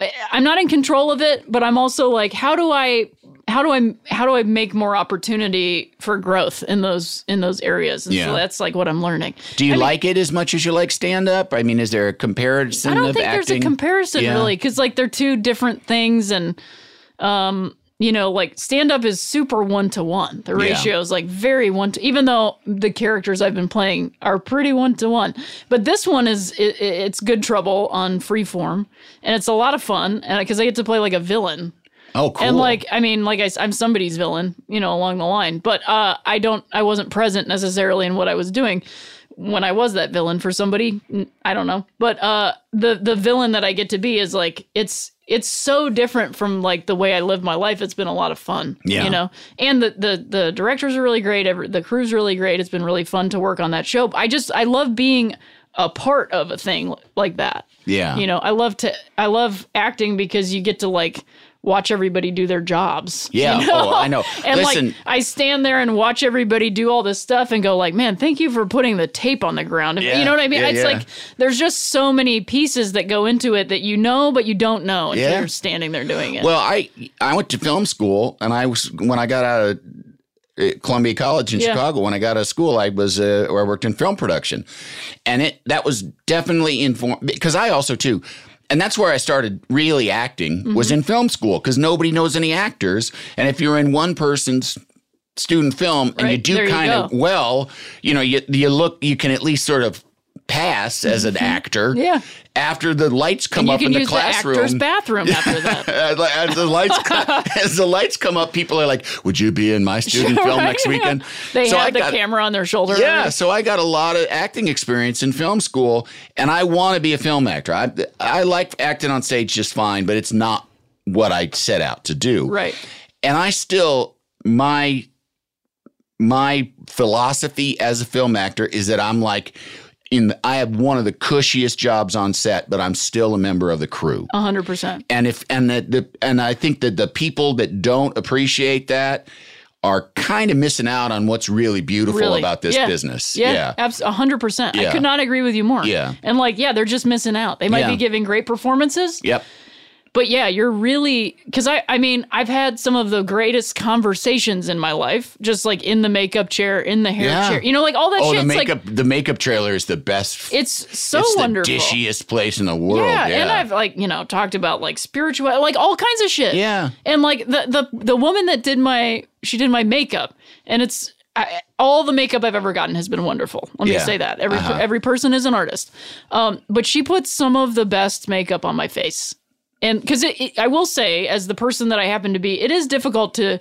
Speaker 2: I- I'm not in control of it, but I'm also like, how do I, how do I, how do I make more opportunity for growth in those in those areas? And
Speaker 1: Yeah.
Speaker 2: so that's like what I'm learning.
Speaker 1: do you like it as much as you like stand up? I mean, is there a comparison
Speaker 2: I don't
Speaker 1: of
Speaker 2: think
Speaker 1: acting?
Speaker 2: there's a comparison
Speaker 1: Yeah.
Speaker 2: really because like they're two different things, and um, you know, like stand up is super one to one. The
Speaker 1: Yeah.
Speaker 2: ratio is like very one to. Even though the characters I've been playing are pretty one to one, but this one is i i- it's good trouble on freeform, and it's a lot of fun, and because I get to play like a villain.
Speaker 1: Oh, cool.
Speaker 2: And like, I mean, like I, s- I'm somebody's villain, you know, along the line. But uh, I don't, I wasn't present necessarily in what I was doing when I was that villain for somebody. N- I don't know, but uh, the the villain that I get to be is like, it's it's so different from like the way I live my life. It's been a lot of fun,
Speaker 1: Yeah.
Speaker 2: you know. And the the the directors are really great. Every, the crew's really great. It's been really fun to work on that show. I just I love being a part of a thing like that
Speaker 1: yeah.
Speaker 2: you know i love to i love acting because you get to like watch everybody do their jobs you
Speaker 1: Yeah. Oh, I know.
Speaker 2: and
Speaker 1: Listen.
Speaker 2: like i stand there and watch everybody do all this stuff and go like man thank you for putting the tape on the ground If-
Speaker 1: Yeah,
Speaker 2: you know what i mean
Speaker 1: yeah,
Speaker 2: it's
Speaker 1: yeah.
Speaker 2: like there's just so many pieces that go into it that you know but you don't know until
Speaker 1: Yeah.
Speaker 2: you're standing there doing it
Speaker 1: Well, I I went to film school, and I was when I got out of uh, Columbia College in
Speaker 2: Yeah.
Speaker 1: Chicago. When I got out of school, I was uh, or I worked in film production, and it that was definitely informed because I also too. And that's where I started really acting
Speaker 2: Mm-hmm.
Speaker 1: was in film school because nobody knows any actors. And if you're in one person's student film and you
Speaker 2: Right, there
Speaker 1: do
Speaker 2: you
Speaker 1: kind of
Speaker 2: go.
Speaker 1: well, you know, you you look, you can at least sort of pass as an actor.
Speaker 2: Mm-hmm. Yeah.
Speaker 1: After the lights come
Speaker 2: you
Speaker 1: up
Speaker 2: can
Speaker 1: in the
Speaker 2: use
Speaker 1: classroom,
Speaker 2: the actor's bathroom after that
Speaker 1: as, as the lights co- as the lights come up, people are like, "Would you be in my student film
Speaker 2: Right?
Speaker 1: next weekend?"
Speaker 2: they have the
Speaker 1: got,
Speaker 2: camera on their shoulder
Speaker 1: Yeah, so I got a lot of acting experience in film school, and I want to be a film actor. I I like acting on stage just fine, but it's not what I set out to do.
Speaker 2: right
Speaker 1: And I still my my philosophy as a film actor is that I'm like. In the, I have one of the cushiest jobs on set, but I'm still a member of the crew
Speaker 2: 100%
Speaker 1: and if and the, the and I think that the people that don't appreciate that are kind of missing out on what's really beautiful
Speaker 2: Really.
Speaker 1: about this
Speaker 2: Yeah.
Speaker 1: business.
Speaker 2: Yeah,
Speaker 1: Yeah.
Speaker 2: abs- 100%.
Speaker 1: Yeah.
Speaker 2: I could not agree with you more.
Speaker 1: Yeah.
Speaker 2: And like, yeah, they're just missing out. They might
Speaker 1: Yeah.
Speaker 2: be giving great performances,
Speaker 1: Yep.
Speaker 2: but yeah, you're really cuz I I mean, I've had some of the greatest conversations in my life, just like in the makeup chair, in the hair
Speaker 1: Yeah.
Speaker 2: chair. You know, like all that
Speaker 1: Oh,
Speaker 2: shit
Speaker 1: the
Speaker 2: it's
Speaker 1: makeup
Speaker 2: like
Speaker 1: the makeup trailer is the best.
Speaker 2: it's so
Speaker 1: it's
Speaker 2: wonderful.
Speaker 1: the dishiest place in the world.
Speaker 2: yeah,
Speaker 1: Yeah,
Speaker 2: and I've like, you know, talked about like spiritual like all kinds of shit.
Speaker 1: yeah.
Speaker 2: And like the the the woman that did my she did my makeup, and it's I, all the makeup I've ever gotten has been wonderful. Let me
Speaker 1: Yeah. Uh-huh.
Speaker 2: say that every every person is an artist, um, but she put some of the best makeup on my face, and because it, it, I will say, as the person that I happen to be, it is difficult to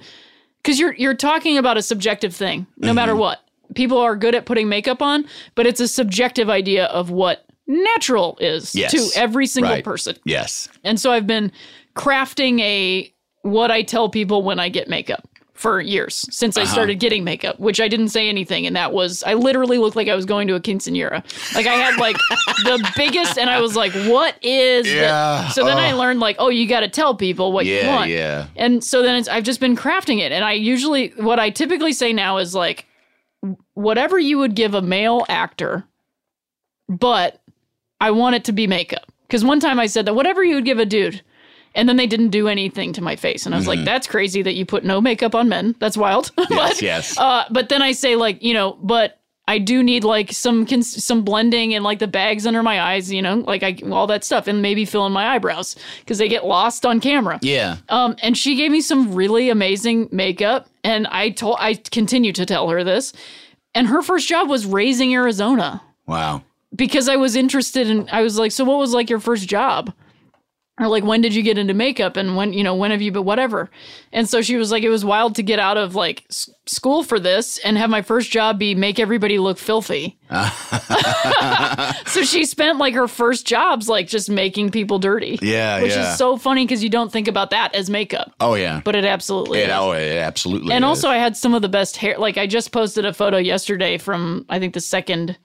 Speaker 2: because you're you're talking about a subjective thing, no
Speaker 1: Mm-hmm.
Speaker 2: matter what. People are good at putting makeup on, but it's a subjective idea of what natural is
Speaker 1: Yes.
Speaker 2: to every single
Speaker 1: Right.
Speaker 2: person.
Speaker 1: Yes.
Speaker 2: And so I've been crafting a what I tell people when I get makeup for years since
Speaker 1: Uh-huh.
Speaker 2: I started getting makeup, which I didn't say anything. And that was, I literally looked like I was going to a quinceanera. Like I had like the biggest, and I was like, what is thi-"
Speaker 1: Yeah,
Speaker 2: So then I learned, like, oh, you got to tell people what you
Speaker 1: Yeah,
Speaker 2: want.
Speaker 1: yeah.
Speaker 2: And so then it's, I've just been crafting it. And I usually, what I typically say now is like, whatever you would give a male actor, but I want it to be makeup. Because one time I said that whatever you would give a dude, and then they didn't do anything to my face, and I was like, "That's crazy that you put no makeup on men. That's wild."
Speaker 1: Mm-hmm. Yes,
Speaker 2: but,
Speaker 1: yes.
Speaker 2: Uh, but then I say like, you know, but I do need like some cons- some blending and like the bags under my eyes, you know, like I all that stuff, and maybe fill in my eyebrows because they get lost on camera.
Speaker 1: Yeah.
Speaker 2: Um, and she gave me some really amazing makeup, and I told I continue to tell her this. And her first job was raising Arizona
Speaker 1: Wow.
Speaker 2: because I was interested in I was like, so what was like your first job? Or like when did you get into makeup and when you know when have you been whatever? And so she was like, it was wild to get out of like s- school for this and have my first job be make everybody look filthy. so she spent like her first jobs like just making people dirty.
Speaker 1: Yeah,
Speaker 2: which
Speaker 1: yeah.
Speaker 2: is so funny because you don't think about that as makeup,
Speaker 1: Oh yeah.
Speaker 2: but it absolutely
Speaker 1: it,
Speaker 2: is.
Speaker 1: oh, it absolutely.
Speaker 2: And
Speaker 1: is.
Speaker 2: also, I had some of the best hair. Like, I just posted a photo yesterday from I think the second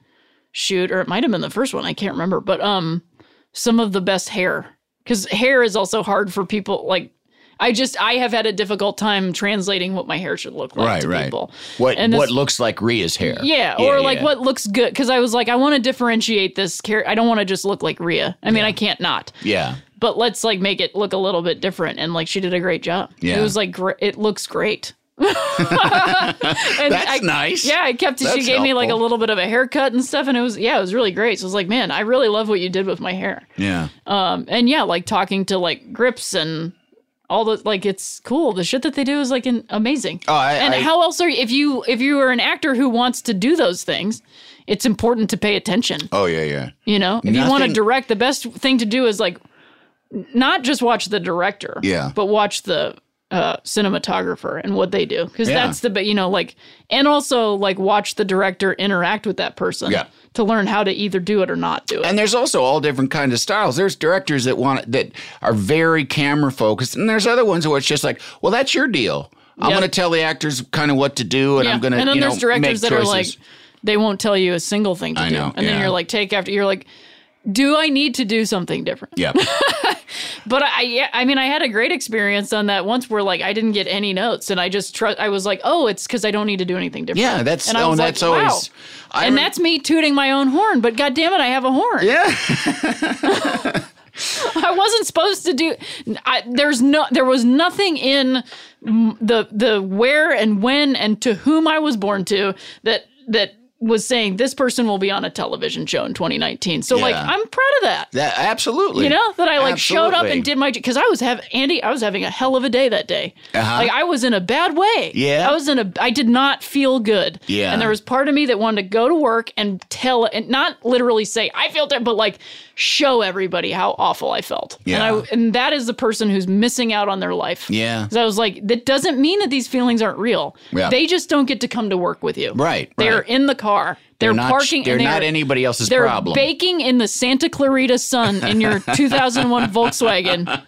Speaker 2: shoot, or it might have been the first one. I can't remember, but um, some of the best hair because hair is also hard for people. Like, I just I have had a difficult time translating what my hair should look like
Speaker 1: right,
Speaker 2: to
Speaker 1: right.
Speaker 2: people.
Speaker 1: What
Speaker 2: And
Speaker 1: what
Speaker 2: this-
Speaker 1: looks like Rhea's hair?
Speaker 2: Yeah, or like
Speaker 1: yeah.
Speaker 2: what looks good because I was like, I want to differentiate this character. I don't want to just look like Rhea. I mean, I can't not
Speaker 1: Yeah.
Speaker 2: but let's like make it look a little bit different. And like she did a great job.
Speaker 1: Yeah.
Speaker 2: It was like gr- it looks great. and
Speaker 1: That's
Speaker 2: I,
Speaker 1: nice.
Speaker 2: Yeah, I kept. she
Speaker 1: That's
Speaker 2: gave me like a
Speaker 1: helpful.
Speaker 2: little bit of a haircut and stuff, and it was yeah, it was really great. So I was like, man, I really love what you did with my hair.
Speaker 1: Yeah.
Speaker 2: Um, and yeah, like talking to like grips and all the like, it's cool. The shit that they do is like an, amazing.
Speaker 1: Oh, I-
Speaker 2: and
Speaker 1: I-
Speaker 2: how else are you, if you if you are an actor who wants to do those things, it's important to pay attention.
Speaker 1: Oh yeah, yeah.
Speaker 2: You know, if you want to
Speaker 1: Nothing-
Speaker 2: direct, the best thing to do is like not just watch the director,
Speaker 1: Yeah.
Speaker 2: but watch the uh, cinematographer and what they do because
Speaker 1: Yeah.
Speaker 2: that's the but you know like and also like watch the director interact with that person
Speaker 1: Yeah.
Speaker 2: to learn how to either do it or not do it.
Speaker 1: And there's also all different kinds of styles. There's directors that want that are very camera focused, and there's other ones where it's just like, well, that's your deal. I'm
Speaker 2: Yeah.
Speaker 1: going to tell the actors kind of what to do, and I'm going to
Speaker 2: And then
Speaker 1: you know
Speaker 2: there's directors
Speaker 1: make
Speaker 2: that
Speaker 1: choices.
Speaker 2: are like, they won't tell you a single thing to
Speaker 1: I
Speaker 2: do.
Speaker 1: know,
Speaker 2: and
Speaker 1: yeah.
Speaker 2: then you're like, take after. You're like, do I need to do something different?
Speaker 1: yeah,
Speaker 2: But I, yeah, I mean, I had a great experience on that once where like I didn't get any notes, and I just trust. I was like, oh, it's because I don't need to do anything different.
Speaker 1: yeah, that's
Speaker 2: and I
Speaker 1: oh,
Speaker 2: was like,
Speaker 1: that's always.
Speaker 2: wow.
Speaker 1: I
Speaker 2: and
Speaker 1: rem-
Speaker 2: that's me tooting my own horn, but god damn it, I have a horn.
Speaker 1: yeah.
Speaker 2: I wasn't supposed to do. I, there's no, there was nothing in mm, the the where and when and to whom I was born to that that was saying this person will be on a television show in 2019. So like,
Speaker 1: Yeah.
Speaker 2: I'm proud of that.
Speaker 1: That absolutely.
Speaker 2: You know that I like showed up
Speaker 1: Absolutely.
Speaker 2: and did my because I was have Andy. I was having a hell of a day that day.
Speaker 1: Uh-huh.
Speaker 2: Like I was in a bad way.
Speaker 1: Yeah.
Speaker 2: I was in a. I did not feel good.
Speaker 1: Yeah.
Speaker 2: and there was part of me that wanted to go to work and tell and not literally say I feel dead, but like show everybody how awful I felt.
Speaker 1: Yeah.
Speaker 2: and I and that is the person who's missing out on their life.
Speaker 1: Yeah.
Speaker 2: 'Cause I was like that doesn't mean that these feelings aren't real.
Speaker 1: Yeah.
Speaker 2: they just don't get to come to work with you.
Speaker 1: Right,
Speaker 2: they're
Speaker 1: right.
Speaker 2: in the car. They're,
Speaker 1: not-
Speaker 2: parking.
Speaker 1: They're
Speaker 2: and they
Speaker 1: not
Speaker 2: are-
Speaker 1: anybody else's
Speaker 2: they're
Speaker 1: problem.
Speaker 2: baking in the Santa Clarita sun in your 2001 Volkswagen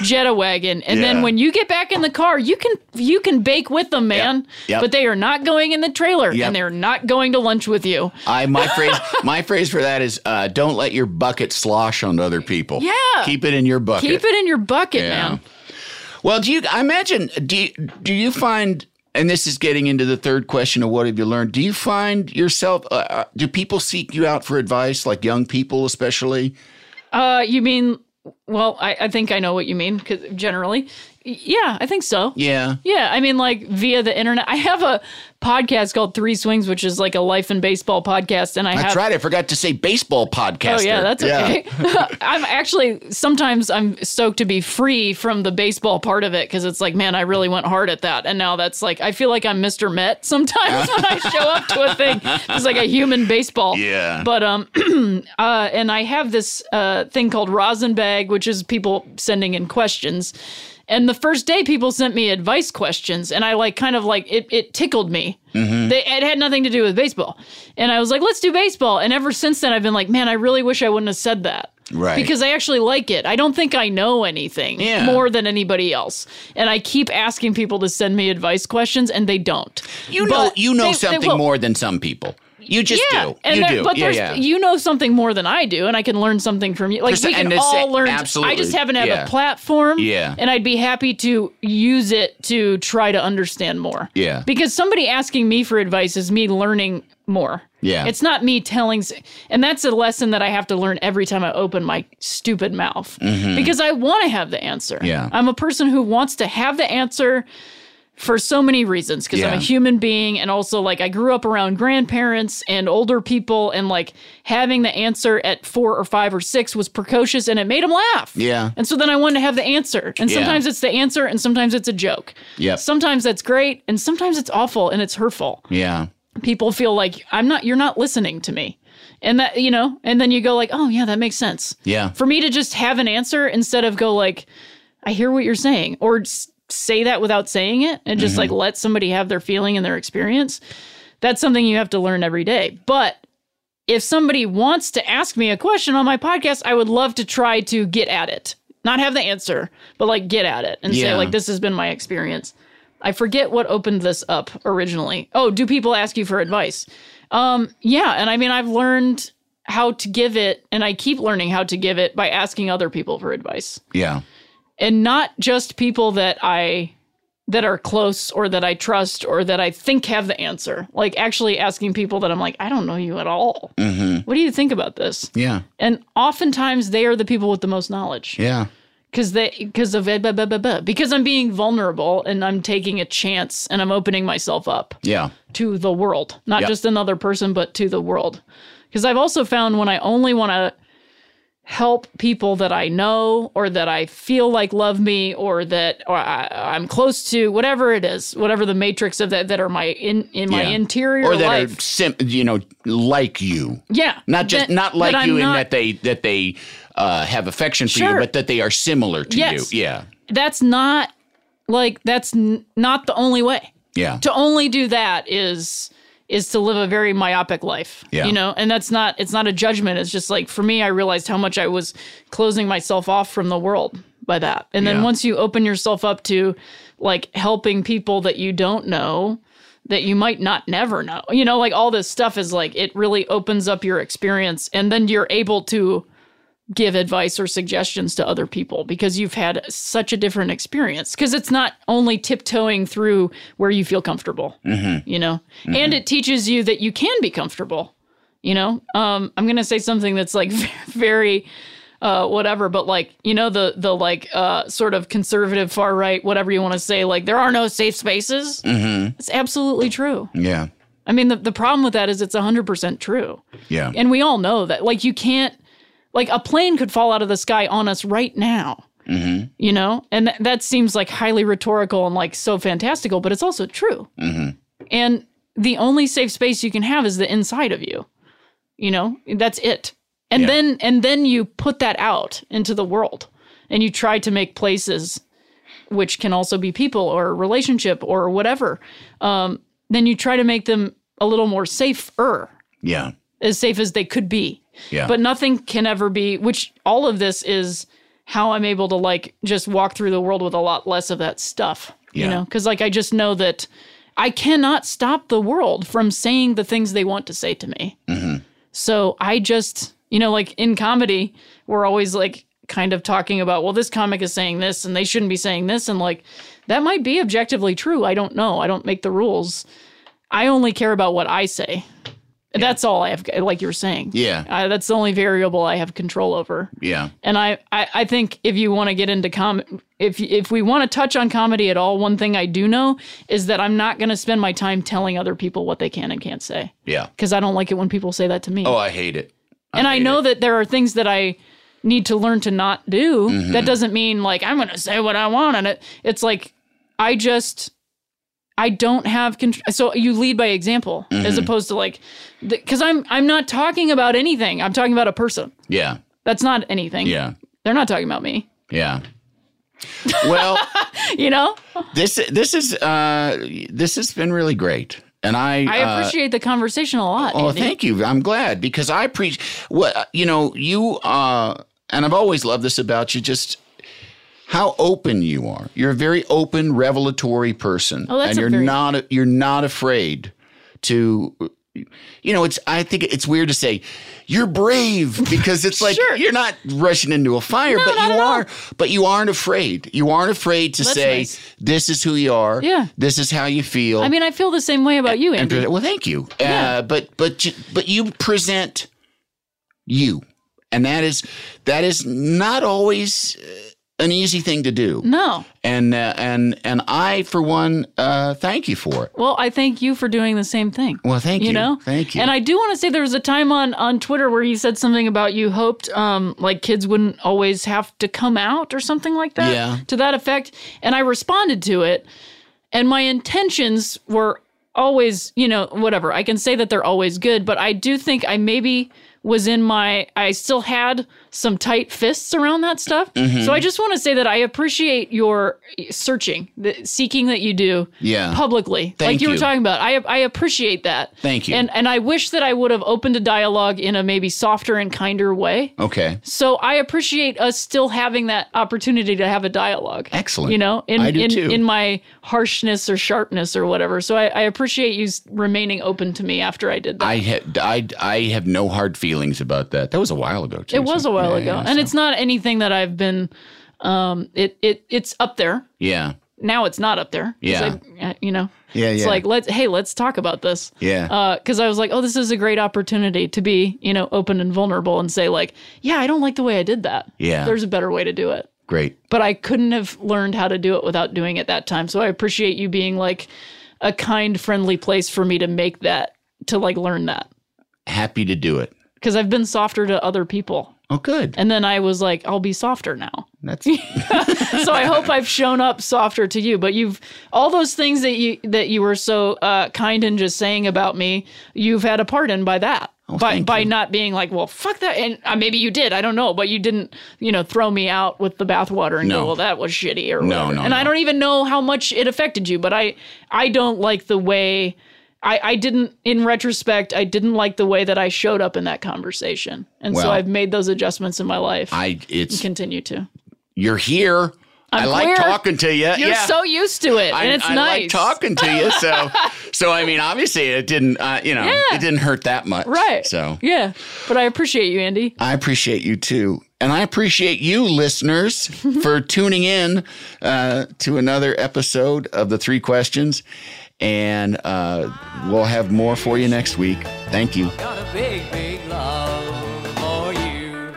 Speaker 2: Jetta wagon, and
Speaker 1: Yeah.
Speaker 2: then when you get back in the car, you can you can bake with them, man.
Speaker 1: Yep.
Speaker 2: But they are not going in the trailer,
Speaker 1: Yep.
Speaker 2: and they're not going to lunch with you.
Speaker 1: I my phrase my phrase for that is uh, don't let your bucket slosh on other people.
Speaker 2: Yeah.
Speaker 1: keep it in your bucket.
Speaker 2: Keep it in your bucket,
Speaker 1: Yeah.
Speaker 2: man.
Speaker 1: Well, do you? I imagine. Do you, do you find? And this is getting into the third question of what have you learned? Do you find yourself? Uh, uh, do people seek you out for advice, like young people especially?
Speaker 2: Uh, you mean? Well, I, I think I know what you mean. Cause generally, Y- yeah, I think so.
Speaker 1: Yeah.
Speaker 2: Yeah, I mean, like via the internet. I have a podcast called Three Swings, which is like a life and baseball podcast, and I,
Speaker 1: I
Speaker 2: have
Speaker 1: tried. I forgot to say baseball podcast.
Speaker 2: Oh yeah, that's okay. I'm actually sometimes I'm stoked to be free from the baseball part of it because it's like, man, I really went hard at that, and now that's like I feel like I'm Mr. Met sometimes when I show up to a thing. It's like a human baseball.
Speaker 1: Yeah.
Speaker 2: But um, uh, and I have this uh thing called rosin bag, which is people sending in questions. And the first day, people sent me advice questions, and I like kind of like it. It tickled me.
Speaker 1: Mm-hmm.
Speaker 2: They, it had nothing to do with baseball. And I was like, let's do baseball. And ever since then, I've been like, man, I really wish I wouldn't have said that.
Speaker 1: Right.
Speaker 2: Because I actually like it. I don't think I know anything
Speaker 1: Yeah.
Speaker 2: more than anybody else. And I keep asking people to send me advice questions, and they don't.
Speaker 1: You know,
Speaker 2: But
Speaker 1: you know
Speaker 2: they- they
Speaker 1: something
Speaker 2: will.
Speaker 1: more than some people. You just
Speaker 2: yeah,
Speaker 1: do.
Speaker 2: and
Speaker 1: you
Speaker 2: there-
Speaker 1: do.
Speaker 2: but
Speaker 1: yeah,
Speaker 2: there's
Speaker 1: yeah.
Speaker 2: you know something more than I do, and I can learn something from you. Like
Speaker 1: Perce-
Speaker 2: we can
Speaker 1: and it's-
Speaker 2: all learn.
Speaker 1: absolutely,
Speaker 2: I just haven't had
Speaker 1: yeah.
Speaker 2: a platform.
Speaker 1: Yeah.
Speaker 2: and I'd be happy to use it to try to understand more.
Speaker 1: Yeah.
Speaker 2: because somebody asking me for advice is me learning more.
Speaker 1: Yeah.
Speaker 2: it's not me telling, s- and that's a lesson that I have to learn every time I open my stupid mouth because I want to have the answer.
Speaker 1: Mm-hmm. Yeah.
Speaker 2: I'm a person who wants to have the answer for so many reasons because I'm
Speaker 1: Yeah.
Speaker 2: a human being and also like I grew up around grandparents and older people and like having the answer at 4 or 5 or 6 was precocious and it made them laugh.
Speaker 1: Yeah.
Speaker 2: And so then I wanted to have the answer. And
Speaker 1: Yeah.
Speaker 2: sometimes it's the answer and sometimes it's a joke.
Speaker 1: Yep.
Speaker 2: Sometimes that's great and sometimes it's awful and it's hurtful.
Speaker 1: yeah.
Speaker 2: People feel like I'm not you're not listening to me. And that, you know, and then you go like, "Oh, yeah, that makes sense."
Speaker 1: Yeah.
Speaker 2: for me to just have an answer instead of go like i hear what you're saying or s- say that without saying it and just like let somebody have their feeling and their experience that's something you have to learn every day but if somebody wants to ask me a question on my podcast i would love to try to get at it not have the answer but like get at it and say
Speaker 1: Yeah.
Speaker 2: like this has been my experience i forget what opened this up originally oh do people ask you for advice um, yeah, and I mean, I've learned how to give it, and I keep learning how to give it by asking other people for advice,
Speaker 1: Yeah.
Speaker 2: and not just people that I that are close or that I trust or that I think have the answer. Like actually asking people that I'm like, I don't know you at all. What do you think about this?
Speaker 1: Yeah.
Speaker 2: And oftentimes they are the people with the most knowledge
Speaker 1: Yeah.
Speaker 2: because they because of eh, blah, blah, blah, blah, blah. because I'm being vulnerable and I'm taking a chance and I'm opening myself up
Speaker 1: Yeah.
Speaker 2: to the world, not
Speaker 1: Yep.
Speaker 2: just another person, but to the world. Because I've also found when I only want to help people that I know or that I feel like love me or that or I, I'm close to, whatever it is, whatever the matrix of that that are my in in my
Speaker 1: Yeah.
Speaker 2: interior
Speaker 1: or that
Speaker 2: life.
Speaker 1: are sim- you know like you.
Speaker 2: yeah,
Speaker 1: Not just
Speaker 2: that-
Speaker 1: not like
Speaker 2: that I'm
Speaker 1: you in
Speaker 2: not-
Speaker 1: that they that they uh, have affection for
Speaker 2: Sure.
Speaker 1: you, but that they are similar to
Speaker 2: Yes.
Speaker 1: you. Yeah,
Speaker 2: that's not like that's n- not the only way.
Speaker 1: yeah.
Speaker 2: to only do that is is to live a very myopic life
Speaker 1: Yeah.
Speaker 2: you know and that's not it's not a judgment it's just like for me i realized how much i was closing myself off from the world by that and then
Speaker 1: Yeah.
Speaker 2: once you open yourself up to like helping people that you don't know that you might not never know you know like all this stuff is like it really opens up your experience and then you're able to give advice or suggestions to other people because you've had such a different experience because it's not only tiptoeing through where you feel comfortable
Speaker 1: Mm-hmm.
Speaker 2: you know and it teaches you that you can be comfortable you know um i'm gonna say something that's like very uh whatever but like you know the the like uh sort of conservative far right whatever you want to say like there are no safe spaces it's absolutely true
Speaker 1: Yeah.
Speaker 2: i mean the, the problem with that is it's 100% true
Speaker 1: Yeah.
Speaker 2: and we all know that. Like, you can't, like, a plane could fall out of the sky on us right now,
Speaker 1: Mhm.
Speaker 2: you know? And th- that seems like highly rhetorical and like so fantastical, but it's also true.
Speaker 1: Mhm.
Speaker 2: And the only safe space you can have is the inside of you, you know? That's it. And
Speaker 1: Yeah.
Speaker 2: then, and then you put that out into the world and you try to make places which can also be people or relationship or whatever. Um, then you try to make them a little more safer
Speaker 1: Yeah.
Speaker 2: as safe as they could be.
Speaker 1: Yeah.
Speaker 2: But nothing can ever be, which all of this is how I'm able to like just walk through the world with a lot less of that stuff, you
Speaker 1: Yeah.
Speaker 2: know? Cuz like I just know that I cannot stop the world from saying the things they want to say to me. So I just, you know, like in comedy, we're always like kind of talking about, well, this comic is saying this and they shouldn't be saying this. And like, that might be objectively true. I don't know. I don't make the rules. I only care about what I say. That's all I have, like you were saying.
Speaker 1: Yeah.
Speaker 2: Uh, that's the only variable I have control over.
Speaker 1: Yeah.
Speaker 2: And I, I, I think if you want to get into com, if if we want to touch on comedy at all, one thing I do know is that I'm not going to spend my time telling other people what they can and can't say
Speaker 1: Yeah.
Speaker 2: because I don't like it when people say that to me.
Speaker 1: Oh, I hate it.
Speaker 2: and I
Speaker 1: hate
Speaker 2: know
Speaker 1: it.
Speaker 2: that there are things that I need to learn to not do.
Speaker 1: Mm-hmm.
Speaker 2: That doesn't mean like I'm going to say what I want and it. It's like I just I don't have control. So you lead by example
Speaker 1: Mm-hmm.
Speaker 2: as opposed to like because I'm I'm not talking about anything. I'm talking about a person.
Speaker 1: Yeah.
Speaker 2: That's not anything.
Speaker 1: Yeah.
Speaker 2: They're not talking about me.
Speaker 1: Yeah. Well,
Speaker 2: You know?
Speaker 1: this this is uh this has been really great. And I
Speaker 2: I
Speaker 1: uh,
Speaker 2: appreciate the conversation a lot.
Speaker 1: Oh,
Speaker 2: Andy.
Speaker 1: thank you. I'm glad because I preach what you know, you uh and I've always loved this about you just how open you are. You're a very open, revelatory person.
Speaker 2: Oh, that's
Speaker 1: and
Speaker 2: a
Speaker 1: you're
Speaker 2: very-
Speaker 1: not you're not afraid to you know, it's I think it's weird to say you're brave because it's like
Speaker 2: Sure.
Speaker 1: you're not rushing into a fire, but
Speaker 2: not
Speaker 1: you
Speaker 2: at all.
Speaker 1: are but you aren't afraid. You aren't afraid to
Speaker 2: That's
Speaker 1: say
Speaker 2: nice.
Speaker 1: this is who you are.
Speaker 2: Yeah.
Speaker 1: This is how you feel.
Speaker 2: I mean, I feel the same way about you,
Speaker 1: And
Speaker 2: Andy.
Speaker 1: present- well, thank you.
Speaker 2: Yeah.
Speaker 1: Uh, but but you, but you present you, and that is that is not always uh, an easy thing to do.
Speaker 2: No.
Speaker 1: And uh, and and I, for one, uh, thank you for it.
Speaker 2: Well, I thank you for doing the same thing.
Speaker 1: Well, thank you.
Speaker 2: you know
Speaker 1: Thank you.
Speaker 2: and i do want to say there was a time on on twitter where you said something about you hoped um like kids wouldn't always have to come out or something like that
Speaker 1: Yeah.
Speaker 2: to that effect and i responded to it and my intentions were always you know whatever i can say that they're always good but i do think i maybe was in my i still had some tight fists around that stuff
Speaker 1: Mm-hmm.
Speaker 2: so i just want to say that i appreciate your searching the seeking that you do
Speaker 1: Yeah.
Speaker 2: publicly
Speaker 1: Thank
Speaker 2: like you, were
Speaker 1: you.
Speaker 2: talking about i i appreciate that
Speaker 1: Thank you.
Speaker 2: and and i wish that i would have opened a dialogue in a maybe softer and kinder way
Speaker 1: Okay.
Speaker 2: so i appreciate us still having that opportunity to have a dialogue
Speaker 1: Excellent.
Speaker 2: you know in
Speaker 1: I do
Speaker 2: in,
Speaker 1: too.
Speaker 2: in my harshness or sharpness or whatever so i, I appreciate you s- remaining open to me after i did that
Speaker 1: I ha- I I have no hard feelings about that. That was a while ago. Too,
Speaker 2: it was
Speaker 1: so-
Speaker 2: a while
Speaker 1: yeah,
Speaker 2: ago
Speaker 1: yeah,
Speaker 2: and
Speaker 1: so-
Speaker 2: it's not anything that i've been um it it it's up there
Speaker 1: yeah,
Speaker 2: now it's not up there 'Cause
Speaker 1: Yeah.
Speaker 2: I, I- you know
Speaker 1: Yeah,
Speaker 2: it's
Speaker 1: yeah.
Speaker 2: like let's hey let's talk about this
Speaker 1: Yeah.
Speaker 2: because i was like oh this is a great opportunity to be you know open and vulnerable and say like yeah i don't like the way i did that
Speaker 1: Yeah.
Speaker 2: there's a better way to do it
Speaker 1: great.
Speaker 2: but i couldn't have learned how to do it without doing it that time so i appreciate you being like a kind friendly place for me to make that to like learn that
Speaker 1: Happy to do it.
Speaker 2: because i've been softer to other people
Speaker 1: Oh, good.
Speaker 2: And then I was like, I'll be softer now.
Speaker 1: That's
Speaker 2: so I hope I've shown up softer to you. But you've all those things that you that you were so uh, kind and just saying about me. You've had a part in by that.
Speaker 1: Oh,
Speaker 2: by by not being like, well, fuck that, and uh, maybe you did. I don't know, but you didn't, you know, throw me out with the bathwater and
Speaker 1: No.
Speaker 2: go, well, that was shitty or
Speaker 1: No,
Speaker 2: whatever.
Speaker 1: no,
Speaker 2: and I
Speaker 1: no.
Speaker 2: don't even know how much it affected you, but I I don't like the way. I, I didn't in retrospect i didn't like the way that i showed up in that conversation and so
Speaker 1: Well-
Speaker 2: i've made those adjustments in my life
Speaker 1: I.
Speaker 2: and
Speaker 1: It's
Speaker 2: continue to
Speaker 1: you're here. i
Speaker 2: I'm
Speaker 1: like
Speaker 2: queer.
Speaker 1: talking to you.
Speaker 2: You're
Speaker 1: yeah.
Speaker 2: so used to it,
Speaker 1: I,
Speaker 2: and it's
Speaker 1: I
Speaker 2: nice.
Speaker 1: like talking to you. So, so I mean, obviously, it didn't. Uh, you know,
Speaker 2: Yeah.
Speaker 1: it didn't hurt that much.
Speaker 2: right?
Speaker 1: So,
Speaker 2: yeah, but I appreciate you, Andy.
Speaker 1: I appreciate you too. And I appreciate you, listeners, for tuning in uh, to another episode of The Three Questions. And uh, we'll have more for you next week. Thank you.
Speaker 8: Got a big, big love for you.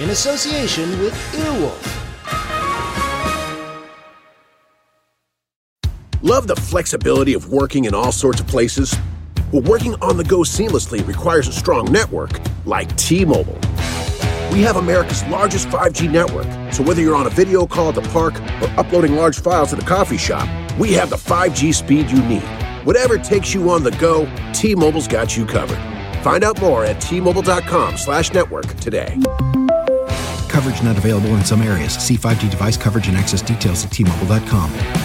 Speaker 9: in association with Earwolf.
Speaker 5: Love the flexibility of working in all sorts of places? Well, working on the go seamlessly requires a strong network like T Mobile. We have America's largest 5G network, so whether you're on a video call at the park or uploading large files at a coffee shop, we have the 5G speed you need. Whatever takes you on the go, T Mobile's got you covered. Find out more at T Mobile.com slash network today.
Speaker 6: Coverage not available in some areas. See 5G device coverage and access details at tmobile.com.